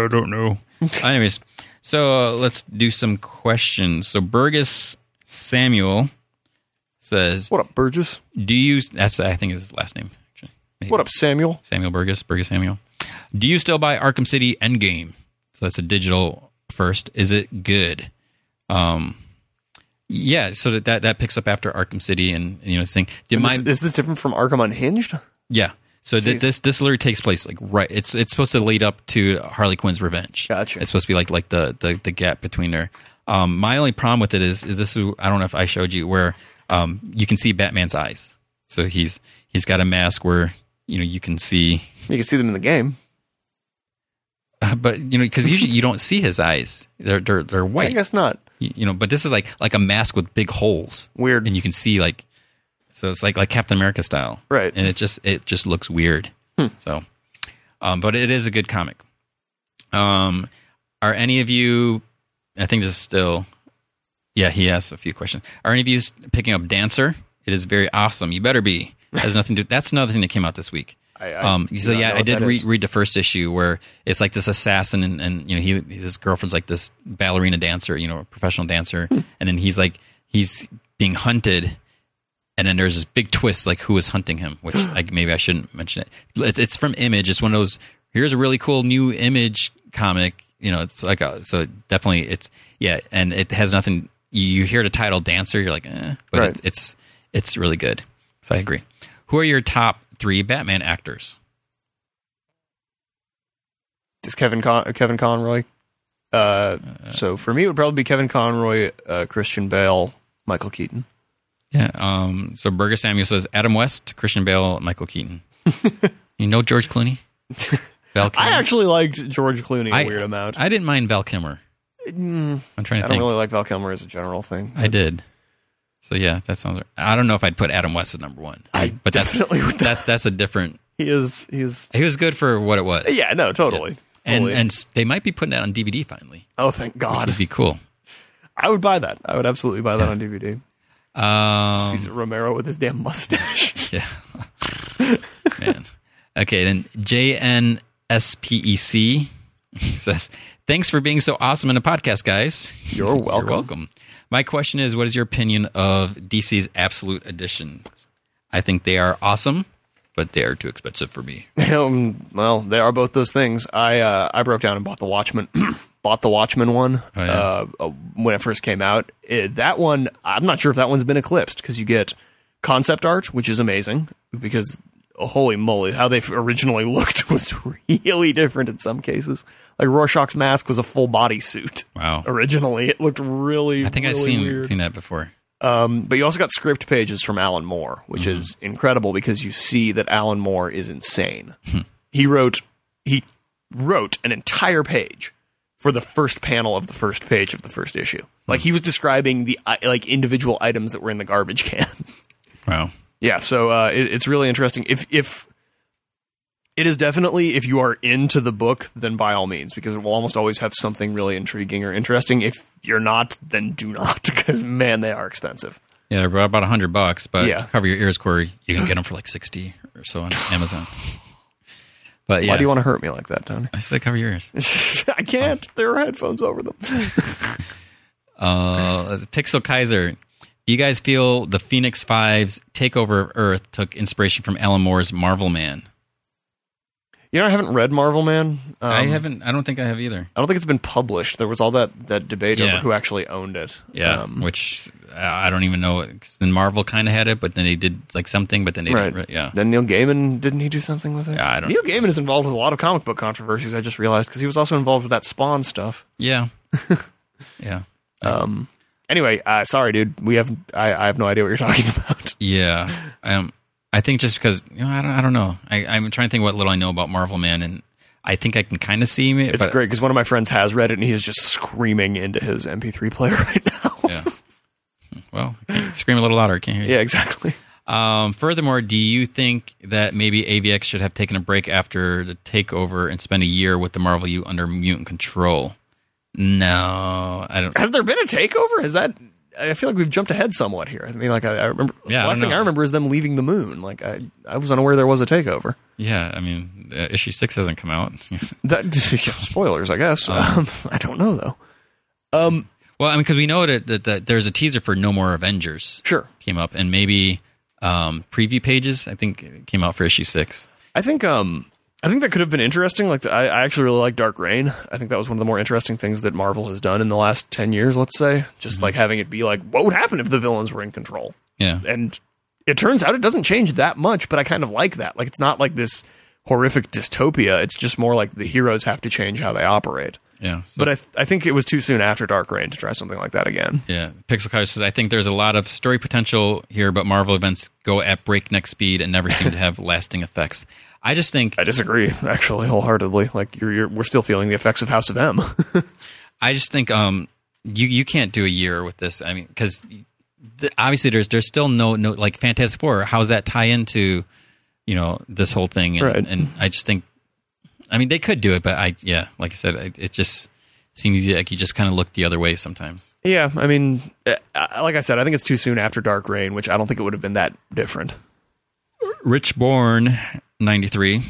S2: I don't know. <laughs> Anyways, so uh, let's do some questions. So Burgess Samuel says,
S3: What up, Burgess?
S2: "Do you?" That's I think is his last name. Actually, Maybe.
S3: What up, Samuel?
S2: Samuel Burgess? Burgess Samuel. Do you still buy Arkham City Endgame? So that's a digital first. Is it good? Um, yeah, so that, that that picks up after Arkham City and you know this thing. Did
S3: And
S2: my
S3: this- is this different from Arkham Unhinged?
S2: yeah. So th-
S3: Jeez.
S2: this this literally takes place like right. It's it's supposed to lead up to Harley Quinn's revenge.
S3: Gotcha.
S2: It's supposed to be like like the the, the gap between her. Um, my only problem with it is is this. is- I don't know if I showed you where um, you can see Batman's eyes. So he's he's got a mask where you know you can see,
S3: You can see them in the game.
S2: <laughs> but you know because usually you don't see his eyes. They're they're they're
S3: I
S2: white.
S3: guess not.
S2: you you know but this is like like a mask with big holes
S3: Weird.
S2: and you can see like so it's like like captain america style
S3: Right. Hmm.
S2: and it just it just looks weird so um but it is a good comic um are any of you i think this is still yeah he asked a few questions are any of you s- picking up dancer it is very awesome you better be It has nothing to that's another thing that came out this week
S3: I- I
S2: um,
S3: do
S2: so
S3: not
S2: yeah,
S3: know
S2: I
S3: what
S2: did
S3: that
S2: re-
S3: is.
S2: read the first issue where it's like this assassin and, and you know he his girlfriend's like this ballerina dancer, you know, a professional dancer,
S3: Hmm.
S2: and then he's like he's being hunted, and then there's this big twist like who is hunting him,
S3: <gasps>
S2: which like maybe I shouldn't mention it. It's, it's from Image. It's one of those here's a really cool new Image comic. You know, it's like a, so definitely it's yeah, and it has nothing. You, you hear the title dancer, you're like, eh, but
S3: Right.
S2: it's, it's it's really good. So I agree. Who are your top three Batman actors?
S3: Just Kevin Con- Kevin Conroy. Uh, so for me, it would probably be Kevin Conroy, uh, Christian Bale, Michael Keaton.
S2: Yeah. Um, so Burger Samuel says Adam West, Christian Bale, Michael
S3: <laughs>
S2: Keaton. you know George Clooney? Val Kilmer.
S3: I actually liked George Clooney a
S2: I-
S3: weird amount. I,
S2: I didn't mind Val Kilmer. I'm trying to
S3: don't
S2: think.
S3: really like Val Kilmer as a general thing.
S2: I did. So yeah, that sounds. I don't know if I'd put Adam West at number one.
S3: I
S2: but that's
S3: definitely would not.
S2: that's that's a different.
S3: He is. He is.
S2: He was good for what it was.
S3: Yeah. No. Totally.
S2: And
S3: Totally.
S2: and s- they might be putting that on DVD finally.
S3: oh, thank God.
S2: It'd be cool.
S3: I would buy that. I would absolutely buy that on DVD. <laughs>
S2: Um,
S3: Caesar Romero with his damn mustache.
S2: Yeah. Man. Okay, then JNSPEC E <laughs> says, Thanks for being so awesome in a podcast, guys.
S3: You're welcome.
S2: <laughs> You're welcome. My question is what is your opinion of DC's absolute editions? I think they are awesome, but they are too expensive for me.
S3: <laughs> um, well, they are both those things. I uh, I broke down and bought the Watchmen. <clears throat> bought the Watchmen one
S2: Oh, yeah.
S3: uh, uh, when it first came out. Uh that one, I'm not sure if that one's been eclipsed because you get concept art, which is amazing because. oh, Holy moly! How they originally <laughs> looked was really different in some cases. Like Rorschach's mask was a full body suit.
S2: Wow.
S3: Originally, it looked really.
S2: I think I've
S3: really
S2: seen
S3: weird.
S2: seen that before.
S3: Um, but you also got script pages from Alan Moore, which is incredible because you see that Alan Moore is insane. He wrote he wrote an entire page for the first panel of the first page of the first issue. Like he was describing the i- like individual items that were in the garbage can. <laughs>
S2: Wow.
S3: yeah, so uh, it, it's really interesting. If if it is definitely if you are into the book, then by all means, because it will almost always have something really intriguing or interesting. If you're not, then do not, <laughs> because man, they are expensive.
S2: Yeah, they're about a hundred bucks, but
S3: Yeah.
S2: cover your ears, Corey. You can get them for like sixty or so
S3: <sighs>
S2: on Amazon. But yeah,
S3: Why do you want to hurt me like
S2: <laughs>
S3: that, Tony?
S2: I said cover your
S3: <laughs>
S2: ears.
S3: I can't. There are headphones over them.
S2: Uh, Pixel Kaiser, do you guys feel the Phoenix Five's takeover of Earth took inspiration from Alan Moore's Marvel Man?
S3: <laughs> You know, I haven't read Marvel Man. Um,
S2: I haven't. I don't think I have either.
S3: I don't think it's been published. There was all that that debate over
S2: Yeah.
S3: who actually owned it.
S2: Yeah,
S3: Um,
S2: which I I don't even know. 'cause Then Marvel kind of had it, but then they did like something, but then they
S3: right.
S2: didn't. re- Yeah,
S3: Then Neil Gaiman didn't he do something with it?
S2: Yeah, I don't-
S3: Neil Gaiman is involved with a lot of comic book controversies. I just realized because he was also involved with that Spawn stuff.
S2: yeah,
S3: <laughs>
S2: yeah,
S3: Um. Anyway, uh, sorry, dude. We have I, I have no idea what you're <laughs> talking about.
S2: yeah. Um, I think just because you know, I don't. I don't know. I, I'm trying to think what little I know about Marvel Man, and I think I can kind of see it.
S3: It's
S2: but,
S3: great because one of my friends has read it and he is just screaming into his MP3 player <laughs> right now.
S2: Yeah. <laughs> Well, I can't- scream a little louder. I can't hear you.
S3: yeah, exactly.
S2: Um, furthermore, do you think that maybe AVX should have taken a break after the takeover and spent a year with the Marvel U under mutant control? No, I don't.
S3: has there been a takeover? Has that? I feel like we've jumped ahead somewhat here. I mean, like I, I remember.
S2: Yeah, I
S3: the last
S2: don't
S3: thing
S2: know.
S3: I remember is them leaving the moon. Like I, I was unaware there was a takeover.
S2: Yeah, I mean, uh, issue six hasn't come out. <laughs>
S3: That <laughs> yeah, spoilers, I guess. Um, I don't know though. Um,
S2: well, I mean, because we know that, that, that there's a teaser for No More Avengers
S3: sure.
S2: came up, and maybe um, preview pages I think came out for issue six.
S3: I think um, I think that could have been interesting. Like, I, I actually really like Dark Rain. I think that was one of the more interesting things that Marvel has done in the last ten years. Let's say, just like having it be like, what would happen if the villains were in control?
S2: Yeah.
S3: And it turns out it doesn't change that much, but I kind of like that. Like, it's not like this horrific dystopia. It's just more like the heroes have to change how they operate.
S2: Yeah. So-
S3: But I, th- I think it was too soon after Dark Reign to try something like that again.
S2: Yeah, Pixel Kai says I think there's a lot of story potential here, but Marvel events go at breakneck speed and never seem to have <laughs> lasting effects. I just think
S3: I disagree, <laughs> actually, wholeheartedly. Like, you're, you're, we're still feeling the effects of House of M. <laughs>
S2: I just think um you you can't do a year with this. I mean, because th- obviously there's there's still no no like Fantastic Four. How does that tie into you know this whole thing? And,
S3: Right.
S2: and I just think I mean they could do it, but I yeah, like I said, I, it just seems like you just kind of look the other way sometimes.
S3: yeah, I mean, uh, I- like I said, I think it's too soon after Dark Reign, which I don't think it would have been that different.
S2: Rich Born ninety three.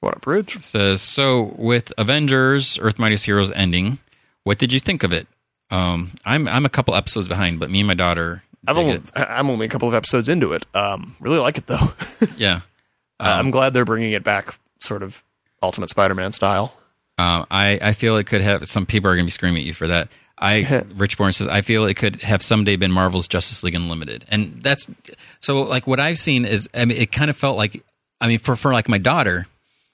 S3: What a bridge.
S2: says so with avengers earth mightiest heroes ending what did you think of it um i'm i'm a couple episodes behind but me and my daughter
S3: I've
S2: dig
S3: only, I- I'm only a couple of episodes into it. Um, really like it, though. <laughs> Uh,
S2: it. yeah
S3: I'm glad they're bringing it back sort of Ultimate Spider Man style.
S2: um i i feel it could have some people are gonna be screaming at you for that i rich born says i feel it could have someday been marvel's justice league unlimited and that's so like what i've seen is i mean it kind of felt like i mean for for like my daughter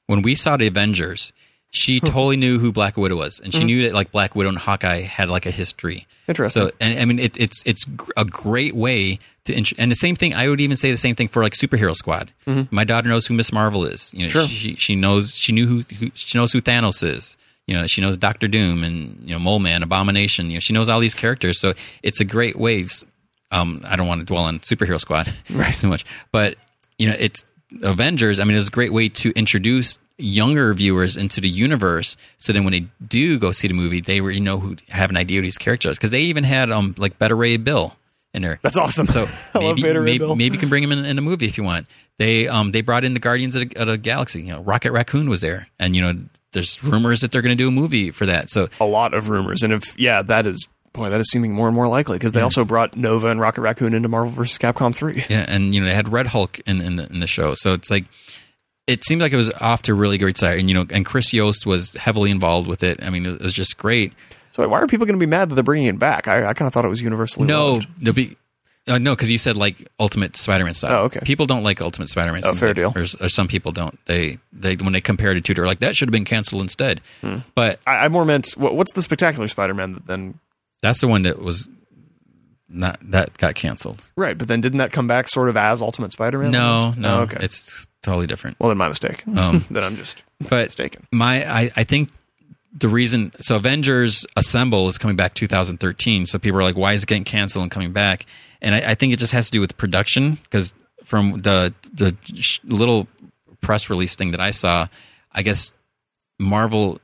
S2: when we saw the avengers she totally knew who black widow was and she knew that like black widow and hawkeye had like a history
S3: Interesting.
S2: So, and I mean, it, it's it's gr- a great way to int- and the same thing. I would even say the same thing for like superhero squad. My daughter knows who Miss Marvel is. You know, she she knows she knew who, who she knows who Thanos is. You know, she knows Doctor Doom and you know Mole Man, Abomination. You know, she knows all these characters. So it's a great ways. Um, I don't want to dwell on superhero squad <laughs> too much, but you know, it's Avengers. I mean, it's a great way to introduce younger viewers into the universe. So then when they do go see the movie, they already know who have an idea of these characters because they even had um like Better Ray Bill in there.
S3: That's awesome.
S2: So
S3: <laughs> I love
S2: maybe
S3: Beta Ray
S2: maybe,
S3: Bill.
S2: maybe you can bring him in, in the movie if you want. They um they brought in the Guardians of the, of the Galaxy. You know, Rocket Raccoon was there, and you know there's rumors that they're going to do a movie for that. So
S3: a lot of rumors, and if yeah, that is boy, that is seeming more and more likely because they also brought Nova and Rocket Raccoon into Marvel vs. Capcom three.
S2: Hmm. Yeah, and you know they had Red Hulk in in the, in the show, so it's like it seemed like it was off to a really great side, and you know, and Chris Yost was heavily involved with it. I mean, it was just great.
S3: So why are people going to be mad that they're bringing it back? I, I kind of thought it was universally
S2: No,
S3: loved.
S2: there'll be. Uh, no, because you said like Ultimate Spider-Man style.
S3: Oh, okay.
S2: People don't like Ultimate Spider-Man. it
S3: Oh,
S2: seems
S3: fair
S2: like,
S3: deal.
S2: Or, s- or some people don't. They they when they compared it to, they're like that should have been canceled instead.
S3: Hmm.
S2: But
S3: I, I more meant what, what's the spectacular Spider Man then.
S2: that's the one that was not that got canceled.
S3: Right, but then didn't that come back sort of as Ultimate Spider-Man?
S2: No,
S3: almost?
S2: no,
S3: Oh, okay.
S2: it's totally different.
S3: well, then my mistake.
S2: Um,
S3: <laughs> then I'm just
S2: but
S3: mistaken.
S2: my I, I think the reason so Avengers Assemble is coming back 2013. So people are like, why is it getting canceled and coming back? And I, I think it just has to do with production because from the the sh- little press release thing that I saw, I guess Marvel.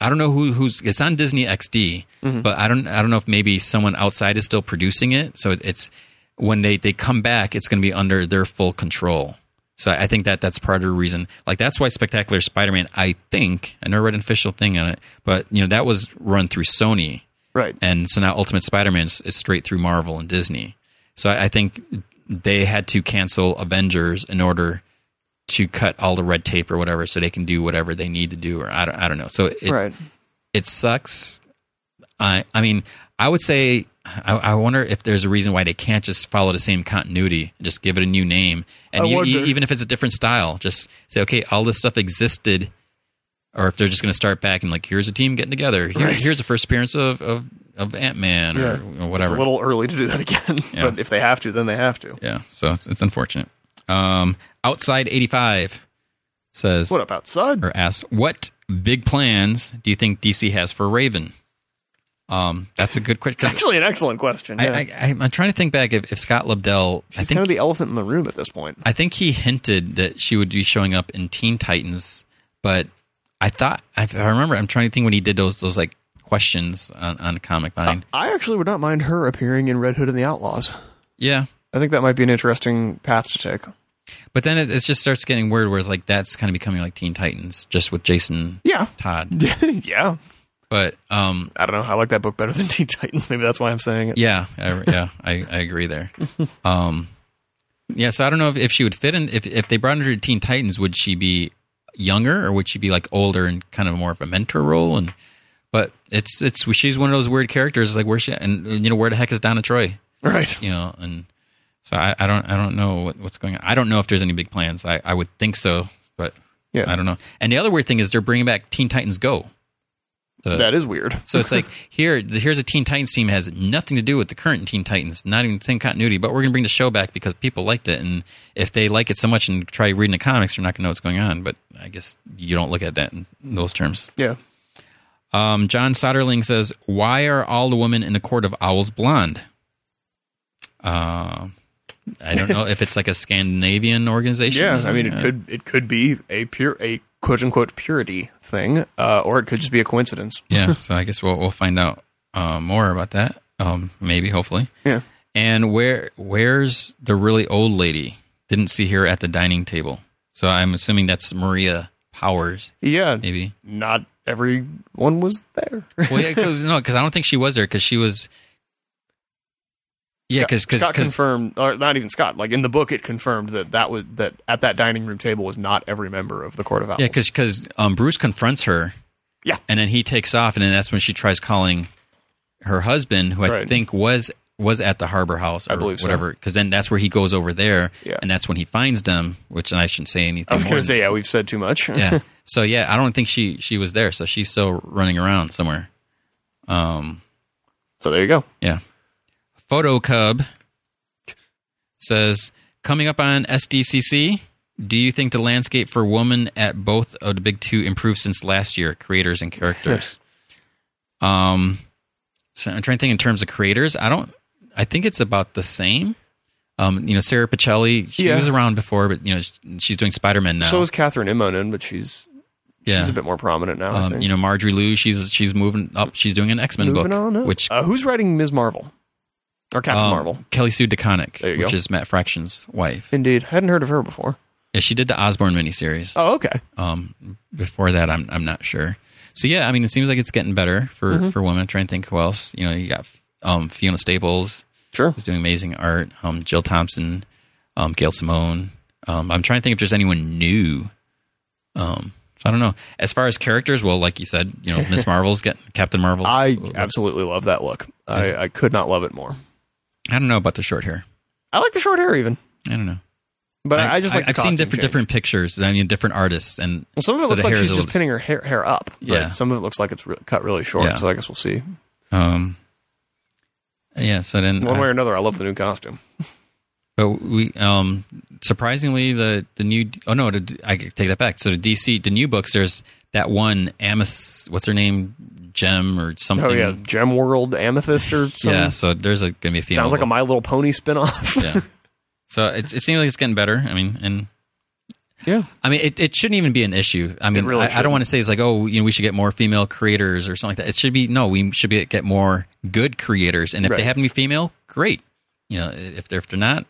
S2: I don't know who who's it's on Disney XD, but I don't I don't know if maybe someone outside is still producing it. So it, it's when they they come back, it's going to be under their full control. So I think that that's part of the reason. Like that's why Spectacular Spider-Man. I think I never read an official thing on it, but you know that was run through Sony,
S3: Right.
S2: and so now Ultimate Spider-Man is, is straight through Marvel and Disney. So I, I think they had to cancel Avengers in order to cut all the red tape or whatever, so they can do whatever they need to do, or I don't, I don't know. So it,
S3: right.
S2: it sucks. I I mean, I would say I, I wonder if there's a reason why they can't just follow the same continuity and just give it a new name, and
S3: I
S2: e- e-
S3: wonder.
S2: even if it's a different style, just say okay, all this stuff existed, or if they're just going to start back and like here's a team getting together, Here,
S3: Right.
S2: here's the first appearance of of, of Ant Man or, or
S3: It's
S2: whatever.
S3: a little early to do that again, <laughs>
S2: Yeah.
S3: but if they have to, then they have to.
S2: yeah, so it's, it's unfortunate. Um, outside eighty five says
S3: What about Sud?
S2: or asks, "What big plans do you think DC has for Raven?" Um, that's a good question.
S3: Actually, an excellent question.
S2: I,
S3: yeah.
S2: I, I'm I'm trying to think back if, if Scott Lobdell. I
S3: She's
S2: think
S3: kind of the elephant in the room at this point.
S2: I think he hinted that she would be showing up in Teen Titans, but I thought I, I remember. I'm trying to think when he did those those like questions on, on Comic Vine.
S3: I actually would not mind her appearing in Red Hood and the Outlaws.
S2: yeah,
S3: I think that might be an interesting path to take.
S2: but then it, it just starts getting weird, where it's like that's kind of becoming like Teen Titans, just with Jason
S3: Yeah.
S2: Todd.
S3: <laughs> yeah.
S2: But um,
S3: I don't know. I like that book better than <laughs> Teen Titans. Maybe that's why I'm saying it.
S2: Yeah, I, yeah, I, I agree
S3: <laughs>
S2: there. Um, yeah, so I don't know if, if she would fit in. If if they brought her to Teen Titans, would she be younger, or would she be like older and kind of more of a mentor role? And but it's it's she's one of those weird characters. Like where she and, and you know where the heck is Donna Troy?
S3: Right.
S2: You know, and so I, I don't I don't know what, what's going on. I don't know if there's any big plans. I, I would think so, but
S3: Yeah.
S2: I don't know. And the other weird thing is they're bringing back Teen Titans Go. The-
S3: That is weird.
S2: so it's like here, here's a Teen Titans team has nothing to do with the current Teen Titans, not even the same continuity. But we're gonna bring the show back because people liked it, and if they like it so much and try reading the comics, they're not gonna know what's going on. But I guess you don't look at that in those terms.
S3: Yeah.
S2: Um, John Soderling says, "Why are all the women in the court of owls blonde?" Uh, I don't know if it's like a Scandinavian organization. or
S3: Yeah. I
S2: something.
S3: mean, it could it could be a pure a quote unquote purity thing, uh, or it could just be a coincidence.
S2: yeah. So I guess we'll we'll find out uh, more about that. Um, maybe, hopefully.
S3: Yeah.
S2: And where where's the really old lady? Didn't see her at the dining table. So I'm assuming that's Maria Powers,
S3: Yeah.
S2: maybe.
S3: Not everyone was there. <laughs>
S2: Well, yeah, cause, no, because I don't think she was there because she was. Yeah, because
S3: Scott confirmed, or not even Scott. Like in the book, it confirmed that that was that at that dining room table was not every member of the Court of Owls.
S2: yeah, because um, Bruce confronts her.
S3: Yeah.
S2: and then he takes off, and then that's when she tries calling her husband, who I
S3: Right.
S2: think was was at the Harbor House or
S3: believe so.
S2: whatever. Because then that's where he goes over there,
S3: Yeah.
S2: and that's when he finds them. Which I shouldn't say anything.
S3: I was
S2: more
S3: going to
S2: than-
S3: say, yeah, we've said too much. <laughs>
S2: yeah. So yeah, I don't think she she was there. So she's still running around somewhere. Um.
S3: so there you go.
S2: Yeah. Photo Cub says coming up on SDCC. Do you think the landscape for women at both of the big two improved since last year? Creators and
S3: <laughs>
S2: characters. um. So I'm trying to think in terms of creators. I don't. I think it's about the same. Um, you know, Sarah Pacelli, she
S3: Yeah.
S2: was around before, but you know, sh- she's doing Spider Man now.
S3: So is Catherine Immonen, but she's
S2: yeah.
S3: she's a bit more prominent now. I
S2: Um,
S3: think.
S2: you know, Marjorie Liu, she's she's moving up. She's doing an X Men book,
S3: Moving on up.
S2: which
S3: uh, who's writing Ms. Marvel or Captain
S2: um,
S3: Marvel?
S2: Kelly Sue
S3: There
S2: DeConnick,
S3: you
S2: which
S3: go.
S2: is Matt Fraction's wife.
S3: Indeed, hadn't heard of her before.
S2: Yeah, she did the Osborne miniseries.
S3: Oh, okay.
S2: Um, before that, I'm I'm not sure. So yeah, I mean, it seems like it's getting better for for women. I'm trying to think who else. You know, you got um, Fiona Staples
S3: Sure.
S2: is doing amazing art. Um, Jill Thompson, um, Gail Simone. Um, I'm trying to think if there's anyone new. Um, so I don't know. As far as characters, well, like you said, you know,
S3: <laughs>
S2: Miss Marvel's getting Captain Marvel.
S3: I absolutely love that look. I, I could not love it more.
S2: I don't know about the short hair.
S3: I like the short hair even,
S2: I don't know.
S3: but I, I just like. the
S2: I've seen
S3: costume
S2: different
S3: change.
S2: different pictures. I mean, different artists, and
S3: Well, some of it
S2: so
S3: looks
S2: the
S3: like
S2: hair
S3: she's
S2: is a
S3: just
S2: little-
S3: pinning her hair, hair up. But
S2: Yeah.
S3: Some of it looks like it's re- cut really short.
S2: Yeah.
S3: So I guess we'll see.
S2: Um, yeah. So then,
S3: One
S2: I-
S3: way or another, I love the new costume.
S2: but we um, surprisingly the the new oh no the, I take that back. So the DC the new books there's that one Amethyst what's her name Gem or something.
S3: Oh yeah, Gem World Amethyst or something.
S2: Mm. Yeah, So there's a, gonna be a female.
S3: Sounds like a
S2: book.
S3: My Little Pony spinoff. <laughs>
S2: yeah. So it it seems like it's getting better. I mean, and
S3: yeah.
S2: I mean, it, it shouldn't even be an issue. I mean,
S3: really
S2: I, I don't
S3: shouldn't.
S2: want to say it's like, oh, you know, we should get more female creators or something like that. It should be no, we should be, get more good creators, and if they
S3: Right.
S2: happen to be female, great. You know, if they're if they're not,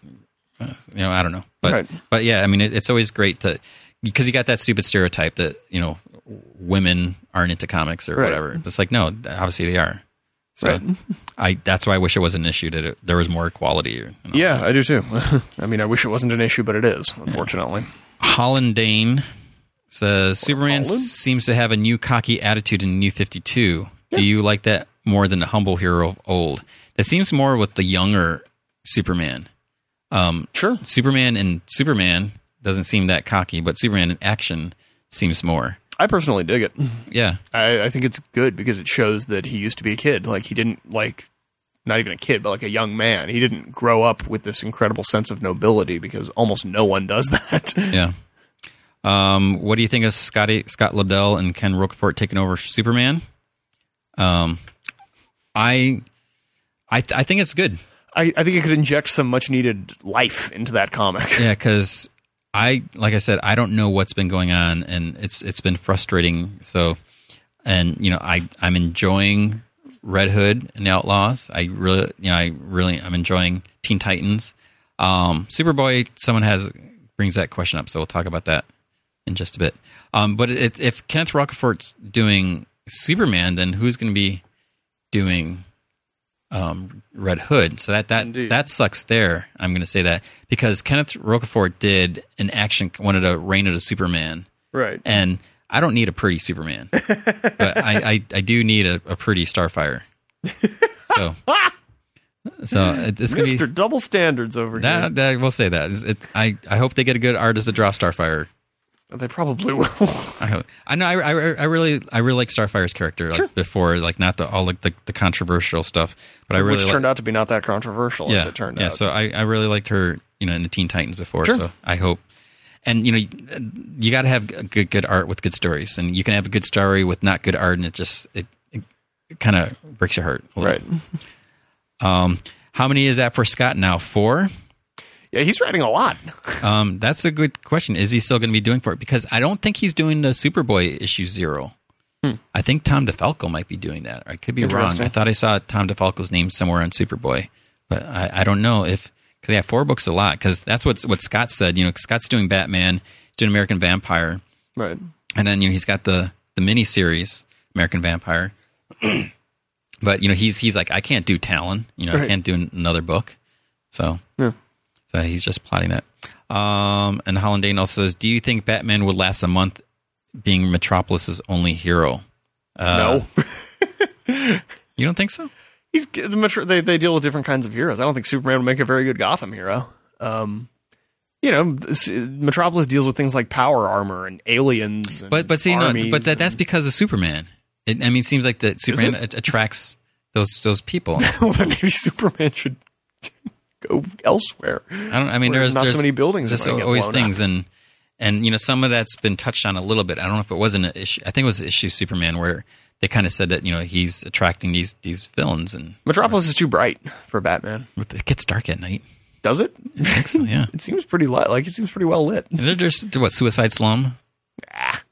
S2: uh, you know, I don't know, but
S3: Right.
S2: but yeah, I mean, it, it's always great to because you got that stupid stereotype that you know women aren't into comics or
S3: Right.
S2: whatever. It's like no, obviously they are. So
S3: Right. <laughs>
S2: I that's why I wish it was an issue that it, there was more equality. Or, you know.
S3: Yeah, I do too. <laughs> I mean, I wish it wasn't an issue, but it is, unfortunately.
S2: Holland Dane says Superman
S3: Holland?
S2: seems to have a new cocky attitude in New 52. Do you like that more than the humble hero of old? That seems more with the younger Superman.
S3: Sure.
S2: Superman and Superman doesn't seem that cocky, but Superman in action seems more.
S3: I personally dig it.
S2: Yeah.
S3: I, I think it's good because it shows that he used to be a kid. Like, he didn't, like, not even a kid, but like a young man. He didn't grow up with this incredible sense of nobility because almost no one does <laughs> that.
S2: Yeah. Um, what do you think of Scotty Scott Lobdell and Ken Rookfort taking over Superman? Um, I, I, I think it's good.
S3: I, I think it could inject some much needed life into that <laughs> comic.
S2: Yeah, because I, like I said, I don't know what's been going on, and it's it's been frustrating. So, and you know, I I'm enjoying Red Hood and the Outlaws. I really, you know, I really I'm enjoying Teen Titans. Um, Superboy, someone has brings that question up, so we'll talk about that in just a bit. Um, but it, if Kenneth Rockefort's doing Superman, then who's going to be doing um, Red Hood? So that that
S3: Indeed.
S2: that sucks. There, I'm going to say that because Kenneth Rockeforth did an action one of the Reign of the Superman
S3: Right.
S2: And I don't need a pretty Superman, but I, I, I do need a, a pretty Starfire. So,
S3: <laughs>
S2: so it- it's gonna
S3: Mr.
S2: be
S3: Double Standards over here.
S2: that, that. We'll say that. It's- It, I I hope they get a good artist to draw Starfire.
S3: They probably will. <laughs>
S2: I hope. I know. I, I, I really I really like Starfire's character like before, like not the all like the, the controversial stuff, but I really
S3: Which
S2: like-
S3: turned out to be not that controversial
S2: yeah,
S3: as it turned
S2: yeah.
S3: out.
S2: So I, I really liked her, you know, in the Teen Titans before.
S3: Sure.
S2: So I hope, and you know, you got to have g- good good art with good stories, and you can have a good story with not good art, and it just it, it, kind of breaks your heart. a little.
S3: right.
S2: Um, how many is that for Scott now? Four.
S3: Yeah, he's writing a lot.
S2: Um, that's a good question. Is he still going to be doing for it? Because I don't think he's doing the Superboy issue zero. I think Tom DeFalco might be doing that. I could be wrong.
S3: Interesting.
S2: I thought I saw Tom DeFalco's name somewhere on Superboy, but I, I don't know if because yeah, four books is a lot. Because that's what's what Scott said. You know, Scott's doing Batman, he's doing American Vampire,
S3: Right.
S2: and then you know he's got the the mini series American Vampire. <clears throat> but you know he's he's like I can't do Talon. You know I
S3: Right.
S2: can't do an- another book. So
S3: Yeah.
S2: so he's just plotting that. Um, and Holland Dane also says, "Do you think Batman would last a month, being Metropolis's only hero?" Uh,
S3: no. <laughs>
S2: You don't think so?
S3: He's the metro, they they deal with different kinds of heroes. I don't think Superman would make a very good Gotham hero. Um, you know, this- Metropolis deals with things like power armor and aliens. And
S2: But but see, no,
S3: armies
S2: but that,
S3: and- <laughs>
S2: that's because of Superman. It, I mean, it seems like that Superman a- attracts those those
S3: <laughs>
S2: people. I
S3: well, then maybe Superman should <laughs> go elsewhere.
S2: don't. I mean,
S3: Where
S2: there's
S3: not so
S2: there's-
S3: many buildings are
S2: There's
S3: gonna get
S2: always
S3: blown up.
S2: things, and and you know, some of that's been touched on a little bit. I don't know if it wasn't an issue. I think it was issue Superman where they kind of said that you know he's attracting these these villains, and
S3: Metropolis is too bright for Batman.
S2: it gets dark at <laughs> night.
S3: Does it?
S2: I think so, <laughs> yeah.
S3: It seems pretty li- like it seems pretty well lit.
S2: And there- There's what Suicide Slum.
S3: Ah.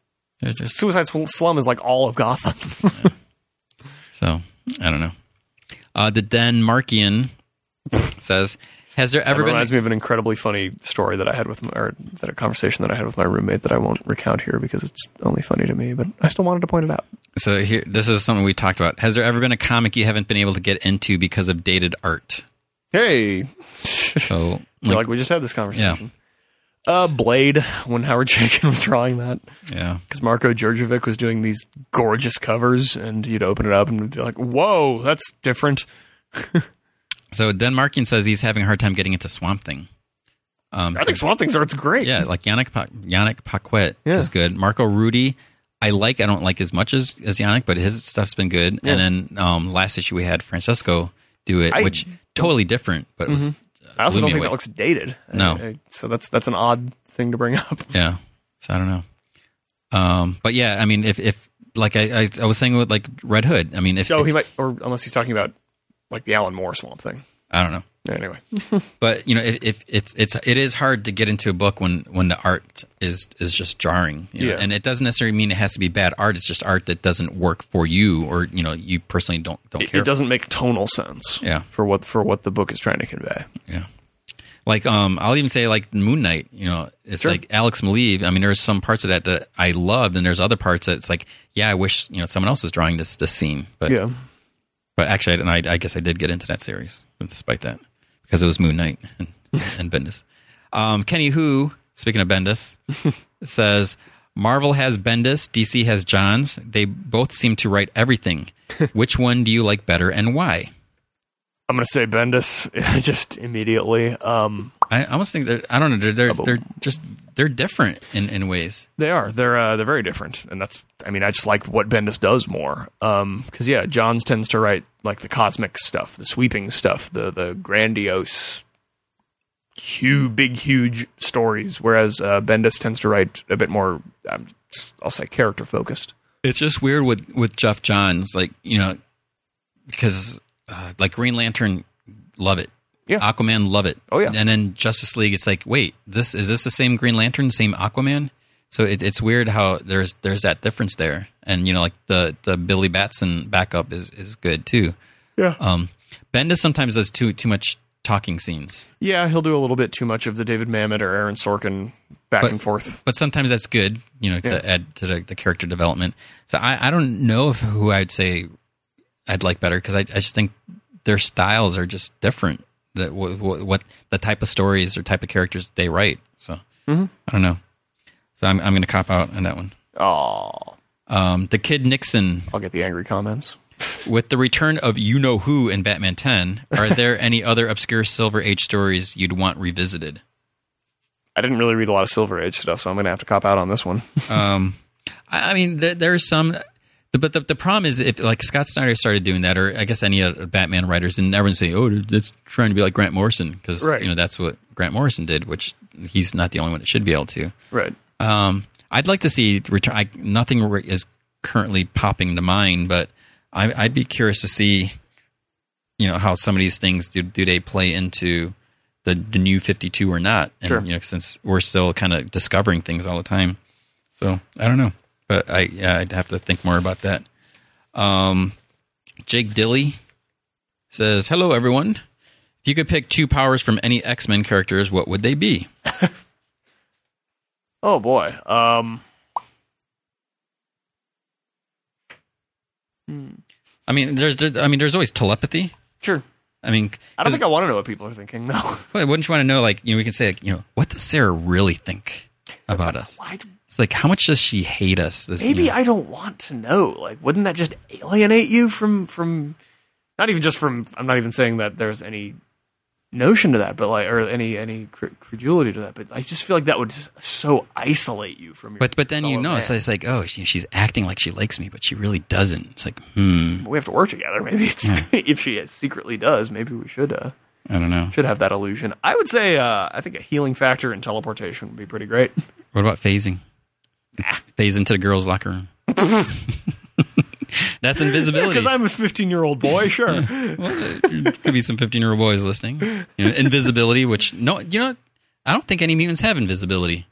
S2: There's, there's-
S3: Suicide Slum is like all of Gotham.
S2: so I don't know. Uh, the Denmarkian says, "Has there ever
S3: It reminds
S2: been?"
S3: me of an incredibly funny story that I had with my, or that a conversation that I had with my roommate that I won't recount here because it's only funny to me, but I still wanted to point it out.
S2: So here, this is something we talked about. Has there ever been a comic you haven't been able to get into because of dated
S3: <laughs>
S2: art?
S3: Hey,
S2: So
S3: like,
S2: like,
S3: we just had this conversation. Uh, Blade when Howard <laughs> Chaykin was drawing that
S2: yeah,
S3: because Marco Djurjevic was doing these gorgeous covers, and you'd open it up and be like, "Whoa, that's different."
S2: So Denmarkian says he's having a hard time getting into Swamp Thing. Um,
S3: I think Swamp Thing's art's great.
S2: yeah, like Yannick pa- Yannick Paquette
S3: Yeah.
S2: is good. Marco Rudy, I like. I don't like as much as, as Yannick, but his stuff's been good. And then um, last issue we had Francesco do it,
S3: I Mm-hmm.
S2: which totally different, but it was
S3: I also
S2: blew
S3: don't
S2: me
S3: think
S2: away.
S3: that looks dated.
S2: No.
S3: I- I- so that's that's an odd thing to bring up.
S2: yeah. So I don't know. Um, but yeah, I mean, if if like I, I, I was saying with like Red Hood, I mean, if,
S3: Oh,
S2: if
S3: he might, or unless he's talking about like the Alan Moore Swamp Thing.
S2: I don't know.
S3: Anyway,
S2: but you know if, if it's it's it is hard to get into a book when when the art is is just jarring you know?
S3: Yeah.
S2: and it doesn't necessarily mean it has to be bad art it's just art that doesn't work for you or you know you personally don't don't
S3: it,
S2: care
S3: it doesn't make tonal sense.
S2: Yeah.
S3: for what for what the book is trying to convey.
S2: yeah like um i'll even say like moon knight you know it's
S3: Sure.
S2: like alex maleev i mean there's some parts of that that i loved and there's other parts that it's like yeah i wish you know someone else was drawing this this scene but
S3: Yeah,
S2: but actually I, and I, I guess i did get into that series despite that because it was moon knight <laughs> and, and bendis um, kenny who speaking of bendis says marvel has bendis dc has johns they both seem to write everything which one do you like better and why
S3: I'm gonna say Bendis <laughs> just immediately. Um,
S2: i almost think they're i don't know they're they're, they're just they're different in, in ways
S3: They are. They're uh, they're very different, and that's. I mean, I just like what Bendis does more. Because yeah, Johns tends to write like the cosmic stuff, the sweeping stuff, the the grandiose, huge, big, huge stories. Whereas uh, Bendis tends to write a bit more. Um, I'll say character focused.
S2: it's just weird with with Jeff Johns, like you know, because uh, like Green Lantern, love it.
S3: Yeah.
S2: Aquaman, love it.
S3: Oh, yeah.
S2: and then Justice League. It's like, wait, this is this the same Green Lantern, same Aquaman? So it, it's weird how there's there's that difference there, and you know, like the the Billy Batson backup is is good too.
S3: Yeah.
S2: Um, Bendis sometimes does too too much talking scenes,
S3: Yeah, he'll do a little bit too much of the David Mamet or Aaron Sorkin back
S2: But-
S3: and forth.
S2: but sometimes that's good, you know, to add to the, the character development. So I, I don't know if who I'd say I'd like better because I, I just think their styles are just different. That what, what the type of stories or type of characters they write. So I don't know. So I'm, I'm going to cop out on that one.
S3: Oh,
S2: Um, the Kid Nixon
S3: I'll get the angry comments.
S2: with the return of You Know Who in Batman 10. Are there any other obscure Silver Age stories you'd want revisited?
S3: I didn't really read a lot of Silver Age stuff, so I'm going to have to cop out on this one. <laughs>
S2: um, I, I mean, there, there are some, the, but the, the problem is if like Scott Snyder started doing that, or I guess any other Batman writers, and everyone's saying, "Oh, that's trying to be like Grant Morrison," because
S3: Right.
S2: you know that's what Grant Morrison did, which he's not the only one that should be able to.
S3: right.
S2: Um, I'd like to see return. I, nothing re- is currently popping to mind, but I, I'd be curious to see, you know, how some of these things do do they play into the, the new Fifty Two or not? And
S3: Sure.
S2: you know, since we're still kind of discovering things all the time, so I don't know, but I yeah, I'd have to think more about that. Um, Jake Dilly says, "Hello, everyone." If you could pick two powers from any X Men characters, what would they be?
S3: Oh boy. Um.
S2: I mean, there's, there's I mean, there's always telepathy.
S3: Sure.
S2: I mean,
S3: I don't think I want to know what people are thinking though.
S2: Well, wouldn't you want to know? Like, you know, we can say, like, you know, what does Sarah really think about us?
S3: <laughs> I,
S2: It's like, how much does she hate us? This,
S3: maybe
S2: you know-
S3: I don't want to know. Like, wouldn't that just alienate you from from? Not even just from. I'm not even saying that there's any notion to that, but like, or any any cre- credulity to that. But I just feel like that would just so isolate you from. Your
S2: But but then you
S3: fellow
S2: know,
S3: man.
S2: so it's like, oh, she, she's acting like she likes me, but she really doesn't. It's like, hmm,
S3: we have to work together. Maybe it's <laughs> if she secretly does. Maybe we should uh,
S2: I don't know.
S3: should have that illusion. I would say. Uh, I think a healing factor and teleportation would be pretty <laughs> great.
S2: What about
S3: <laughs>
S2: phasing? Phase into the girls' locker room. That's invisibility.
S3: Because I'm a 15 year
S2: <laughs>
S3: old boy. Sure.
S2: Could be some fifteen-year-old boys listening. You know, invisibility, which no, you know, I don't think any mutants have invisibility.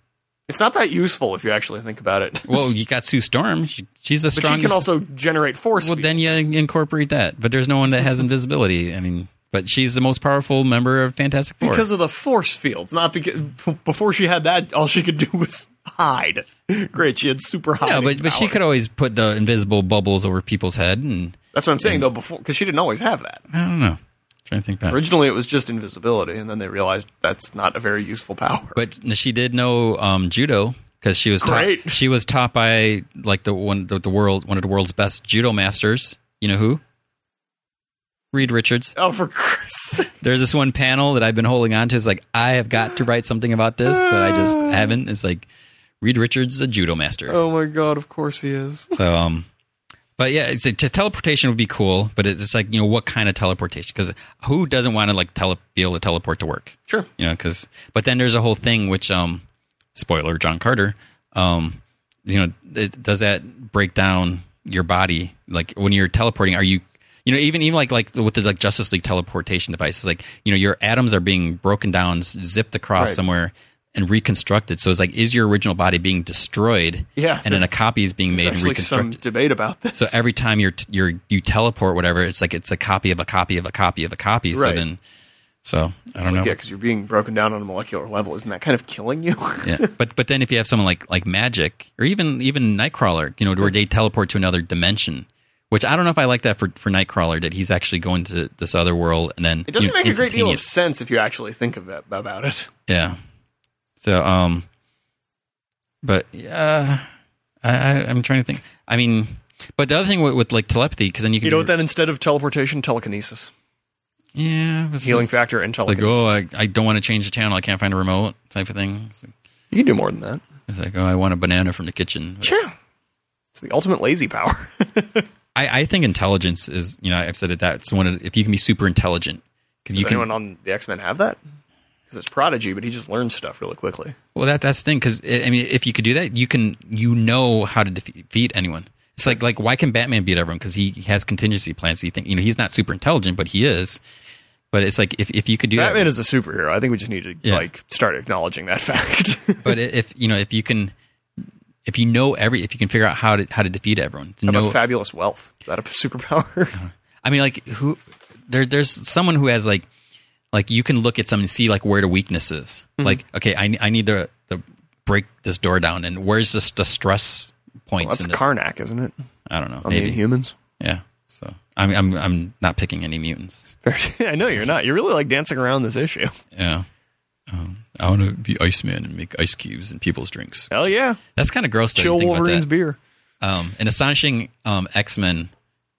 S3: It's not that useful if you actually think about it.
S2: Well, you got Sue Storm. She, she's the
S3: But
S2: strongest.
S3: she can also generate force.
S2: Well, then you
S3: fields.
S2: incorporate that. But there's no one that has invisibility. I mean, but she's the most powerful member of Fantastic Four.
S3: because of the force fields, not because before she had that, all she could do was hide. Great, she had super hide.
S2: no, but but she could always put the invisible bubbles over people's head, and
S3: That's what I'm saying though. Before because she didn't always have that.
S2: I don't know. trying to think back.
S3: Originally, it was just invisibility, and then they realized that's not a very useful power.
S2: But she did know um, judo because she was taught,
S3: Great.
S2: she was taught by like the one the, the world one of the world's best judo masters. You know who? Reed Richards.
S3: oh, for Christ's sake.
S2: There's this one panel that I've been holding on to. It's like I have got to write something about this, but I just
S3: <gasps>
S2: haven't. It's like Reed Richards is a judo master.
S3: Oh my God! Of course he is.
S2: So, um, but yeah, it's a, t- teleportation would be cool, but it's like you know what kind of teleportation? Because who doesn't want to like tele- be able to teleport to work?
S3: Sure.
S2: You know, because but then there's a whole thing which, um, spoiler, John Carter, um, you know, it, does that break down your body? Like when you're teleporting, are you? You know, even even like like with the like Justice League teleportation devices, like you know, your atoms are being broken down, zipped across
S3: Right.
S2: somewhere, and reconstructed. So it's like, is your original body being destroyed?
S3: Yeah.
S2: and then a copy is being made and
S3: Actually, some
S2: reconstructed.
S3: debate about this.
S2: So every time you're you're you teleport whatever, it's like it's a copy of a copy of a copy of a copy. So
S3: Right.
S2: then, so I don't know.
S3: yeah, because you're being broken down on a molecular level. Isn't that kind of killing you? <laughs>
S2: yeah, but but then if you have someone like like Magic or even even Nightcrawler, you know, where they teleport to another dimension, which I don't know if I like that for for Nightcrawler that he's actually going to this other world and then
S3: It doesn't
S2: you know,
S3: make a great deal of
S2: instantaneous-
S3: sense if you actually think of it, about it.
S2: yeah. So um, but yeah, I, I I'm trying to think. I mean, but the other thing with, with like telepathy because then you can
S3: You know,
S2: do-
S3: then instead of teleportation, telekinesis,
S2: yeah it was-
S3: healing factor, and
S2: It's like,
S3: telekinesis.
S2: oh, I, I don't want to change the channel. I can't find a remote type of thing. It's like,
S3: you can do more than that.
S2: it's like, oh, I want a banana from the kitchen. But
S3: Sure, it's the ultimate lazy power. <laughs>
S2: I, I think intelligence is, you know, I've said it that it's one of, if you can be super intelligent, because you
S3: Does
S2: can,
S3: anyone on the X Men have that? Because it's Prodigy, but he just learns stuff really quickly.
S2: well, that, that's the thing. Because, I I mean, if you could do that, you can, you know how to defe- defeat anyone. It's like, like, why can Batman beat everyone? Because he has contingency plans. He think, you know, he's not super intelligent, but he is. But it's like, if, if you could do that.
S3: Batman is a superhero. I think we just need to
S2: Yeah.
S3: like start acknowledging that <laughs>
S2: <laughs>
S3: fact.
S2: but i- if, you know, if you can, if you know every, if you can figure out how to, how to defeat everyone, to
S3: How
S2: know,
S3: about fabulous wealth? Is that
S2: <laughs>
S3: a superpower?
S2: I mean, like who there? There's someone who has like like you can look at someone and see like where the weakness is.
S3: Mm-hmm.
S2: Like, okay, I I need to, to break this door down, and where's this the stress points?
S3: That's
S2: in this?
S3: Karnak, isn't it?
S2: I don't know.
S3: On
S2: maybe.
S3: the Inhumans.
S2: Yeah. So I'm I'm I'm not picking any mutants.
S3: <laughs> I know you're not. You're really like dancing around this issue.
S2: Yeah. um, I want to be Iceman and make ice cubes in people's drinks.
S3: Hell yeah.
S2: That's kind of gross. though, you
S3: Chill
S2: think about
S3: Wolverine's
S2: that.
S3: beer.
S2: Um, an astonishing um, X Men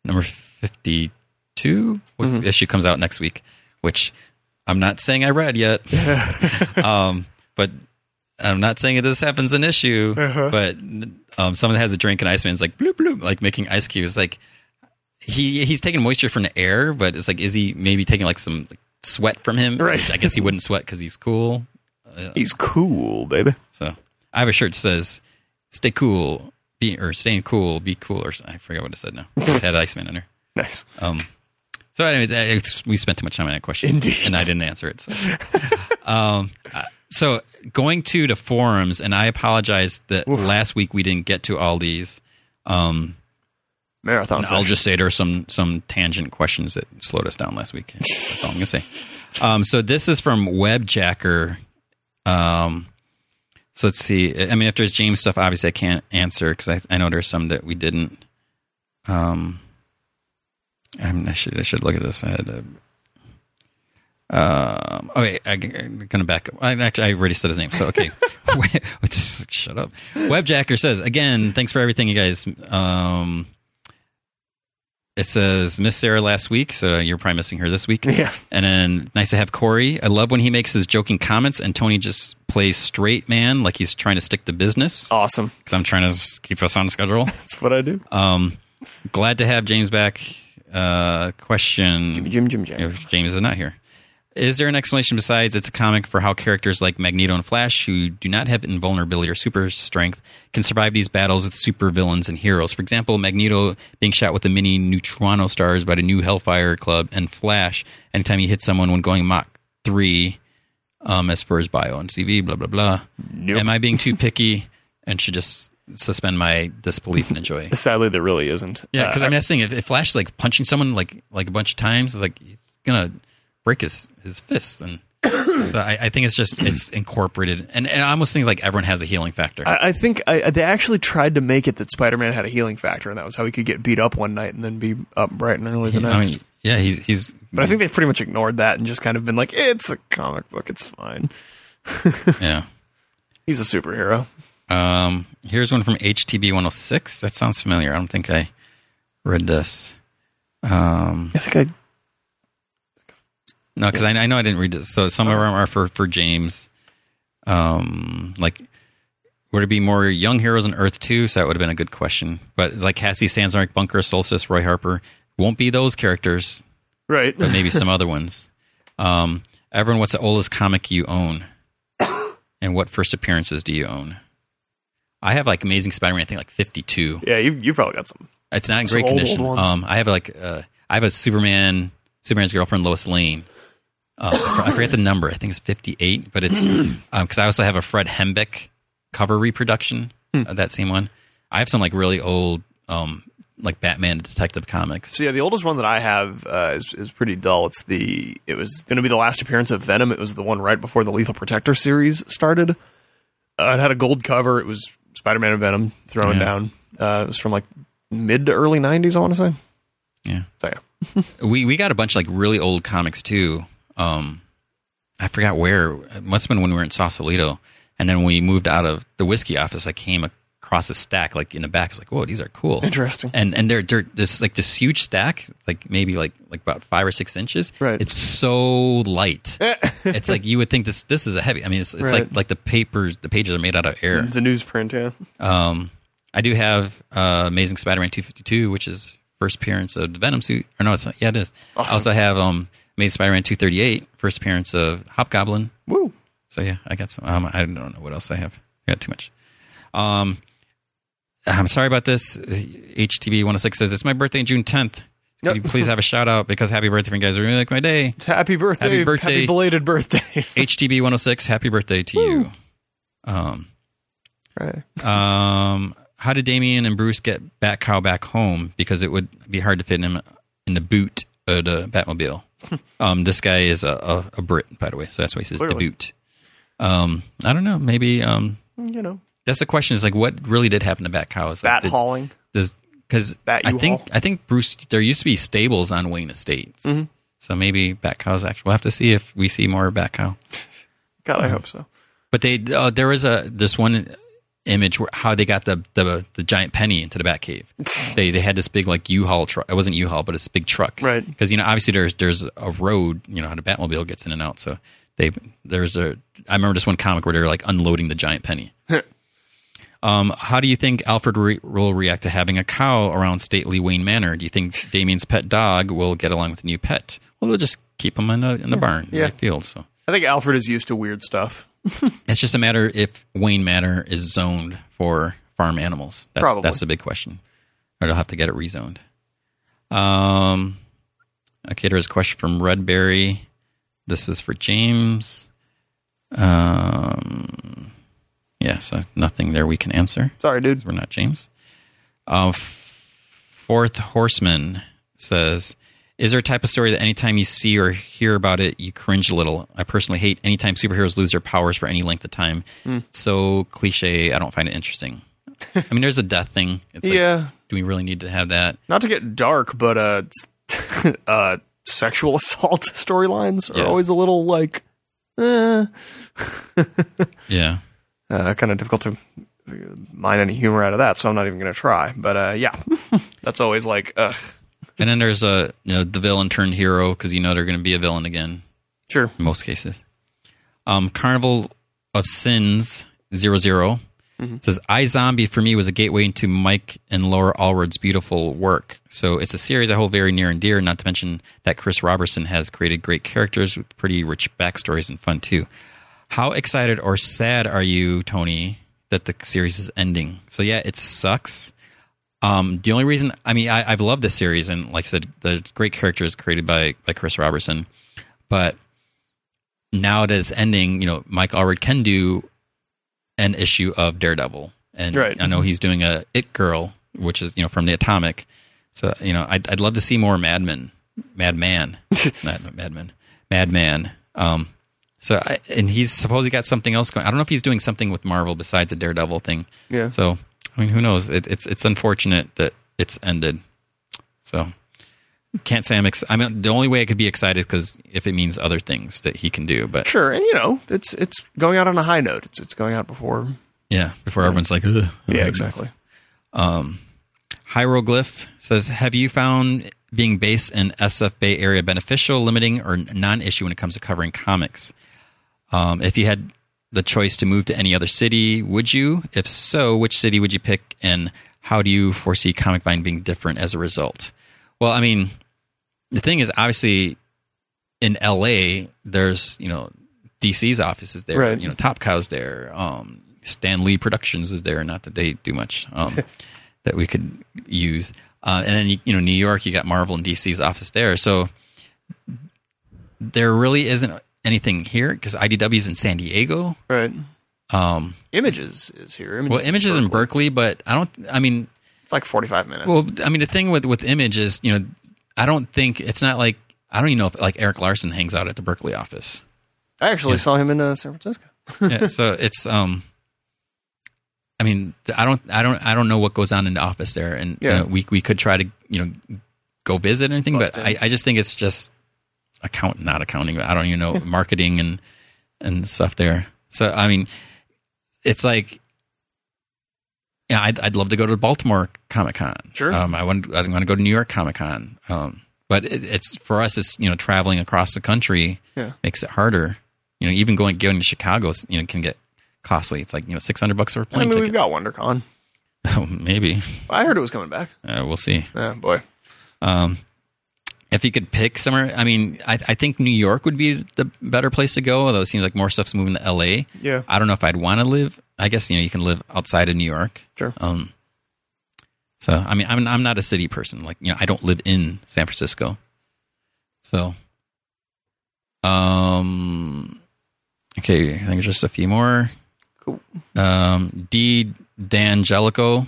S2: number fifty two issue comes out next week, which I'm not saying I read yet. <laughs> um, but I'm not saying that this happens an issue. But um, someone has a drink and Iceman's like bloop bloop, like making ice cubes. Like he he's taking moisture from the air, but it's like is he maybe taking like some like, sweat from him?
S3: Right.
S2: Which I guess he wouldn't sweat because he's cool.
S3: He's cool, baby.
S2: So I have a shirt that says "Stay cool, be or staying cool, be cool," or s- I forget what it said now. it had Iceman in there.
S3: Nice.
S2: Um, so anyways, I- I- we spent too much time on that question,
S3: Indeed.
S2: and I didn't answer it. So. um, uh, so going to the forums, and I apologize that last week we didn't get to all these. Um,
S3: Marathon.
S2: I'll
S3: session.
S2: just say there are some some tangent questions that slowed us down last week. That's all I'm gonna say. Um, so this is from Webjacker. Um, so let's see. I mean, if there's James stuff, obviously I can't answer because I, I know there's some that we didn't. Um, I, mean, I should I should look at this. I had a. Um, okay, I, am gonna back up. I, actually, I already said his name, so okay. <laughs> Wait, Shut up. Webjacker says again. Thanks for everything, you guys. Um, it says Miss Sarah last week, so you're probably missing her this week.
S3: Yeah.
S2: And then nice to have Corey. I love when he makes his joking comments, and Tony just plays straight man like he's trying to stick to business.
S3: awesome.
S2: 'Cause I'm trying to s- keep us on schedule.
S3: That's what I do.
S2: Um, glad to have James back. Uh, question:
S3: Jim, Jim, Jim.
S2: if James is not here. Is there an explanation besides it's a comic for how characters like Magneto and Flash, who do not have invulnerability or super strength, can survive these battles with super villains and heroes? For example, Magneto being shot with the mini neutrino stars by the new Hellfire Club, and Flash anytime he hits someone when going Mach 3 um, as for his bio and CV, blah, blah, blah.
S3: Nope.
S2: Am I being too picky and should just suspend my disbelief and enjoy?
S3: Sadly, there really isn't.
S2: Yeah, because
S3: Uh,
S2: I'm mean, that's the thing. If, if Flash is like punching someone like like a bunch of times, it's like he's gonna break his his fists, and <coughs> so I, I think it's just it's incorporated, and, and I almost think like everyone has a healing factor.
S3: I, I think I, they actually tried to make it that Spider-Man had a healing factor, and that was how he could get beat up one night and then be up bright and early the
S2: I
S3: next.
S2: mean, yeah, he's he's.
S3: but I think they pretty much ignored that and just kind of been like, "It's a comic book. It's fine.
S2: yeah.
S3: He's a superhero."
S2: Um, here's one from HTB 106. That sounds familiar. I don't think I read this. Um,
S3: I think I
S2: no, because I, I know I didn't read this. So some of them are for for James. Um, like would it be more young heroes in Earth 2? So that would have been a good question. But like Cassie Sanzarek, Bunker, Solstice, Roy Harper, won't be those characters,
S3: right.
S2: but maybe some other ones. Um, everyone, what's the oldest comic you own? And what first appearances do you own? I have like Amazing Spider Man, I think like 52.
S3: <laughs> Yeah, you you probably got some.
S2: It's not in
S3: Some
S2: great
S3: old,
S2: condition.
S3: old ones.
S2: um, I have like, uh, I have a Superman, Superman's girlfriend, Lois Lane. Uh, I for- I forget the number. I think it's 58, but
S3: <clears throat>
S2: it's because I also have a Fred Hembeck cover reproduction
S3: Hmm.
S2: of that same one. I have some like really old, um, like Batman Detective Comics.
S3: So yeah, the oldest one that I have uh, is is pretty dull. It's the it was going to be the last appearance of Venom. It was the one right before the Lethal Protector series started. Uh, it had a gold cover. It was Spider Man and Venom thrown
S2: Yeah.
S3: down. Uh, it was from like mid to early '90s. I want to say.
S2: Yeah.
S3: So yeah.
S2: We, we got a bunch of like really old comics too. Um, I forgot where. It must have been when we were in Sausalito. And then when we moved out of the whiskey office, I came across a stack like in the back. It's like, whoa, these are cool.
S3: Interesting.
S2: and and they're they're this like this huge stack, it's like maybe like like about five or six inches.
S3: Right.
S2: It's so
S3: <laughs>
S2: light. it's like you would think this this is a heavy. I mean, it's, it's
S3: Right.
S2: like like the papers the pages are made out of air.
S3: The newsprint, yeah.
S2: Um, I do have uh, Amazing Spider-Man 252, which is first appearance of the Venom suit. Or no, it's not. Yeah, it is. I also have um Amazing Spider-Man 238, first appearance of Hobgoblin.
S3: Woo.
S2: So yeah, I got some. Um, I don't know what else I have. I got too much. Um, I'm sorry about this. HTB 106 says it's my birthday on June 10th. Could you please have a shout out because happy birthday from you guys. I really like my day.
S3: Happy birthday.
S2: Happy birthday.
S3: Happy belated
S2: <laughs>
S3: birthday.
S2: HTB 106, happy birthday to you. Um,
S3: right.
S2: um, how did Damien and Bruce get Bat Cow back home? Because it would be hard to fit him in the boot of the
S3: <laughs>
S2: Batmobile. um, this guy is a, a, a Brit, by the way, so that's why he says the
S3: Clearly.
S2: boot. Um, I don't know. Maybe um,
S3: You know,
S2: that's the question is like what really did happen to bat cow is
S3: bat
S2: like,
S3: hauling.
S2: because
S3: Bat
S2: i
S3: U-Haul. Mm-hmm.
S2: think i think bruce there used to be stables on wayne estates so maybe bat cow's actually we'll have to see if we see more bat cow
S3: God, I hope so.
S2: But they uh, there was a this one image where how they got the the, the giant penny into the Batcave.
S3: <laughs>
S2: they they had this big like U-Haul truck. It wasn't U-Haul, but it's a big truck,
S3: Right.
S2: Because you know obviously there's there's a road. You know how the Batmobile gets in and out. So they there's a I remember this one comic where they're like unloading the giant
S3: <laughs>
S2: penny. Um, how do you think Alfred re- will react to having a cow around stately Wayne Manor? Do you think Damien's pet dog will get along with the new pet? Well, they'll just keep him in the, in the barn, in
S3: Yeah.
S2: the field. So
S3: I think Alfred is used to weird stuff.
S2: it's just a matter if Wayne Manor is zoned for farm animals. That's,
S3: Probably.
S2: That's the big question. Or they'll have to get it rezoned. Um, okay, there's a question from Redberry. This is for James. Um, yeah, so nothing there we can answer.
S3: Sorry, dude.
S2: We're not James. Uh, f- Fourth Horseman says, "Is there a type of story that anytime you see or hear about it, you cringe a little? I personally hate anytime superheroes lose their powers for any length of time. So cliche. I don't find it interesting. I mean, there's a death thing. It's like,
S3: Yeah.
S2: Do we really need to have that?
S3: Not to get dark, but uh, <laughs> s- uh, sexual <laughs> assault storylines are
S2: Yeah.
S3: always a little like, eh,
S2: Yeah.
S3: uh, kind of difficult to uh, mine any humor out of that. So I'm not even going to try. But uh, yeah, <laughs> that's always like, ugh.
S2: And then there's a you know, the villain turned hero because you know they're going to be a villain again.
S3: Sure.
S2: in most cases. Um, Carnival of Sins 0 says, I Zombie for me was a gateway into Mike and Laura Allred's beautiful work. So it's a series I hold very near and dear, not to mention that Chris Robertson has created great characters with pretty rich backstories and fun too. How excited or sad are you, Tony, that the series is ending? So yeah, it sucks. Um, the only reason, I mean, I, I've loved this series, and like I said, the great characters created by by Chris Robertson, but now that it's ending, you know, Mike Allred can do an issue of Daredevil, and
S3: Right.
S2: I know he's doing a It Girl, which is you know from the Atomic. So you know, I'd, I'd love to see more Madman, Madman, not not Madman, Madman. Um, so I, and he's suppose he got something else going. I don't know if he's doing something with Marvel besides a Daredevil thing.
S3: Yeah.
S2: So I mean, who knows? It, it's it's unfortunate that it's ended. So can't say I'm. Ex- I mean, the only way I could be excited because if it means other things that he can do, but
S3: Sure, and you know, it's it's going out on a high note. It's it's going out before.
S2: yeah, before everyone's like, Ugh,
S3: Yeah, exactly.
S2: Hieroglyph says, "Have you found being based in SF Bay Area beneficial, limiting, or non-issue when it comes to covering comics? Um, if you had the choice to move to any other city, would you? If so, which city would you pick, and how do you foresee Comic Vine being different as a result?" Well, I mean, the thing is, obviously, in LA, there's you know DC's office is there,
S3: Right.
S2: you know Top Cow's there, um, Stan Lee Productions is there. Not that they do much um, that we could use, uh, and then you know New York, you got Marvel and DC's office there. So there really isn't anything here because IDW is in San Diego.
S3: Right.
S2: Um,
S3: Images is here. Images
S2: well, images in Berkeley, but I don't. I mean,
S3: It's like forty-five minutes.
S2: well, I mean, the thing with with Image is, you know, I don't think it's not like I don't even know if like Eric Larson hangs out at the Berkeley office.
S3: I actually saw him in uh, San Francisco.
S2: yeah, so it's um, I mean, th- I don't, I don't, I don't know what goes on in the office there, and you
S3: Yeah.
S2: know, we we could try to you know go visit or anything, but
S3: Bust
S2: I, I just think it's just account, not accounting. but I don't even know marketing and and stuff there. So I mean, it's like. Yeah, I'd, I'd love to go to Baltimore Comic Con.
S3: Sure.
S2: Um, I want I want to go to New York Comic Con. Um, but it, it's for us, it's you know traveling across the country
S3: Yeah.
S2: makes it harder. You know, even going going to Chicago, you know, can get costly. It's like you know, six hundred bucks for a
S3: I
S2: plane
S3: mean, we've
S2: ticket.
S3: got WonderCon.
S2: <laughs> Oh, maybe
S3: I heard it was coming back.
S2: uh, we'll see.
S3: Oh boy.
S2: Um, if you could pick somewhere, I mean, I, I think New York would be the better place to go. Although it seems like more stuff's moving to L.A.
S3: Yeah.
S2: I don't know if I'd want to live. I guess you know you can live outside of New York.
S3: Sure.
S2: Um, so I mean, I'm I'm not a city person. Like you know, I don't live in San Francisco. So, um, okay, I think there's just a few more.
S3: Cool.
S2: Um, D D'Angelico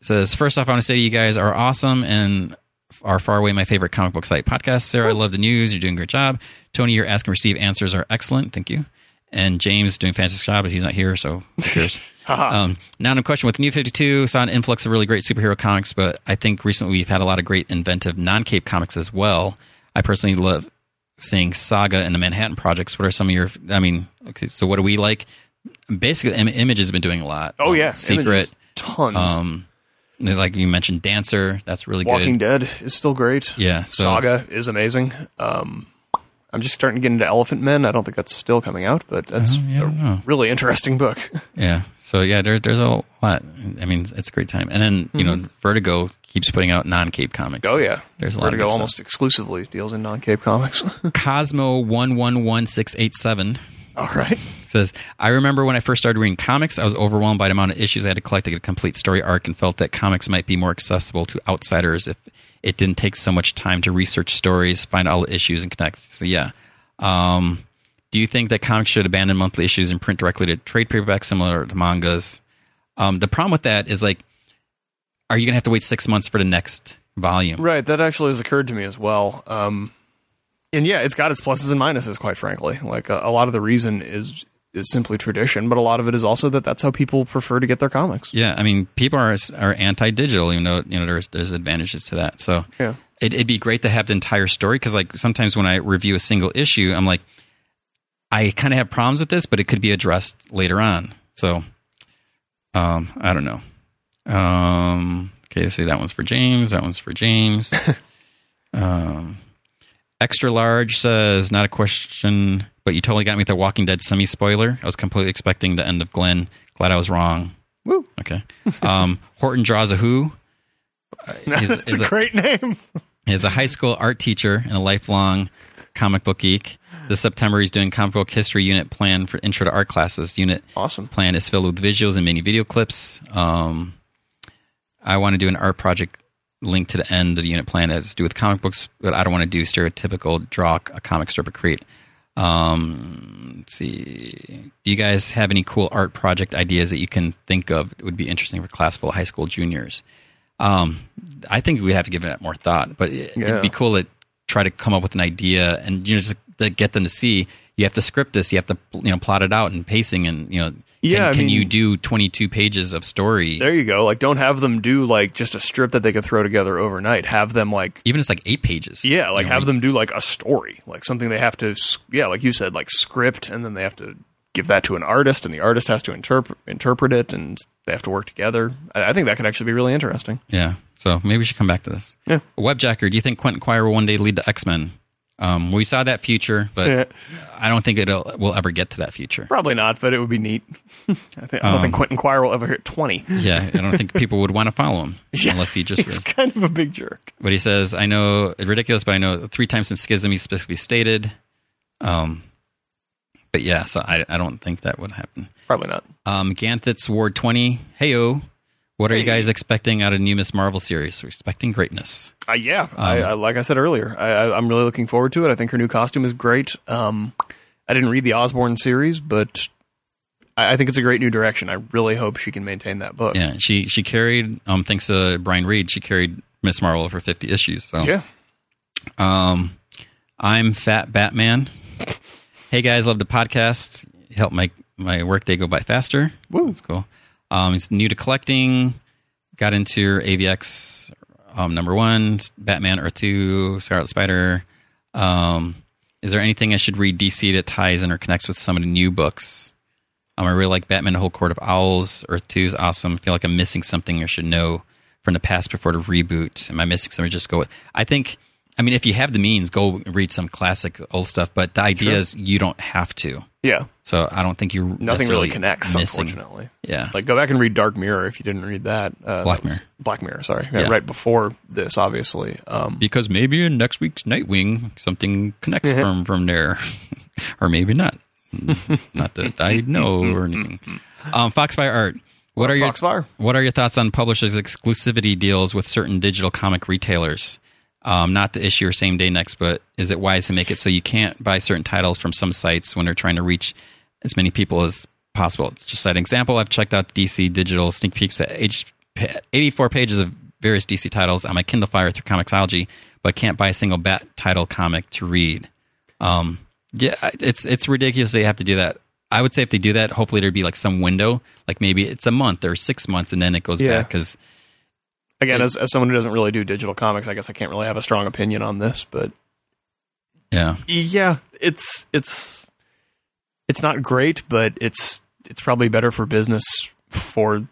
S2: says, first off, I want to say you guys are awesome and are far away my favorite comic book site podcast. Sarah, I love the news. You're doing a great job. Tony, your ask and receive answers are excellent. Thank you. And James doing a fantastic job, but he's not here, so
S3: <laughs>
S2: cheers. um, now, in a question with New 52, saw an influx of really great superhero comics, but I think recently we've had a lot of great inventive non cape comics as well. I personally love seeing Saga and the Manhattan Projects. What are some of your? I mean, okay, so what do we like? Basically, Im- Image has been doing a lot.
S3: Oh
S2: Um,
S3: yeah,
S2: Secret.
S3: Images. tons.
S2: Um, like you mentioned, Dancer. That's really
S3: Walking
S2: good.
S3: Dead is still great.
S2: Yeah, so-
S3: Saga is amazing. Um, I'm just starting to get into Elephant Men. I don't think that's still coming out, but that's
S2: Oh, yeah, I don't know.
S3: a really interesting book. <laughs>
S2: Yeah. So yeah, there, there's a lot. I mean, it's a great time. And then you know, Vertigo keeps putting out non-Cape comics.
S3: Mm-hmm. Oh yeah,
S2: There's a lot of
S3: Vertigo
S2: good stuff.
S3: almost exclusively deals in non-Cape comics. <laughs>
S2: Cosmo one one one six eight seven
S3: All right,
S2: says, "I remember when I first started reading comics, I was overwhelmed by the amount of issues I had to collect to get a complete story arc, and felt that comics might be more accessible to outsiders if it didn't take so much time to research stories, find all the issues, and connect." So yeah. Um, do you think that comics should abandon monthly issues and print directly to trade paperbacks similar to mangas? Um, the problem with that is like, are you gonna have to wait six months for the next volume?
S3: right. That actually has occurred to me as well. Um, and yeah, it's got its pluses and minuses, quite frankly. Like a, a lot of the reason is is simply tradition, but a lot of it is also that that's how people prefer to get their comics.
S2: Yeah, I mean, people are are anti-digital, even though you know there's there's advantages to that. So
S3: Yeah. <laughs>
S2: it, it'd be great to have the entire story because like sometimes when I review a single issue, I'm like, I kind of have problems with this, but it could be addressed later on. So um, I don't know. Um, okay, let's see. That one's for James. That one's for James. um, extra large says not a question, but you totally got me with the Walking Dead semi spoiler. I was completely expecting the end of Glenn. Glad I was wrong.
S3: Woo.
S2: Okay. Um, Horton draws a who. Is-
S3: It's
S2: is
S3: a
S2: it-
S3: great name.
S2: is a high school art teacher and a lifelong comic book geek. This September, he's doing comic book history unit plan for intro to art classes. Unit
S3: Awesome.
S2: plan is filled with visuals and mini video clips. Um, I want to do an art project linked to the end of the unit plan that has to do with comic books, but I don't want to do stereotypical draw a comic strip or create. Um, let's see. Do you guys have any cool art project ideas that you can think of? It would be interesting for class full of high school juniors. Um, I think we'd have to give that more thought, but it,
S3: Yeah.
S2: it'd be cool to try to come up with an idea and you know just to get them to see. You have to script this. You have to you know plot it out and pacing and you know. Can,
S3: Yeah, I
S2: can you
S3: mean-
S2: do twenty two pages of story?
S3: There you go. Like, don't have them do like just a strip that they could throw together overnight. Have them like,
S2: even if it's like eight pages.
S3: yeah, like
S2: You know,
S3: have them do like a story, like something they have to, s- yeah, like you said, like script, and then they have to give that to an artist, and the artist has to interpret interpret it, and they have to work together. I, I think that could actually be really interesting.
S2: Yeah. So maybe we should come back to this.
S3: Yeah.
S2: Webjacker, do you think Quentin Quire will one day lead to X Men? Um, we saw that future, but
S3: Yeah.
S2: I don't think it'll we'll ever get to that future.
S3: Probably not, but it would be neat. <laughs> I, think, I
S2: Um,
S3: don't think Quentin Quire will ever hit twenty.
S2: Yeah, I don't think people would want to follow him unless he just.
S3: <laughs> He's kind of a big jerk.
S2: But he says, "I know it's ridiculous, but I know three times since Schism he specifically stated." Um, but yeah, so I, I don't think that would happen.
S3: Probably not.
S2: Um, Ganthitz Ward twenty. Heyo, what are you guys expecting out of new Miss Marvel series? We're expecting greatness.
S3: Uh, yeah,
S2: Um,
S3: I, I, like I said earlier, I, I, I'm really looking forward to it. I think her new costume is great. Um, I didn't read the Osborne series, but I, I think it's a great new direction. I really hope she can maintain that book.
S2: Yeah, she she carried um thanks to Brian Reed, she carried Miss Marvel for 50 issues. So
S3: Yeah.
S2: um I'm Fat Batman. Hey guys, love the podcast. Help my my workday go by faster. Woo. That's cool. Um it's new to collecting. Got into your AVX um number 1, Batman Earth 2, Scarlet Spider. Um is there anything I should read DC that ties in or connects with some of the new books? Um, I really like Batman, The Whole Court of Owls. Earth 2 is awesome. feel like I'm missing something I should know from the past before the reboot. Am I missing something? Just go with. I think, I mean, if you have the means, go read some classic old stuff, but the idea is you don't have to.
S3: Yeah.
S2: So I don't think you're
S3: Nothing
S2: necessarily
S3: really connects,
S2: missing.
S3: unfortunately.
S2: Yeah.
S3: Like, go back and read Dark Mirror if you didn't read that. Uh,
S2: Black
S3: that was-
S2: Mirror.
S3: Black Mirror, sorry. Yeah,
S2: Yeah.
S3: Right before this, obviously. Um,
S2: because maybe in next week's Nightwing, something
S3: <laughs>
S2: connects from, from there. <laughs> or maybe not. <laughs> not that I know or anything. Um, Foxfire Art. What are your
S3: Foxfire.
S2: What are your thoughts on publishers' exclusivity deals with certain digital comic retailers? Um, not the issue or same day next, but is it wise to make it so you can't buy certain titles from some sites when they're trying to reach as many people as possible? It's just an example. I've checked out DC digital sneak peeks at age, 84 pages of various DC titles on my Kindle Fire through Comixology, but can't buy a single Bat title comic to read. Um, yeah, I- it's it's ridiculous they have to do that. I would say if they do that, hopefully there'd be like some window, like maybe it's a month or six months, and then it goes
S3: Yeah.
S2: back because
S3: again, as, as someone who doesn't really do digital comics, I guess I can't really have a strong opinion on this, but
S2: Yeah.
S3: yeah, it's it's it's not great, but it's it's probably better for business for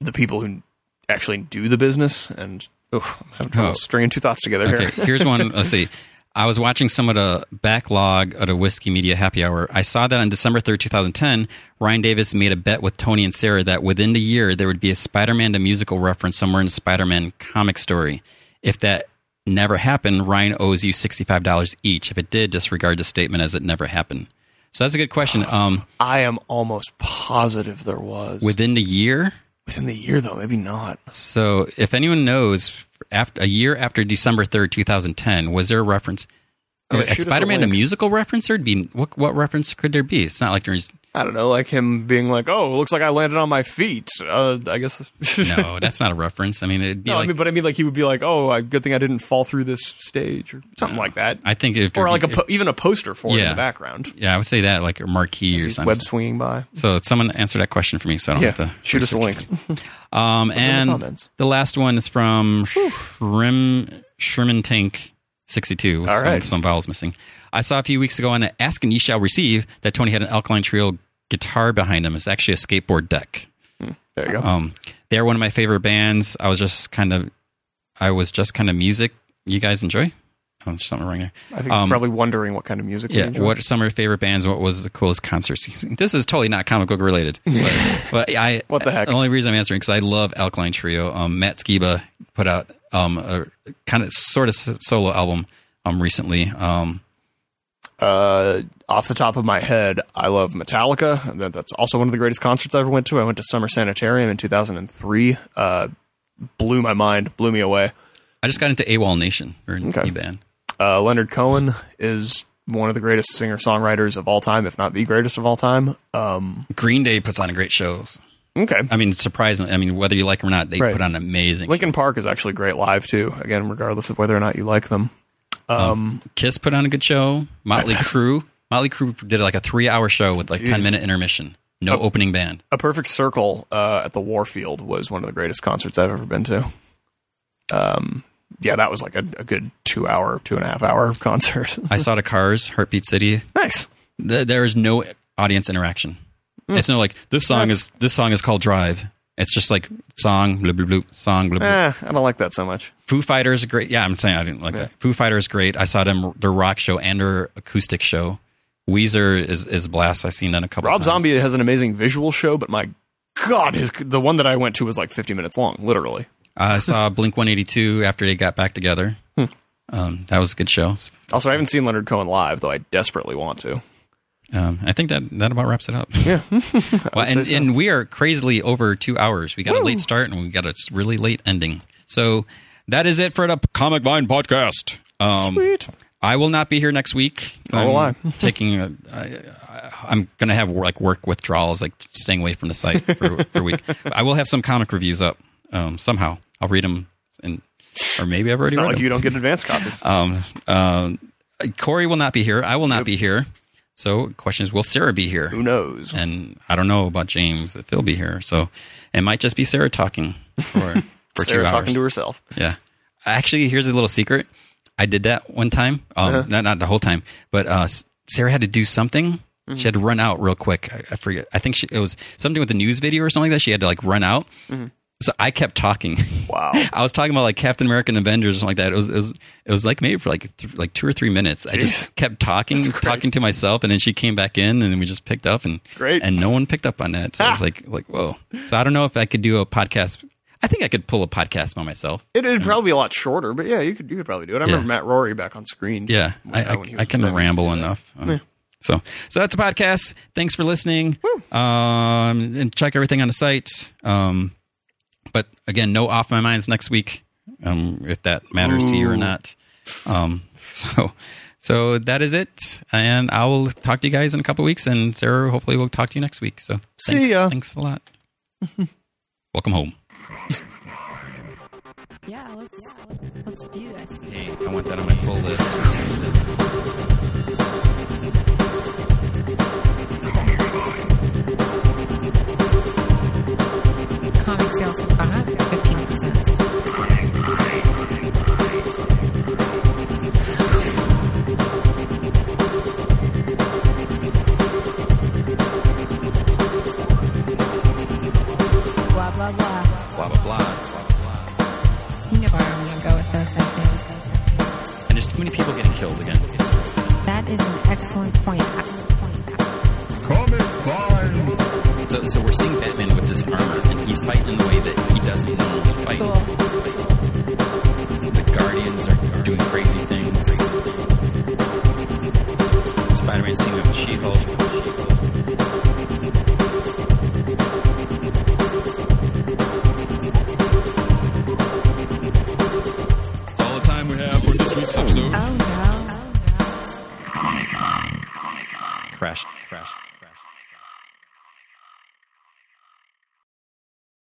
S3: the people who actually do the business. And oh, I'm having trouble
S2: Oh.
S3: stringing two thoughts together
S2: Okay,
S3: here.
S2: here's one. Let's see. I was watching some of the backlog of the Whiskey Media Happy Hour. I saw that on December 3rd, 2010, Ryan Davis made a bet with Tony and Sarah that within the year there would be a Spider Man to musical reference somewhere in the Spider Man comic story. If that never happened, Ryan owes you $65 each. If it did, disregard the statement as it never happened. So that's a good question. Um,
S3: <laughs> I am almost positive there was
S2: within the year,
S3: within the year, though. Maybe not.
S2: So, if anyone knows, after a year after December third, two thousand ten, was there a reference?
S3: Yeah,
S2: Oh,
S3: shoot us a
S2: Spider-Man a
S3: link.
S2: musical reference? There'd be what? What reference could there be? It's not like there's
S3: I don't know, like him being like, "Oh, looks like I landed on my feet." Uh, I guess. <laughs>
S2: no. that's not a reference. I mean, it'd be
S3: No,
S2: like
S3: I mean, but I mean, like he would be like, "Oh, I, good thing I didn't fall through this stage," or something like that,
S2: I think if
S3: or like a
S2: if-
S3: po- even a poster for it in
S2: Yeah.
S3: the background.
S2: yeah, I would say that like a marquee or
S3: He's
S2: something.
S3: web swinging by.
S2: so someone answer that question for me, so I don't
S3: Yeah,
S2: have to
S3: shoot us a
S2: research.
S3: link.
S2: Um,
S3: in the
S2: and the,
S3: comments.
S2: last one is from Shrim, Sherman Tank 62. With
S3: All
S2: some,
S3: right.
S2: some vowels missing. I saw a few weeks ago on Ask and Ye Shall Receive that Tony had an Alkaline Trio guitar behind him. It's actually a skateboard deck.
S3: There you go.
S2: Um, they're one of my favorite bands. I was just kind of, I was just kind of music you guys enjoy. Oh, there's something wrong there.
S3: I think you're probably wondering what kind of music. we
S2: um, Yeah.
S3: enjoy.
S2: What are some of your favorite bands? What was the coolest concert season? <laughs> This is totally not comic book related. But,
S3: <laughs>
S2: but I,
S3: What the heck?
S2: The only reason I'm answering because I love Alkaline Trio. Um, Matt Skiba put out um, a kind of sort of s- solo album um, recently. Um,
S3: Uh, off the top of my head, I love Metallica. That- That's also one of the greatest concerts I ever went to. I went to Summer Sanitarium in 2003. Uh, blew my mind, blew me away.
S2: I just got into AWOL Nation or an
S3: Okay.
S2: band.
S3: Uh, Leonard Cohen is one of the greatest singer songwriters of all time, if not the greatest of all time. Um,
S2: Green Day puts on a great shows.
S3: okay.
S2: I mean, surprisingly, I mean, whether you like them or not, they
S3: Right.
S2: put on amazing.
S3: Lincoln Park is actually great live too. Again, regardless of whether or not you like them.
S2: show. Kiss put on a good show.
S3: <laughs>
S2: Motley Crue. Motley Crue did like a three-hour show with like ten-minute intermission,
S3: Oh.
S2: no opening band.
S3: A Perfect Circle uh, at the Warfield was one of the greatest concerts I've ever been to. Um, yeah, that was like a, a good two hour, two and a half hour <laughs> concert.
S2: I saw the Cars, Heartbeat City.
S3: nice.
S2: Th- there is no audience interaction.
S3: Mm.
S2: It's no like this song is this song is called Drive. It's just like song blah blah blah song blah blah.
S3: Eh, I don't like that so much.
S2: Foo Fighters is great. Yeah, I'm saying I didn't like that. Foo Fighters is great. I saw them their rock show and their acoustic show. Weezer is is a blast. I've seen them a couple.
S3: Rob
S2: times.
S3: Zombie has an amazing visual show, but my God, his the one that I went to was like 50 minutes long, literally.
S2: I saw Blink 182 after they got back together.
S3: Hmm.
S2: Um, that was a good show.
S3: Also, I haven't seen Leonard Cohen live, though I desperately want to.
S2: Um, I think that that about wraps it up.
S3: Yeah. <laughs>
S2: Well, and,
S3: say so.
S2: and we are crazily over two hours. We got a late start and we got a s- really late ending. So that is it for the Comic Vine podcast. Um,
S3: Sweet.
S2: I will not be here next week.
S3: Nor will
S2: I'm <laughs>
S3: I.
S2: taking. A, I, I, I'm going to have like work withdrawals, like staying away from the site for, for a week. I will have some comic reviews up um, somehow. I'll read them, and or maybe I've already
S3: Not
S2: read
S3: like
S2: them.
S3: you don't get advance copies.
S2: Um, um, Corey will not be here. I will not be here. So, question is, will Sarah be here?
S3: Who knows?
S2: And I don't know about James if he'll be here. So, it might just be Sarah talking for for
S3: Sarah
S2: two
S3: talking
S2: hours.
S3: to herself.
S2: Yeah. Actually, here's a little secret. I did that one time. Um,
S3: Uh-huh.
S2: Not not the whole time, but uh, S- Sarah had to do something.
S3: Mm-hmm.
S2: She had to run out real quick. I, I forget. I think she, it was something with the news video or something like that. She had to like run out. So I kept talking.
S3: Mm-hmm. Wow.
S2: <laughs> I was talking about like Captain America and Avengers or something like that. It was it was, it was like maybe for like th- like two or three minutes. I just kept talking, talking to myself, and then she came back in, and we just picked up and
S3: Great.
S2: And no one picked up on that, so I was like like whoa. So I don't know if I could do a podcast. I think I could pull a podcast by myself.
S3: It, it'd probably be a lot shorter, but yeah, you could you could probably do it. I remember
S2: Mm. Yeah.
S3: Matt Rory back on screen.
S2: Yeah, I
S3: Wow,
S2: I,
S3: when he was
S2: I can
S3: with them, he
S2: ramble enough. Um, So so that's a podcast. Thanks for listening. Um, and check everything on the site. Um, but again, no off my minds next week. Um, if that matters to you or not. Um, so so that is it, and I will talk to you guys in a couple weeks. And Sarah, hopefully, we'll talk to you next week. So thanks,
S3: See ya.
S2: Thanks a
S3: <laughs>
S2: lot. Welcome home.
S4: Yeah, let's let's do this.
S2: Hey, I want that on my full list.
S4: Comic sales have gone up fifteen percent.
S2: killed again.
S4: That is an excellent point.
S2: So, so we're seeing Batman with this armor, and he's fighting in the way that he doesn't normally fight. The Guardians are doing crazy things. Spider-Man's teaming up with She-Hulk. That's all the time we have for this week's episode.
S4: Oh